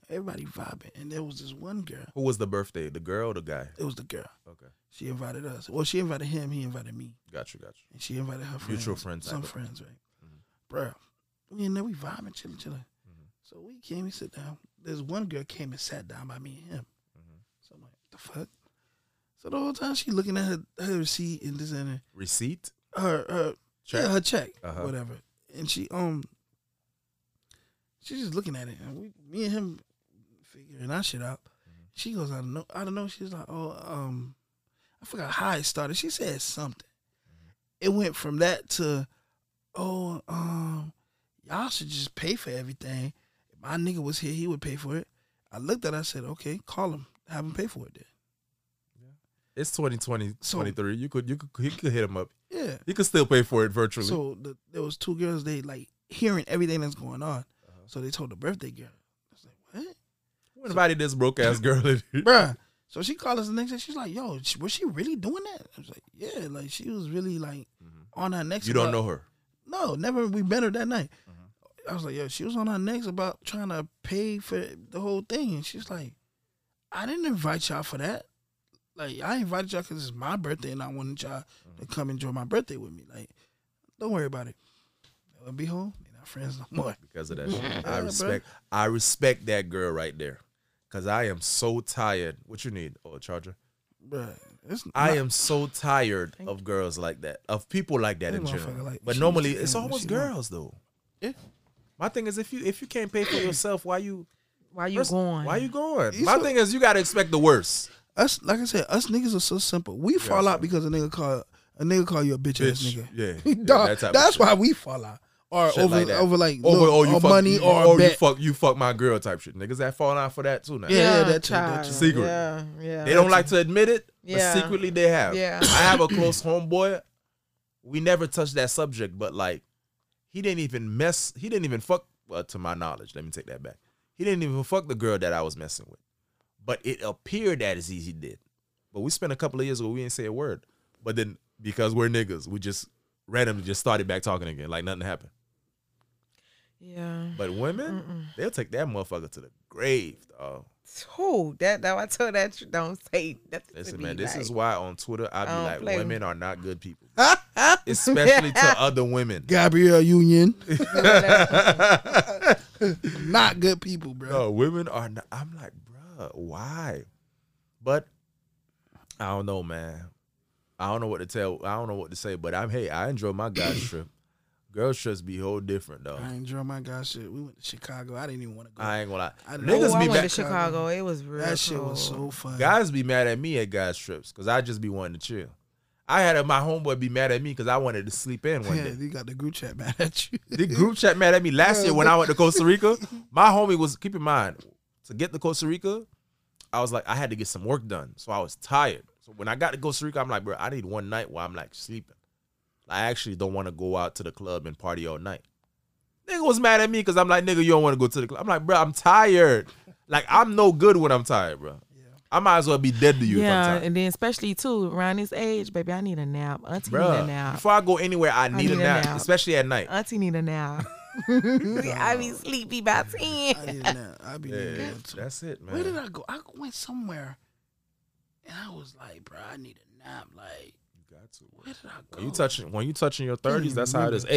Speaker 2: Everybody vibing, and there was this one girl.
Speaker 1: Who was the birthday? The girl, or the guy?
Speaker 2: It was the girl.
Speaker 1: Okay,
Speaker 2: She invited us. Well, she invited him. He invited me,
Speaker 1: got you, got you.
Speaker 2: and she invited her friends.
Speaker 1: Mutual friends type
Speaker 2: Some
Speaker 1: of- Mm-hmm.
Speaker 2: friends, right? Bruh, we in there. We vibing, chilling, chilling. So we came and sit down. This one girl came and sat down by me and him.
Speaker 1: Mm-hmm.
Speaker 2: So I'm like, the fuck. So the whole time she looking at her, her receipt and this and that.
Speaker 1: Receipt.
Speaker 2: her her
Speaker 1: Check.
Speaker 2: yeah, her check,
Speaker 1: Uh-huh.
Speaker 2: whatever. And she um, she's just looking at it, and we, me and him, figuring our shit out.
Speaker 1: Mm-hmm.
Speaker 2: She goes, I don't know, I don't know. She's like, oh, um, I forgot how it started. She said something.
Speaker 1: Mm-hmm.
Speaker 2: It went from that to, oh, um, y'all should just pay for everything. If my nigga was here, he would pay for it. I looked at, her, I said, okay, call him, have him pay for it. Then.
Speaker 1: It's 2020,
Speaker 2: So-
Speaker 1: 23. You could, you could, you could hit him up.
Speaker 2: Yeah.
Speaker 1: You could still pay for it virtually.
Speaker 2: So the, there was two girls. They like hearing everything that's going on.
Speaker 1: Uh-huh.
Speaker 2: So they told the birthday girl. I was like, what,
Speaker 1: Who invited this broke ass girl? in here?
Speaker 2: bruh? So she called us the next day. She's like, yo, sh- was she really doing that? I was like, yeah, like she was really like on her next.
Speaker 1: Mm-hmm. you don't know
Speaker 2: about-
Speaker 1: her.
Speaker 2: No, never. We met her that night.
Speaker 1: Mm-hmm.
Speaker 2: I was like, yo, she was on her next about trying to pay for the whole thing, and she's like, I didn't invite y'all for that. Like I invited y'all because it's my birthday, and I wanted y'all to
Speaker 1: Mm-hmm.
Speaker 2: come enjoy my birthday with me. Like, don't worry about it. Lo and behold, they're not friends no more.
Speaker 1: because of that shit. I
Speaker 2: bruh.
Speaker 1: respect I respect that girl right there. Cause I am so tired. What you need? Oh, a charger.
Speaker 2: Bruh, it's
Speaker 1: I
Speaker 2: not-
Speaker 1: am so tired of girls like that, of people like that
Speaker 2: That
Speaker 1: in general.
Speaker 2: motherfucker like-
Speaker 1: but
Speaker 2: she
Speaker 1: normally
Speaker 2: used to
Speaker 1: it's
Speaker 2: think what
Speaker 1: always
Speaker 2: she want.
Speaker 1: girls though.
Speaker 2: Yeah.
Speaker 1: My thing is if you if you can't pay for yourself, why you
Speaker 3: why you
Speaker 1: first-
Speaker 3: going?
Speaker 1: Why you going?
Speaker 2: You
Speaker 1: My
Speaker 2: so-
Speaker 1: thing is you gotta expect the worst.
Speaker 2: us. Like I said, us niggas are so simple. We fall out because a nigga call a nigga call you a bitch, ass
Speaker 1: Bitch.
Speaker 2: nigga.
Speaker 1: Yeah.
Speaker 2: Dog,
Speaker 1: that type of
Speaker 2: that's
Speaker 1: shit.
Speaker 2: why we fall out. Or
Speaker 1: Shit
Speaker 2: over
Speaker 1: like that.
Speaker 2: over like
Speaker 1: Over,
Speaker 2: little-
Speaker 1: oh, you
Speaker 2: or
Speaker 1: fuck,
Speaker 2: money
Speaker 1: you,
Speaker 2: or a
Speaker 1: oh, you
Speaker 2: bet.
Speaker 1: fuck you fuck my girl type shit. Niggas that falling out for that too now.
Speaker 2: Yeah. that too,
Speaker 3: child.
Speaker 2: that too.
Speaker 1: Secret.
Speaker 3: Yeah, yeah.
Speaker 1: They don't like to admit it,
Speaker 3: Yeah.
Speaker 1: but secretly they have.
Speaker 3: Yeah.
Speaker 1: I have a close homeboy. We never touched that subject, but like, he didn't even mess. He didn't even fuck. Well, to my knowledge, let me take that back. He didn't even fuck the girl that I was messing with, but it appeared that as he he did. But we spent a couple of years where we didn't say a word. But then because we're niggas, we just randomly just started back talking again, like nothing happened.
Speaker 3: Yeah.
Speaker 1: But women, they'll take that motherfucker to the grave. Oh,
Speaker 3: Who that? That I told that you don't say. That's
Speaker 1: listen, man, this
Speaker 3: oh,
Speaker 1: is why on Twitter I
Speaker 3: I don't
Speaker 1: be
Speaker 3: play
Speaker 1: like,
Speaker 3: with-
Speaker 1: women are not good people. especially to other women.
Speaker 2: Gabrielle Union, not good people, bro.
Speaker 1: No, women are not. I'm like, bruh, why? But I don't know, man. I don't know what to tell. I don't know what to say. But I'm hey, I enjoy my guys trip. Girls trips be whole different though.
Speaker 2: I enjoy my god shit. We went to Chicago. I didn't even want to go.
Speaker 1: I ain't gonna
Speaker 2: I
Speaker 1: lie.
Speaker 2: know.
Speaker 3: Oh,
Speaker 1: Niggas
Speaker 3: I
Speaker 1: be
Speaker 3: went
Speaker 1: mad.
Speaker 3: to Chicago. It was real.
Speaker 2: that shit was so
Speaker 3: cold.
Speaker 2: fun.
Speaker 1: guys be mad at me at guys trips because I just be wanting to chill. I had my homeboy be mad at me because I wanted to sleep in one
Speaker 2: yeah,
Speaker 1: day.
Speaker 2: you got the group chat mad at you.
Speaker 1: the group chat mad at me last year when I went to Costa Rica. My homie was keep in mind to get to Costa Rica. I was like, I had to get some work done, so I was tired. So when I got to Costa Rica, I'm like, bro, I need one night where I'm like sleeping. I actually don't want to go out to the club and party all night. Nigga was mad at me because I'm like, nigga, you don't want to go to the club. I'm like, bro, I'm tired. Like I'm no good when I'm tired, bro. I might as well be dead to you if I'm
Speaker 3: Yeah,
Speaker 1: tired.
Speaker 3: and then especially too around this age, baby, I need a nap. Auntie need a
Speaker 1: Bruh,
Speaker 3: nap.
Speaker 1: before I go anywhere, I need, a, nap, especially at night.
Speaker 3: Auntie need a nap. I be sleepy by
Speaker 2: I
Speaker 3: ten.
Speaker 2: didn't. know. I be needing
Speaker 1: Yeah,
Speaker 2: that too.
Speaker 1: that's it, man.
Speaker 2: Where did I go? I went somewhere, and I was like, bro, I need a nap. Like,
Speaker 1: got to.
Speaker 2: where did I go?
Speaker 1: When you touching when you touching your
Speaker 2: Can't
Speaker 1: thirties,
Speaker 2: even
Speaker 1: that's how it is.
Speaker 2: remember.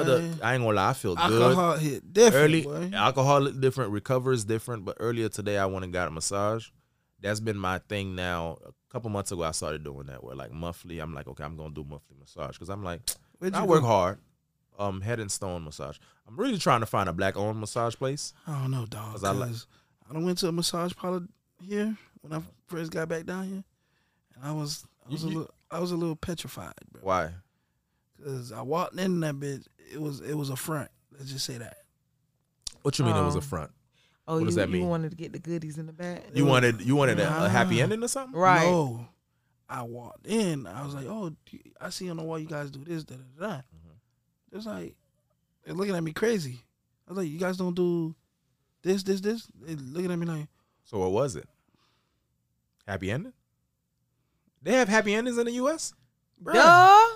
Speaker 1: Eight. Another
Speaker 2: Boy.
Speaker 1: I ain't gonna lie, I feel
Speaker 2: alcohol hit
Speaker 1: good.
Speaker 2: different.
Speaker 1: Early
Speaker 2: boy.
Speaker 1: alcohol is different, recovers different, but earlier today I went and got a massage. that's been my thing now. A couple months ago, I started doing that where like monthly, I'm like, okay, I'm gonna do monthly massage because I'm like,
Speaker 2: Where'd
Speaker 1: I
Speaker 2: you
Speaker 1: work
Speaker 2: go?
Speaker 1: hard. Um, head and stone massage. I'm really trying to find a black owned massage place.
Speaker 2: I don't know, dog.
Speaker 1: 'Cause
Speaker 2: Cause
Speaker 1: I
Speaker 2: I,
Speaker 1: like-
Speaker 2: done went to a massage parlor here when I first got back down here, and I was I
Speaker 1: You-
Speaker 2: was a
Speaker 1: you-
Speaker 2: little I was a little petrified, bro.
Speaker 1: Why?
Speaker 2: Cause I walked in that bitch, it was it was a front. Let's just say that.
Speaker 1: What you mean it was a
Speaker 3: Um,
Speaker 1: front?
Speaker 3: Oh,
Speaker 1: What
Speaker 3: you,
Speaker 1: does that
Speaker 3: you
Speaker 1: mean?
Speaker 3: wanted to get the goodies in the back,
Speaker 1: You
Speaker 2: was-
Speaker 1: wanted you wanted a, a happy
Speaker 2: Nah.
Speaker 1: ending or something?
Speaker 3: right?
Speaker 2: No, I walked in. I was like, oh, do you- I see on the wall you guys do this, da da da. da.
Speaker 1: Mm-hmm.
Speaker 2: It's like they're looking at me crazy. I was like, you guys don't do this, this, this. They looking at me like,
Speaker 1: So what was it? Happy ending? They have happy endings in the US? Bruh.
Speaker 3: Duh.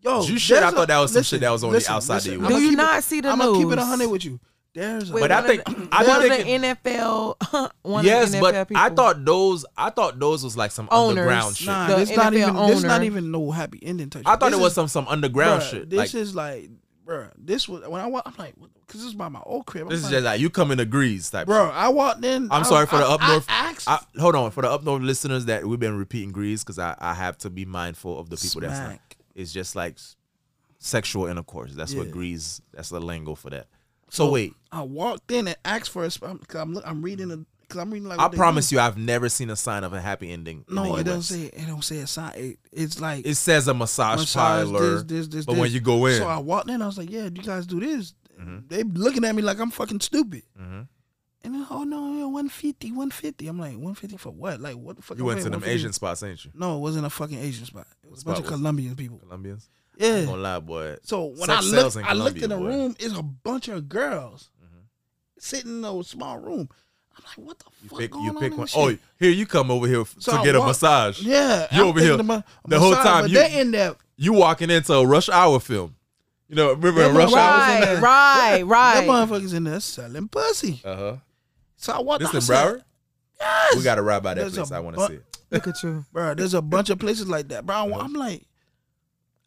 Speaker 2: yo,
Speaker 1: You shit, I
Speaker 2: there's
Speaker 1: thought that was some shit that was only outside the US.
Speaker 2: I'ma
Speaker 3: Do you
Speaker 2: keep it-
Speaker 3: not see the
Speaker 2: I'm
Speaker 3: news?
Speaker 2: gonna keep it hundred with you. There's a
Speaker 3: With
Speaker 1: But I
Speaker 3: one of
Speaker 1: think-
Speaker 3: the,
Speaker 1: I
Speaker 3: one
Speaker 1: think
Speaker 3: of the NFL. one
Speaker 1: yes,
Speaker 3: of the NFL
Speaker 1: but
Speaker 3: people.
Speaker 1: I thought those I thought those was like some
Speaker 3: Owners.
Speaker 1: underground shit.
Speaker 2: nah.
Speaker 3: the
Speaker 2: This not
Speaker 3: NFL
Speaker 2: even this not
Speaker 3: owner-
Speaker 2: even no happy ending type.
Speaker 1: I thought
Speaker 2: This
Speaker 1: it was
Speaker 2: is-
Speaker 1: some some underground
Speaker 2: bruh,
Speaker 1: shit.
Speaker 2: This
Speaker 1: Like
Speaker 2: is like, bruh. This was when I walk. I'm like, because this is by my old crib. I'm
Speaker 1: this is
Speaker 2: like,
Speaker 1: just like you come in agrees type.
Speaker 2: bro.
Speaker 1: shit.
Speaker 2: I walked in.
Speaker 1: I'm
Speaker 2: I-
Speaker 1: sorry for the
Speaker 2: I-
Speaker 1: up north-
Speaker 2: I asked
Speaker 1: I, hold on for the up north listeners that we've been repeating grease because I, I have to be mindful of the people that's not.
Speaker 2: Smack.
Speaker 1: It's just like s- sexual intercourse. That's what
Speaker 2: Yeah.
Speaker 1: grease. That's the lingo for that. So, wait,
Speaker 2: I walked in and asked for a spot because I'm look, I'm reading a because I'm reading like
Speaker 1: I promise you, I've never seen a sign of a happy ending. in
Speaker 2: No,
Speaker 1: the
Speaker 2: it doesn't
Speaker 1: US.
Speaker 2: say it don't say a sign. It, it's like
Speaker 1: It says a massage,
Speaker 2: massage
Speaker 1: parlor.
Speaker 2: this this this.
Speaker 1: but
Speaker 2: this.
Speaker 1: when you go in, Mm-hmm.
Speaker 2: so I walked in. I was like, yeah, you guys do this. They looking at me like I'm fucking stupid.
Speaker 1: Mhm.
Speaker 2: And then, oh no, yeah, 150, 150. I'm like, 150 for what? Like, what the fuck?
Speaker 1: you
Speaker 2: I'm
Speaker 1: went to
Speaker 2: paying
Speaker 1: them
Speaker 2: 150?
Speaker 1: Asian spots, ain't you?
Speaker 2: No, it wasn't a fucking Asian spot. It was a bunch
Speaker 1: spot
Speaker 2: of
Speaker 1: was-
Speaker 2: Colombian people.
Speaker 1: Colombians. I ain't
Speaker 2: Yeah.
Speaker 1: gonna lie, boy.
Speaker 2: So when
Speaker 1: Sex
Speaker 2: I
Speaker 1: sells
Speaker 2: looked,
Speaker 1: in
Speaker 2: I looked in the
Speaker 1: Colombia, boy. Mm-hmm.
Speaker 2: room. It's a bunch of girls sitting in a small room. I'm like, what the
Speaker 1: You
Speaker 2: fuck?
Speaker 1: pick,
Speaker 2: going
Speaker 1: you
Speaker 2: on
Speaker 1: pick
Speaker 2: in
Speaker 1: one.
Speaker 2: this
Speaker 1: Oh,
Speaker 2: shit?
Speaker 1: here you come over here f-
Speaker 2: So
Speaker 1: to
Speaker 2: I
Speaker 1: get a
Speaker 2: walk-
Speaker 1: massage.
Speaker 2: yeah.
Speaker 1: you over here.
Speaker 2: thinking about a
Speaker 1: The whole
Speaker 2: massage,
Speaker 1: time
Speaker 2: but
Speaker 1: you-
Speaker 2: they in there.
Speaker 1: You walking into a rush hour film. You know, remember in
Speaker 2: Them
Speaker 1: rush hour?
Speaker 2: motherfuckers in
Speaker 3: Right,
Speaker 2: there-
Speaker 3: right,
Speaker 2: That
Speaker 3: right.
Speaker 2: motherfuckers in there selling pussy.
Speaker 1: Uh huh.
Speaker 2: So I walked.
Speaker 1: This
Speaker 2: out, I
Speaker 1: in
Speaker 2: said,
Speaker 1: Broward.
Speaker 2: Yes.
Speaker 1: We gotta ride by that
Speaker 2: There's a
Speaker 1: place. I want to
Speaker 2: bu-
Speaker 1: see it.
Speaker 3: Look at you.
Speaker 2: bro. There's a bunch of places like that, bro. I
Speaker 1: Uh-huh.
Speaker 2: wa- I'm like,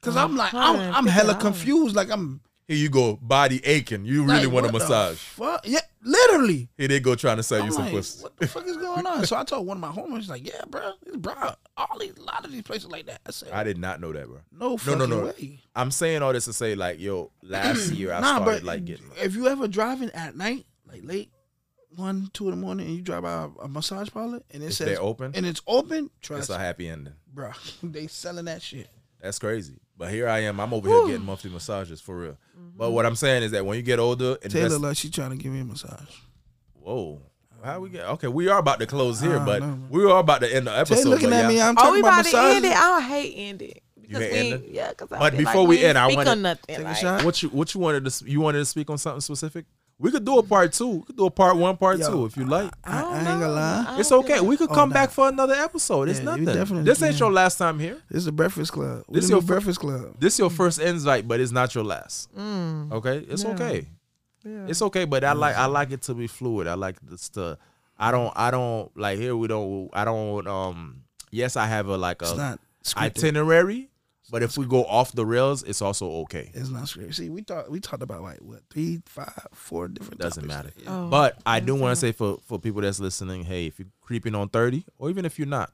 Speaker 2: cause I'm like,
Speaker 3: I'm
Speaker 2: I'm,
Speaker 3: trying to
Speaker 2: I'm
Speaker 3: figure
Speaker 2: hella
Speaker 3: out.
Speaker 2: confused. Like I'm
Speaker 1: Here you go, body aching. You really
Speaker 2: like,
Speaker 1: want a
Speaker 2: what the
Speaker 1: massage?
Speaker 2: Fuck yeah, literally.
Speaker 1: Here they go trying to sell
Speaker 2: I'm
Speaker 1: you some
Speaker 2: like,
Speaker 1: pussy.
Speaker 2: what the fuck is going on? So I told one of my homies, like, yeah, bro, it's bro, all these, a lot of these places like that. I said,
Speaker 1: I did not know that, bro.
Speaker 2: no,
Speaker 1: No,
Speaker 2: fucking
Speaker 1: no, no.
Speaker 2: way.
Speaker 1: I'm saying all this to say, like, yo, last year I
Speaker 2: nah,
Speaker 1: started
Speaker 2: but
Speaker 1: like getting.
Speaker 2: if you ever driving at night, like late, one, two in the morning, and you drive by a, a massage parlor and it
Speaker 1: If
Speaker 2: says
Speaker 1: they're open,
Speaker 2: and it's open,
Speaker 1: it's
Speaker 2: trust,
Speaker 1: a happy ending.
Speaker 2: bro, they selling that shit.
Speaker 1: That's crazy. But here I am. I'm over here getting monthly massages for real. But what I'm saying is that when you get older, invest.
Speaker 2: Mm-hmm. Taylor, like, she trying to give me a massage.
Speaker 1: whoa. How we get? Okay, we are about to close here,
Speaker 2: I
Speaker 1: but
Speaker 2: know, man.
Speaker 1: we are about to end the episode.
Speaker 2: Taylor looking
Speaker 1: but
Speaker 2: at
Speaker 1: yeah.
Speaker 2: me, I'm
Speaker 3: Are
Speaker 2: talking
Speaker 3: we
Speaker 2: about
Speaker 3: about to
Speaker 2: massage.
Speaker 3: end it? I hate end it. Because
Speaker 1: hate
Speaker 3: we,
Speaker 1: end it?
Speaker 3: Yeah, because I
Speaker 1: But
Speaker 3: feel like
Speaker 1: before we
Speaker 3: ain't
Speaker 1: end, I
Speaker 3: speak
Speaker 1: wanna-
Speaker 3: on nothing.
Speaker 2: Take a
Speaker 3: like,
Speaker 2: shot.
Speaker 1: What you what you wanted to s- you wanted to speak on something specific? We could do a part two. We could do a part one, part
Speaker 2: Yo,
Speaker 1: two if you like.
Speaker 2: I,
Speaker 3: don't
Speaker 2: I ain't gonna
Speaker 3: know.
Speaker 2: lie.
Speaker 3: I
Speaker 1: It's
Speaker 3: don't feel
Speaker 1: okay.
Speaker 3: like-
Speaker 1: We could
Speaker 2: Oh,
Speaker 1: come
Speaker 2: nah.
Speaker 1: back for another episode. It's
Speaker 2: Yeah, you
Speaker 1: nothing.
Speaker 2: definitely
Speaker 1: This ain't
Speaker 2: can.
Speaker 1: your last time here.
Speaker 2: This is the Breakfast Club.
Speaker 1: This
Speaker 2: This
Speaker 1: is
Speaker 2: is
Speaker 1: your
Speaker 2: your
Speaker 1: fir-
Speaker 2: Breakfast Club.
Speaker 1: This is your first invite, but it's not your last.
Speaker 3: Mm,
Speaker 1: Okay, it's
Speaker 3: Yeah.
Speaker 1: okay.
Speaker 3: yeah.
Speaker 1: It's okay, but I like I like it to be fluid. I like this to. I don't. I don't like here. We don't. I don't. Um. Yes, I have a like
Speaker 2: It's
Speaker 1: a
Speaker 2: not scripted.
Speaker 1: itinerary, but if we go off the rails, it's also okay.
Speaker 2: it's not scripted. See, we thought we talked about like what three, five, four different.
Speaker 1: Doesn't
Speaker 2: topics.
Speaker 1: matter.
Speaker 2: Yeah.
Speaker 3: Oh,
Speaker 1: But I do
Speaker 3: that's
Speaker 1: want
Speaker 3: enough.
Speaker 1: to say for for people that's listening, hey, if you're creeping on thirty, or even if you're not,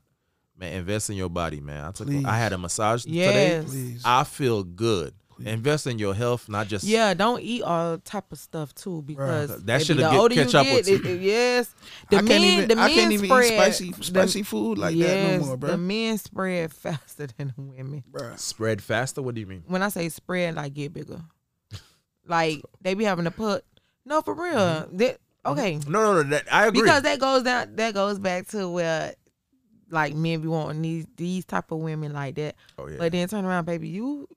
Speaker 1: man, invest in your body, man. I took.
Speaker 2: Please.
Speaker 1: I had a massage today.
Speaker 3: Yes.
Speaker 2: Please,
Speaker 1: I feel good.
Speaker 2: Please.
Speaker 1: Invest in your health, not just
Speaker 3: Yeah, don't eat all type of stuff too because
Speaker 1: that
Speaker 3: baby,
Speaker 1: shoulda
Speaker 3: the
Speaker 1: get-
Speaker 3: older
Speaker 1: catch
Speaker 3: you
Speaker 1: up with
Speaker 3: get, it,
Speaker 1: you.
Speaker 3: it- yes, the
Speaker 2: I
Speaker 3: men,
Speaker 2: can't even.
Speaker 3: the men
Speaker 2: I can't even
Speaker 3: spread,
Speaker 2: eat spicy,
Speaker 3: the-
Speaker 2: spicy food like that
Speaker 3: yes,
Speaker 2: no more, bro.
Speaker 3: The men spread faster than the women.
Speaker 2: bro.
Speaker 1: spread faster. What do you mean?
Speaker 3: When I say spread, like get bigger, like they be having to put no for real.
Speaker 2: Mm-hmm.
Speaker 3: That- okay,
Speaker 1: No, no, no. That, I agree.
Speaker 3: because that goes down, that goes back to where like men be wanting these these type of women like that,
Speaker 1: oh yeah.
Speaker 3: but then turn around, baby, you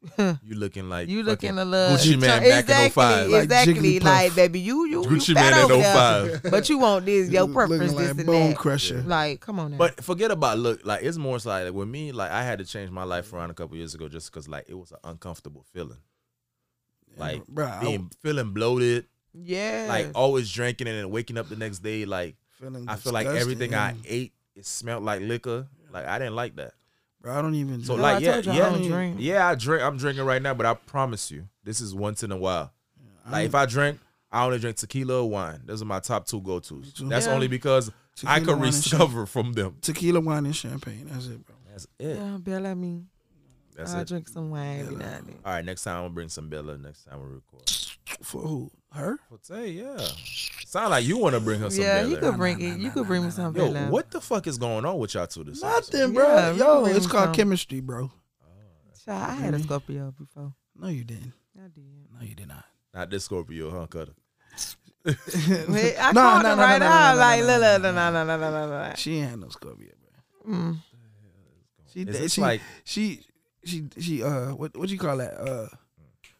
Speaker 1: you looking like
Speaker 3: You looking
Speaker 1: fucking
Speaker 3: a little
Speaker 1: Gucci man
Speaker 3: try-
Speaker 1: back in 05.
Speaker 2: Like
Speaker 3: Exactly,
Speaker 2: Jigglypuff.
Speaker 3: like baby, you you
Speaker 1: Gucci
Speaker 3: you
Speaker 1: man
Speaker 3: fat
Speaker 1: in
Speaker 3: over there,
Speaker 1: 05.
Speaker 3: but you want this your preference,
Speaker 2: Looking like
Speaker 3: this and
Speaker 2: bone
Speaker 3: that.
Speaker 2: crusher.
Speaker 3: Like, come on now.
Speaker 1: But forget about look. Like it's more so, like with me. Like I had to change my life around a couple years ago just because like it was an uncomfortable feeling, like
Speaker 2: bro, I
Speaker 1: being
Speaker 2: was
Speaker 1: feeling bloated,
Speaker 3: yeah,
Speaker 1: like oh, always drinking and then waking up the next day. Like
Speaker 2: feeling
Speaker 1: I feel like
Speaker 2: disgusting.
Speaker 1: everything I ate it smelled like liquor. Like I didn't like that.
Speaker 2: Bro, I don't even.
Speaker 1: So
Speaker 3: No,
Speaker 1: like
Speaker 3: I
Speaker 1: yeah,
Speaker 3: told you I
Speaker 1: yeah,
Speaker 3: don't drink.
Speaker 1: yeah. I drink. I'm drinking right now, but I promise you, this is once in a while. Like if I drink, I only drink tequila or wine. Those are my top two go tos.
Speaker 2: too.
Speaker 1: That's
Speaker 3: Yeah.
Speaker 1: only because I
Speaker 2: Tequila,
Speaker 1: could
Speaker 2: wine, and
Speaker 1: recover from them.
Speaker 2: champagne. Tequila, wine, and champagne. That's it, bro.
Speaker 1: That's it.
Speaker 3: Yeah, Bella, I mean,
Speaker 1: That's
Speaker 3: I'll
Speaker 1: it.
Speaker 3: drink some wine every now and then.
Speaker 1: All right, next time I'll bring some Bella. Next time we record.
Speaker 2: For who? Her?
Speaker 1: Forte, yeah. Sound like you want to bring her some
Speaker 3: Yeah,
Speaker 1: Bella.
Speaker 3: you could
Speaker 2: Nah,
Speaker 3: bring
Speaker 2: nah,
Speaker 3: it.
Speaker 2: nah,
Speaker 3: You
Speaker 2: nah,
Speaker 3: could
Speaker 2: nah,
Speaker 3: bring
Speaker 2: nah,
Speaker 3: me some
Speaker 1: Yo,
Speaker 3: Bella.
Speaker 1: what the fuck is going on with y'all two this
Speaker 2: Nothing, bro.
Speaker 3: Yeah, we
Speaker 2: Yo,
Speaker 3: can
Speaker 2: it's
Speaker 3: bring
Speaker 2: called
Speaker 3: some.
Speaker 2: chemistry, bro.
Speaker 3: Child, I had a Scorpio before.
Speaker 2: No, you didn't.
Speaker 3: I did.
Speaker 2: No, you did not.
Speaker 1: Not this Scorpio, huh, Cutter?
Speaker 3: Wait, I
Speaker 2: No,
Speaker 3: called
Speaker 2: no,
Speaker 3: him
Speaker 2: no,
Speaker 3: right
Speaker 2: no, no,
Speaker 3: out.
Speaker 2: no,
Speaker 3: like,
Speaker 2: no, no,
Speaker 3: look,
Speaker 2: no,
Speaker 3: look, no, no, no, no, no, no.
Speaker 2: She ain't no Scorpio, bro.
Speaker 3: Mm.
Speaker 2: She,
Speaker 1: Is this
Speaker 2: she,
Speaker 1: like-
Speaker 2: she, she, she, uh, what, what you call that? Uh,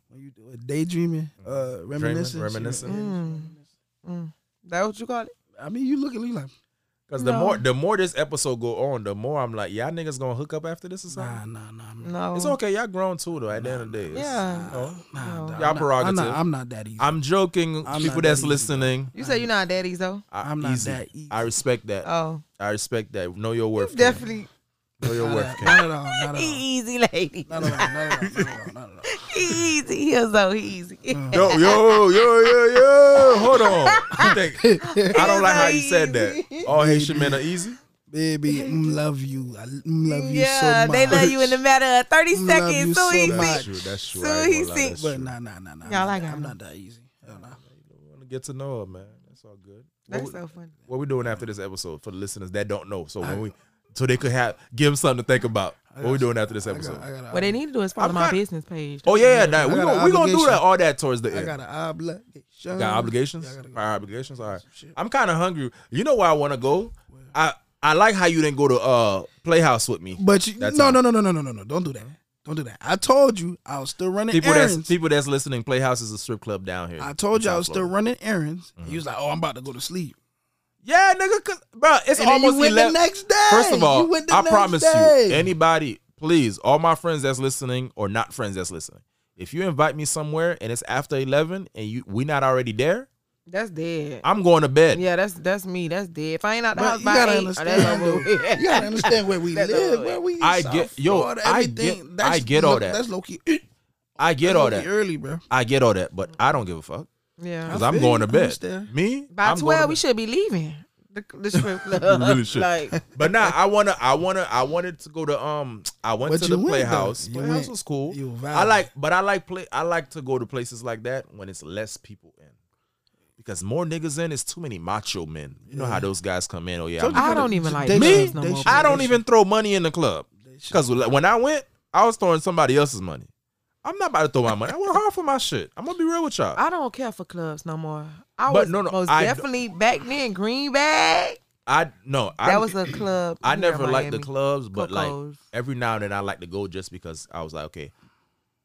Speaker 2: when you do it, daydreaming, uh, reminiscing, She-
Speaker 1: Mm-hmm. reminiscing.
Speaker 3: Mm. Mm. That what you call it?
Speaker 2: I mean, you look at me like,
Speaker 1: Because the
Speaker 3: No.
Speaker 1: more the more this episode go on, the more I'm like, y'all niggas gonna hook up after this or something.
Speaker 2: nah, nah, nah, man.
Speaker 3: No.
Speaker 1: It's okay, y'all grown too though. At the end of the day, It's-
Speaker 3: Yeah.
Speaker 1: you know.
Speaker 2: nah,
Speaker 3: No.
Speaker 2: nah,
Speaker 1: Y'all
Speaker 2: nah,
Speaker 1: prerogative.
Speaker 2: I'm not, I'm not that easy.
Speaker 1: I'm joking.
Speaker 2: I'm
Speaker 1: People
Speaker 2: not
Speaker 1: that's
Speaker 2: that easy.
Speaker 1: listening,
Speaker 3: You say you're not daddies though.
Speaker 1: I,
Speaker 2: I'm not
Speaker 1: easy.
Speaker 2: that easy.
Speaker 1: I respect that.
Speaker 3: Oh,
Speaker 1: I respect that. Know your worth. Ken.
Speaker 3: definitely
Speaker 1: know your
Speaker 2: not,
Speaker 1: worth.
Speaker 2: at,
Speaker 1: Ken.
Speaker 2: not at all, not at
Speaker 3: he
Speaker 2: all.
Speaker 3: easy, lady.
Speaker 2: Not at all, not at all, not at all, not at all. Uh,
Speaker 3: He easy. He is so easy.
Speaker 1: Yo, yo, yo, yo, yo. Hold on. You think- I don't like how you said that. All Haitian men are easy.
Speaker 2: Baby, mm, love you. I mm, love you
Speaker 3: yeah,
Speaker 2: so much.
Speaker 3: they love you in a matter of thirty
Speaker 2: Love you
Speaker 3: seconds. So
Speaker 2: so
Speaker 3: easy.
Speaker 2: much.
Speaker 1: That's true. That's true.
Speaker 3: So
Speaker 1: I ain't
Speaker 3: he
Speaker 1: gonna lie,
Speaker 3: think-
Speaker 1: that's
Speaker 2: But
Speaker 1: true.
Speaker 2: nah, nah, nah, nah.
Speaker 3: Y'all like
Speaker 2: I'm,
Speaker 3: her.
Speaker 2: not that easy. Hell nah.
Speaker 1: want to get to know her, man. That's all good. What
Speaker 3: That's
Speaker 1: we,
Speaker 3: so funny.
Speaker 1: what we doing after this episode for the listeners that don't know? So when we, so they could have give them something to think about. What we doing after this
Speaker 2: I
Speaker 1: episode?
Speaker 2: got, I got, a-
Speaker 3: What they need to do is follow
Speaker 1: um, I'm
Speaker 3: my
Speaker 1: kinda-
Speaker 3: business page.
Speaker 1: Oh yeah, yeah. Nah,
Speaker 2: I
Speaker 1: we
Speaker 2: got
Speaker 1: gonna
Speaker 2: an
Speaker 1: we gonna do
Speaker 2: obligation.
Speaker 1: that all that towards the
Speaker 2: I
Speaker 1: end.
Speaker 2: got an obligation.
Speaker 1: Got obligations?
Speaker 2: I gotta go.
Speaker 1: Prior obligations? All right.
Speaker 2: Shit.
Speaker 1: I'm kind of hungry. You know where I want to go? I I like how you didn't go to uh Playhouse with me.
Speaker 2: But you,
Speaker 1: That's
Speaker 2: no,
Speaker 1: all.
Speaker 2: no, no, no, no, no, no, no. Don't do that. Don't do that. I told you I was still running
Speaker 1: People
Speaker 2: errands.
Speaker 1: that's people that's listening, Playhouse is a strip club down here.
Speaker 2: I told you I was still
Speaker 1: running.
Speaker 2: running errands. You
Speaker 1: Mm-hmm.
Speaker 2: was like, oh, I'm about to go to sleep.
Speaker 1: Yeah, nigga, cause bro, it's
Speaker 2: And then you
Speaker 1: almost
Speaker 2: went the
Speaker 1: eleven.
Speaker 2: next day.
Speaker 1: First of all,
Speaker 2: you went the
Speaker 1: I
Speaker 2: next
Speaker 1: promise
Speaker 2: day.
Speaker 1: you, anybody, please, all my friends that's listening or not friends that's listening, if you invite me somewhere and it's after eleven and you we not already there,
Speaker 3: That's dead.
Speaker 1: I'm going to bed.
Speaker 3: Yeah, that's that's me. That's dead. If I ain't out the
Speaker 2: But
Speaker 3: house
Speaker 2: you
Speaker 3: by
Speaker 2: gotta
Speaker 3: eight, oh,
Speaker 2: understand,
Speaker 3: that's over
Speaker 2: though.
Speaker 3: with.
Speaker 2: You gotta understand where we
Speaker 3: That's
Speaker 2: live,
Speaker 3: all.
Speaker 2: where we.
Speaker 1: I
Speaker 2: South
Speaker 1: get- yo,
Speaker 2: Florida,
Speaker 1: I
Speaker 2: everything.
Speaker 1: get-
Speaker 2: That's
Speaker 1: I get all that.
Speaker 2: That's low key.
Speaker 1: I get all that.
Speaker 2: early, bro.
Speaker 1: I get all that, but I don't give a fuck
Speaker 3: Yeah.
Speaker 1: because
Speaker 2: I
Speaker 1: I'm
Speaker 2: feel
Speaker 1: going
Speaker 2: you.
Speaker 1: to
Speaker 2: I
Speaker 1: bed.
Speaker 2: understand.
Speaker 1: Me,
Speaker 3: By
Speaker 1: I'm going to
Speaker 3: twelve,
Speaker 1: bed.
Speaker 3: we should be leaving the, the strip club.
Speaker 1: really should.
Speaker 3: Like,
Speaker 1: But nah, I wanna, I wanna, I wanted to go to um, I went
Speaker 2: But
Speaker 1: to the
Speaker 2: you went, though.
Speaker 1: playhouse.
Speaker 2: You
Speaker 1: playhouse
Speaker 2: went.
Speaker 1: was cool.
Speaker 2: You were
Speaker 1: I
Speaker 2: vibing.
Speaker 1: like, but I like play. I like to go to places like that when it's less people in, because more niggas in is too many macho men. You know how those guys come in. Oh yeah,
Speaker 2: Told
Speaker 1: I'm-
Speaker 2: you
Speaker 3: I
Speaker 2: gotta-
Speaker 3: don't even like
Speaker 2: they
Speaker 3: clubs
Speaker 2: should-
Speaker 3: no
Speaker 2: they
Speaker 3: more,
Speaker 2: should-
Speaker 1: I don't
Speaker 2: they
Speaker 1: even throw money in the club
Speaker 2: should-
Speaker 1: because when I went, I was throwing somebody else's money. I'm not about to throw my money. I work hard for my shit. I'm gonna be real with y'all.
Speaker 3: I don't care for clubs no more. I
Speaker 1: But
Speaker 3: was
Speaker 1: no, no,
Speaker 3: most
Speaker 1: I d-
Speaker 3: definitely back then Green Bag.
Speaker 1: I no,
Speaker 3: That
Speaker 1: I,
Speaker 3: was a club.
Speaker 1: I
Speaker 3: here
Speaker 1: never
Speaker 3: in
Speaker 1: liked the
Speaker 3: Miami.
Speaker 1: clubs, but like
Speaker 3: Coco's.
Speaker 1: every now and then I like to go just because I was like, okay,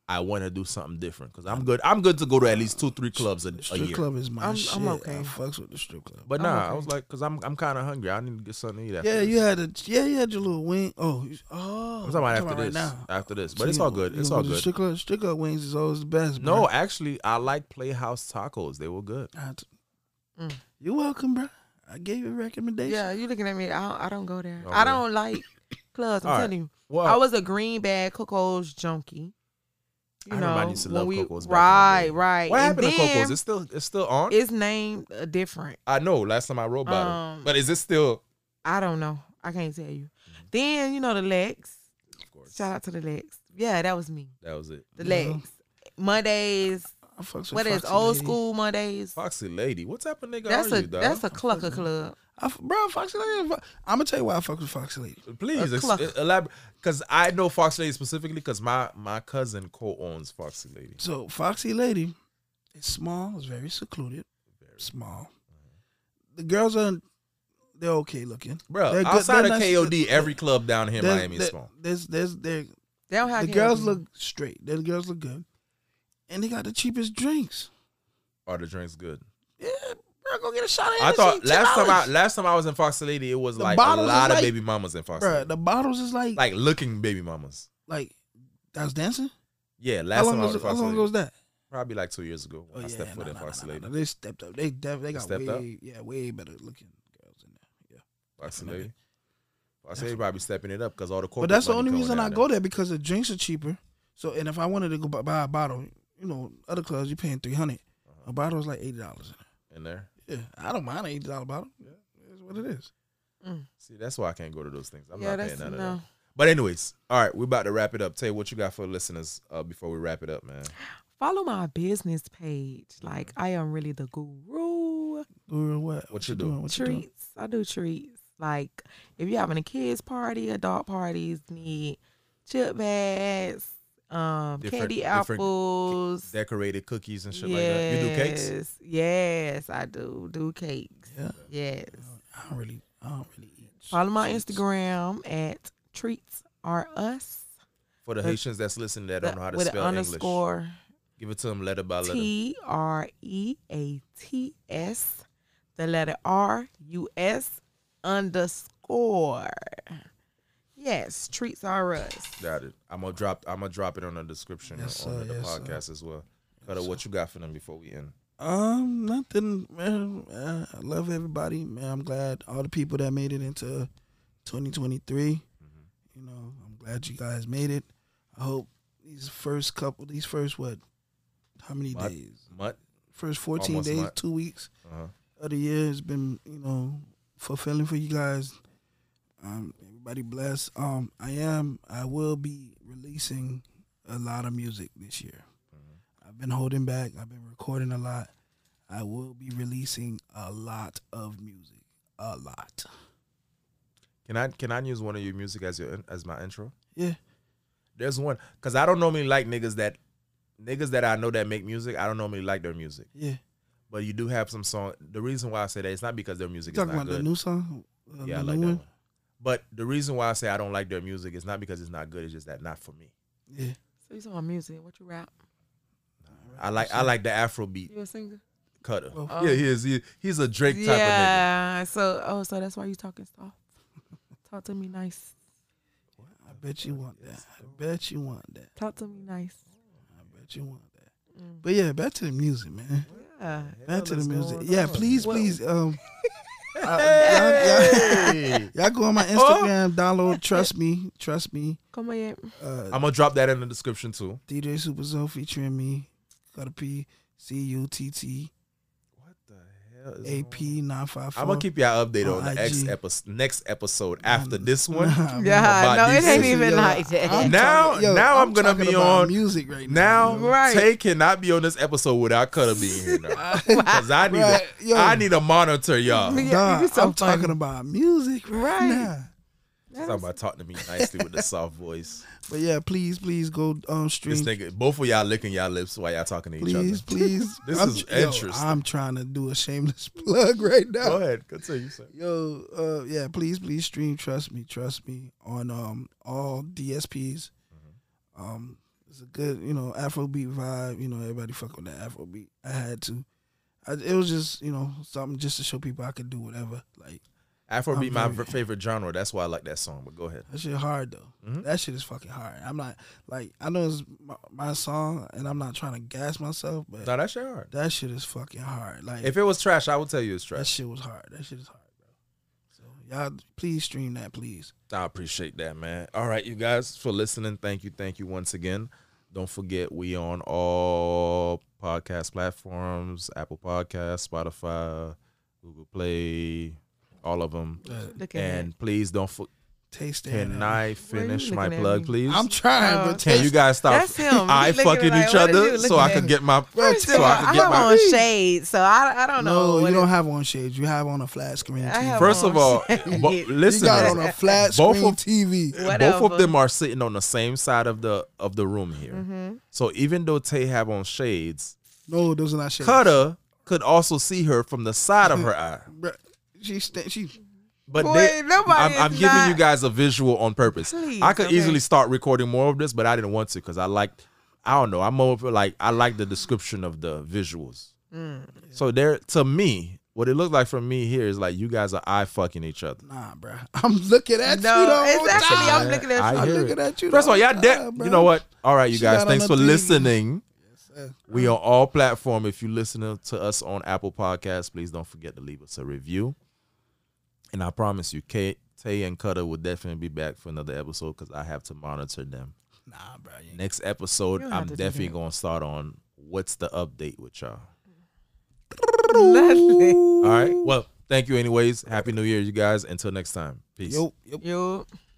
Speaker 1: I want to do something different because I'm good. I'm good to go to at least two, three clubs a, a
Speaker 2: Strip
Speaker 1: year.
Speaker 2: club is my
Speaker 3: I'm- I'm
Speaker 2: shit.
Speaker 3: okay.
Speaker 2: I fucks with the strip club.
Speaker 1: But
Speaker 3: I'm
Speaker 1: nah, I
Speaker 3: okay.
Speaker 1: was like, because I'm I'm kind of hungry. I need to get something to eat. After
Speaker 2: Yeah,
Speaker 1: this.
Speaker 2: you had a yeah, you had your little wing. Oh, you- oh.
Speaker 1: I'm talking about after
Speaker 2: right
Speaker 1: this.
Speaker 2: now.
Speaker 1: After this, but
Speaker 2: So
Speaker 1: it's
Speaker 2: you-
Speaker 1: all good.
Speaker 2: you
Speaker 1: It's
Speaker 2: go
Speaker 1: all
Speaker 2: to
Speaker 1: good.
Speaker 2: Strip club, strip club wings is always the best.
Speaker 1: no,
Speaker 2: bro.
Speaker 1: actually, I like Playhouse tacos. They were good.
Speaker 2: I t-
Speaker 3: Mm.
Speaker 2: you're welcome, bro. I gave you a recommendation.
Speaker 3: Yeah, you looking at me. I don't, I don't go there.
Speaker 1: Oh,
Speaker 3: I don't like clubs. I'm
Speaker 1: All right.
Speaker 3: telling you.
Speaker 1: Well,
Speaker 3: I was a Green Bag Coco's junkie. You
Speaker 1: I
Speaker 3: know,
Speaker 1: remember I used to
Speaker 3: when
Speaker 1: love
Speaker 3: we,
Speaker 1: Coco's back in the
Speaker 3: Right,
Speaker 1: day.
Speaker 3: right.
Speaker 1: What
Speaker 3: And
Speaker 1: happened to
Speaker 3: then
Speaker 1: Coco's? It's still it's still on.
Speaker 3: It's named uh, different.
Speaker 1: I know. Last time I wrote about
Speaker 3: Um,
Speaker 1: it, but is it still?
Speaker 3: I don't know. I can't tell you. Then you know the legs.
Speaker 1: Mm-hmm. Of course,
Speaker 3: Shout out to the legs. Yeah, that was me.
Speaker 1: that was it.
Speaker 3: The
Speaker 2: Yeah.
Speaker 3: legs. Mondays.
Speaker 2: I fucks with
Speaker 3: What is
Speaker 2: Foxy
Speaker 3: old
Speaker 2: Lady.
Speaker 3: school Mondays?
Speaker 1: Foxy lady, what type of nigga
Speaker 3: That's
Speaker 1: are
Speaker 3: a
Speaker 1: you, dog?
Speaker 3: that's a clucker club.
Speaker 2: I f bro, Foxy Lady. I'm gonna tell you why I fuck with Foxy Lady.
Speaker 1: Please
Speaker 3: A
Speaker 1: ex-
Speaker 3: cluck.
Speaker 1: elaborate, because I know Fox Lady specifically because my my cousin co-owns Foxy Lady.
Speaker 2: So Foxy Lady is small. It's very secluded. Small. The girls are they're okay looking,
Speaker 1: Bro,
Speaker 2: They're good-
Speaker 1: outside
Speaker 2: they're
Speaker 1: of
Speaker 2: nice-
Speaker 1: KOD, every club down here in
Speaker 2: there's-
Speaker 1: Miami is
Speaker 2: there-
Speaker 1: small.
Speaker 2: There's there's there.
Speaker 3: They don't have
Speaker 2: The
Speaker 3: KOD.
Speaker 2: girls look straight. The girls look good, and they got the cheapest drinks.
Speaker 1: Are the drinks good?
Speaker 2: Yeah, bro, go get a shot of
Speaker 1: I
Speaker 2: Hennessy.
Speaker 1: thought last time I
Speaker 2: $10.
Speaker 1: last time I was in Fox Lady, it was
Speaker 2: The
Speaker 1: like a
Speaker 2: bottles is
Speaker 1: lot of
Speaker 2: like-
Speaker 1: baby mamas in Fox
Speaker 2: Bruh,
Speaker 1: Lady,
Speaker 2: the bottles is like like,
Speaker 1: like looking baby mamas.
Speaker 2: I was dancing.
Speaker 1: Yeah,
Speaker 2: How
Speaker 1: last
Speaker 2: long,
Speaker 1: time I was
Speaker 2: was,
Speaker 1: in
Speaker 2: how
Speaker 1: Fox
Speaker 2: long
Speaker 1: Lady,
Speaker 2: ago was that? Oh,
Speaker 1: probably like two years ago. when I stepped foot
Speaker 2: nah,
Speaker 1: in
Speaker 2: nah,
Speaker 1: Fox
Speaker 2: nah, nah,
Speaker 1: Lady.
Speaker 2: nah. They stepped up. They def- they got
Speaker 1: stepped
Speaker 2: way
Speaker 1: up?
Speaker 2: yeah way better looking girls in there. Yeah,
Speaker 1: Fox
Speaker 2: Definitely.
Speaker 1: Lady, Fox Lady probably stepping it up because all the corporate.
Speaker 2: but that's the
Speaker 1: money
Speaker 2: only
Speaker 1: coming
Speaker 2: reason
Speaker 1: down
Speaker 2: I
Speaker 1: there.
Speaker 2: go there because the
Speaker 1: Uh-huh.
Speaker 2: drinks are cheaper. So and if I wanted to go bu- buy a bottle, you know, other clubs you're paying three hundred. A bottle's like eighty dollars.
Speaker 1: in there.
Speaker 2: Yeah, I don't mind an eighty dollar bottle. Yeah, it's what it is.
Speaker 1: See, that's why I can't go to those things. I'm
Speaker 3: yeah,
Speaker 1: not
Speaker 3: that's
Speaker 1: paying none of
Speaker 3: no.
Speaker 1: that. But anyways, all right, we're about to wrap it up. Tell you what you got for the listeners uh, before we wrap it up, man.
Speaker 3: Follow my business page. Like I am really the guru.
Speaker 2: Guru, what?
Speaker 1: What you doing?
Speaker 2: What you doing?
Speaker 3: treats. I do treats. Like if you're having a kids party, adult parties need chip bags, um,
Speaker 1: Different-
Speaker 3: candy
Speaker 1: different ca-
Speaker 3: apples.
Speaker 1: Decorated cookies and shit like that. You do cakes?
Speaker 3: Yes. Yes, I do. Do cakes.
Speaker 2: Yeah.
Speaker 3: Yes.
Speaker 1: Oh,
Speaker 2: I don't really, I don't really eat.
Speaker 3: Follow my
Speaker 2: treats.
Speaker 3: Instagram at treats are us.
Speaker 1: For the
Speaker 3: The-
Speaker 1: Haitians that's listening that don't know how to
Speaker 3: with an
Speaker 1: spell English,
Speaker 3: underscore
Speaker 1: give it to them letter by letter.
Speaker 3: T R E A T S, the letter R U S underscore. Yes, treats are us.
Speaker 1: Got it. I'm gonna drop. I'm gonna drop it on the description
Speaker 2: Yes,
Speaker 1: on
Speaker 2: sir,
Speaker 1: the
Speaker 2: yes, sir.
Speaker 1: podcast as well. Cutter, what you got for them before we end?
Speaker 2: Um, nothing, man. Uh, I love everybody, man. I'm glad all the people that made it into 2023. You know, I'm glad you guys made it. I hope these first couple, these first what, how many
Speaker 1: Month.
Speaker 2: days?
Speaker 1: Mutt.
Speaker 2: First 14
Speaker 1: Almost
Speaker 2: days,
Speaker 1: month.
Speaker 2: two weeks
Speaker 1: Uh-huh.
Speaker 2: of the year has been, you know, fulfilling for you guys. Um, everybody blessed. Um, I am, I will be releasing a lot of music this year.
Speaker 1: Mm-hmm.
Speaker 2: I've been holding back. I've been recording a lot. I will be releasing a lot of music. A lot.
Speaker 1: Can I can I use one of your music as your in- as my intro?
Speaker 2: Yeah.
Speaker 1: There's one because I don't normally like niggas that niggas that I know that make music. I don't normally like their music,
Speaker 2: Yeah.
Speaker 1: but you do have some song. The reason why I say that it's not because their
Speaker 2: You
Speaker 1: music is
Speaker 2: talking
Speaker 1: not
Speaker 2: about the
Speaker 1: good.
Speaker 2: new song? Uh,
Speaker 1: yeah, I
Speaker 2: the
Speaker 1: like
Speaker 2: new
Speaker 1: that one. But the reason why I say I don't like their music is not because it's not good. It's just that not for me.
Speaker 2: Yeah.
Speaker 3: So you talking about music? What you rap?
Speaker 1: I like I like the Afro beat
Speaker 3: You a singer?
Speaker 1: cutter.
Speaker 2: Oh.
Speaker 1: Yeah, he is. He, he's a Drake type of nigga.
Speaker 3: yeah. So oh, so that's why you talking stuff. Talk to me nice.
Speaker 2: I bet you want that. I bet you want that.
Speaker 3: Talk to me nice.
Speaker 2: I bet you want that.
Speaker 3: Mm.
Speaker 2: But yeah, back to the music, man.
Speaker 3: Yeah.
Speaker 2: Back to
Speaker 1: Hell is
Speaker 2: the music.
Speaker 1: going
Speaker 2: Yeah,
Speaker 1: on.
Speaker 2: please, please. Um,
Speaker 1: Uh, Hey!
Speaker 2: y'all go on my
Speaker 1: Oh.
Speaker 2: Instagram, download Trust Me, Trust Me,
Speaker 3: Come here.
Speaker 2: uh,
Speaker 1: I'm gonna drop that in the description too.
Speaker 2: DJ Super Zone featuring me, got a P, C U T T
Speaker 1: What the hell
Speaker 2: A P 954.
Speaker 1: I'm gonna keep y'all updated on,
Speaker 2: on
Speaker 1: the ex
Speaker 2: IG.
Speaker 1: episode, next episode after this one.
Speaker 3: Yeah.
Speaker 1: About
Speaker 3: No, it
Speaker 1: these
Speaker 3: ain't
Speaker 1: sisters.
Speaker 3: even
Speaker 2: Yo,
Speaker 3: like
Speaker 2: I'm
Speaker 3: that.
Speaker 1: Now-
Speaker 2: talking- yo,
Speaker 1: now I'm gonna
Speaker 2: talking
Speaker 1: be
Speaker 2: about
Speaker 1: on-
Speaker 2: music right
Speaker 1: Now,
Speaker 2: yo.
Speaker 3: Right.
Speaker 1: Tay cannot be on this episode without Cutter being here now, because I need
Speaker 2: Right,
Speaker 1: a,
Speaker 2: yo.
Speaker 1: I need a monitor, y'all.
Speaker 3: Yeah,
Speaker 2: Dog,
Speaker 3: you so
Speaker 2: I'm
Speaker 3: funny.
Speaker 2: talking about music right,
Speaker 3: Right.
Speaker 2: now.
Speaker 1: She's talking about talking to me nicely with the soft voice.
Speaker 2: But yeah, please, please go um
Speaker 1: This
Speaker 2: stream.
Speaker 1: nigga, both of y'all licking y'all lips while y'all talking to each
Speaker 2: Please, please.
Speaker 1: This
Speaker 2: I'm,
Speaker 1: is
Speaker 2: tr- yo,
Speaker 1: interesting.
Speaker 2: I'm trying to do a shameless plug right now.
Speaker 1: other. Go ahead, continue. Sir.
Speaker 2: Yo, uh, yeah, please, please stream. Trust me, trust me on um all DSPs.
Speaker 1: Mm-hmm.
Speaker 2: Um, it's a good, you know, Afrobeat vibe. You know, everybody fuck with that Afrobeat. I had to. I, it was just, you know, something just to show people I could do whatever. Like
Speaker 1: Afro be
Speaker 2: I'm
Speaker 1: my
Speaker 2: very-
Speaker 1: favorite genre. That's why I like that song. But go ahead.
Speaker 2: that shit hard though.
Speaker 1: Mhm.
Speaker 2: That shit is fucking hard. I'm not like I know it's my, my song, and I'm not trying to gas myself, but
Speaker 1: No, that's your hard.
Speaker 2: that shit is fucking hard. Like
Speaker 1: If it was trash, I would tell you it's
Speaker 2: that
Speaker 1: trash.
Speaker 2: shit was hard. That shit is hard, bro. So y'all, please stream that, please.
Speaker 1: I appreciate that, man. All right, you guys, for listening. Thank you. Thank you once again. Don't forget, we on all podcast platforms Apple Podcasts, Spotify, Google Play, all of them.
Speaker 2: Uh,
Speaker 3: Look at
Speaker 1: And please don't. For-
Speaker 2: taste that. uh,
Speaker 1: can I
Speaker 3: Where you
Speaker 1: finish
Speaker 3: looking
Speaker 1: my
Speaker 3: at
Speaker 1: plug,
Speaker 3: me?
Speaker 1: please?
Speaker 2: I'm trying,
Speaker 3: Uh,
Speaker 2: but
Speaker 1: can you guys stop?
Speaker 3: That's him.
Speaker 1: I
Speaker 3: He looking
Speaker 1: fucking
Speaker 3: like,
Speaker 1: each
Speaker 3: what is
Speaker 1: other
Speaker 3: you
Speaker 1: so I
Speaker 3: looking
Speaker 1: can
Speaker 3: at?
Speaker 1: get my.
Speaker 3: First of
Speaker 1: So
Speaker 3: all,
Speaker 1: I
Speaker 3: I
Speaker 1: can get
Speaker 3: have
Speaker 1: my.
Speaker 3: on shades, so I, I don't know.
Speaker 2: No,
Speaker 3: what
Speaker 2: you
Speaker 3: it-
Speaker 2: don't have on shades. You have on a flat screen.
Speaker 3: I have
Speaker 2: TV.
Speaker 1: First of all,
Speaker 3: on
Speaker 1: bo-
Speaker 3: shades.
Speaker 2: you
Speaker 1: listen.
Speaker 2: got on a flat
Speaker 1: Both
Speaker 2: screen
Speaker 1: of-
Speaker 2: TV.
Speaker 1: Both
Speaker 3: Whatever.
Speaker 1: of them are sitting on the same side of the of the room here.
Speaker 3: Mm-hmm.
Speaker 1: So even though Tay have on shades,
Speaker 2: No, those are not shades.
Speaker 1: Cutter could also see her from the side of her eye.
Speaker 2: Bruh, She sta- she.
Speaker 1: But
Speaker 3: Boy,
Speaker 1: they,
Speaker 3: nobody
Speaker 1: I'm,
Speaker 3: is
Speaker 1: I'm giving
Speaker 3: not-
Speaker 1: you guys a visual on purpose.
Speaker 3: Please,
Speaker 1: I could
Speaker 3: okay.
Speaker 1: easily start recording more of this, but I didn't want to because I liked. I don't know. I'm over like I like the description of the visuals.
Speaker 3: Mm.
Speaker 1: So there, to me, what it looked like from me here is like you guys are eye fucking each other.
Speaker 2: Nah, bro. I'm looking at you.
Speaker 3: No,
Speaker 2: the whole
Speaker 3: exactly.
Speaker 2: time.
Speaker 3: I'm looking at
Speaker 1: I
Speaker 3: you.
Speaker 2: I'm
Speaker 1: hear
Speaker 2: looking
Speaker 1: it.
Speaker 2: at you. the
Speaker 1: First of all,
Speaker 2: whole
Speaker 1: y'all, de-
Speaker 2: time, bruh.
Speaker 1: you know what? All right, you
Speaker 2: She
Speaker 1: guys,
Speaker 2: got on
Speaker 1: thanks
Speaker 2: the
Speaker 1: for
Speaker 2: thing.
Speaker 1: listening.
Speaker 2: sir.
Speaker 1: We are all platform. If you listen to us on Apple Podcasts, please don't forget to leave us a review. And I promise you, Kate, Tay, and Cutter will definitely be back for another episode because I have to monitor them.
Speaker 2: Nah, bro.
Speaker 1: Next episode,
Speaker 3: You don't have
Speaker 1: I'm
Speaker 3: to do
Speaker 1: definitely
Speaker 3: that.
Speaker 1: gonna start on what's the update with y'all.
Speaker 3: Nothing.
Speaker 1: All right. Well, thank you, anyways. Happy New Year, you guys. Until next time. Peace.
Speaker 2: Yo, yo.
Speaker 3: Yup.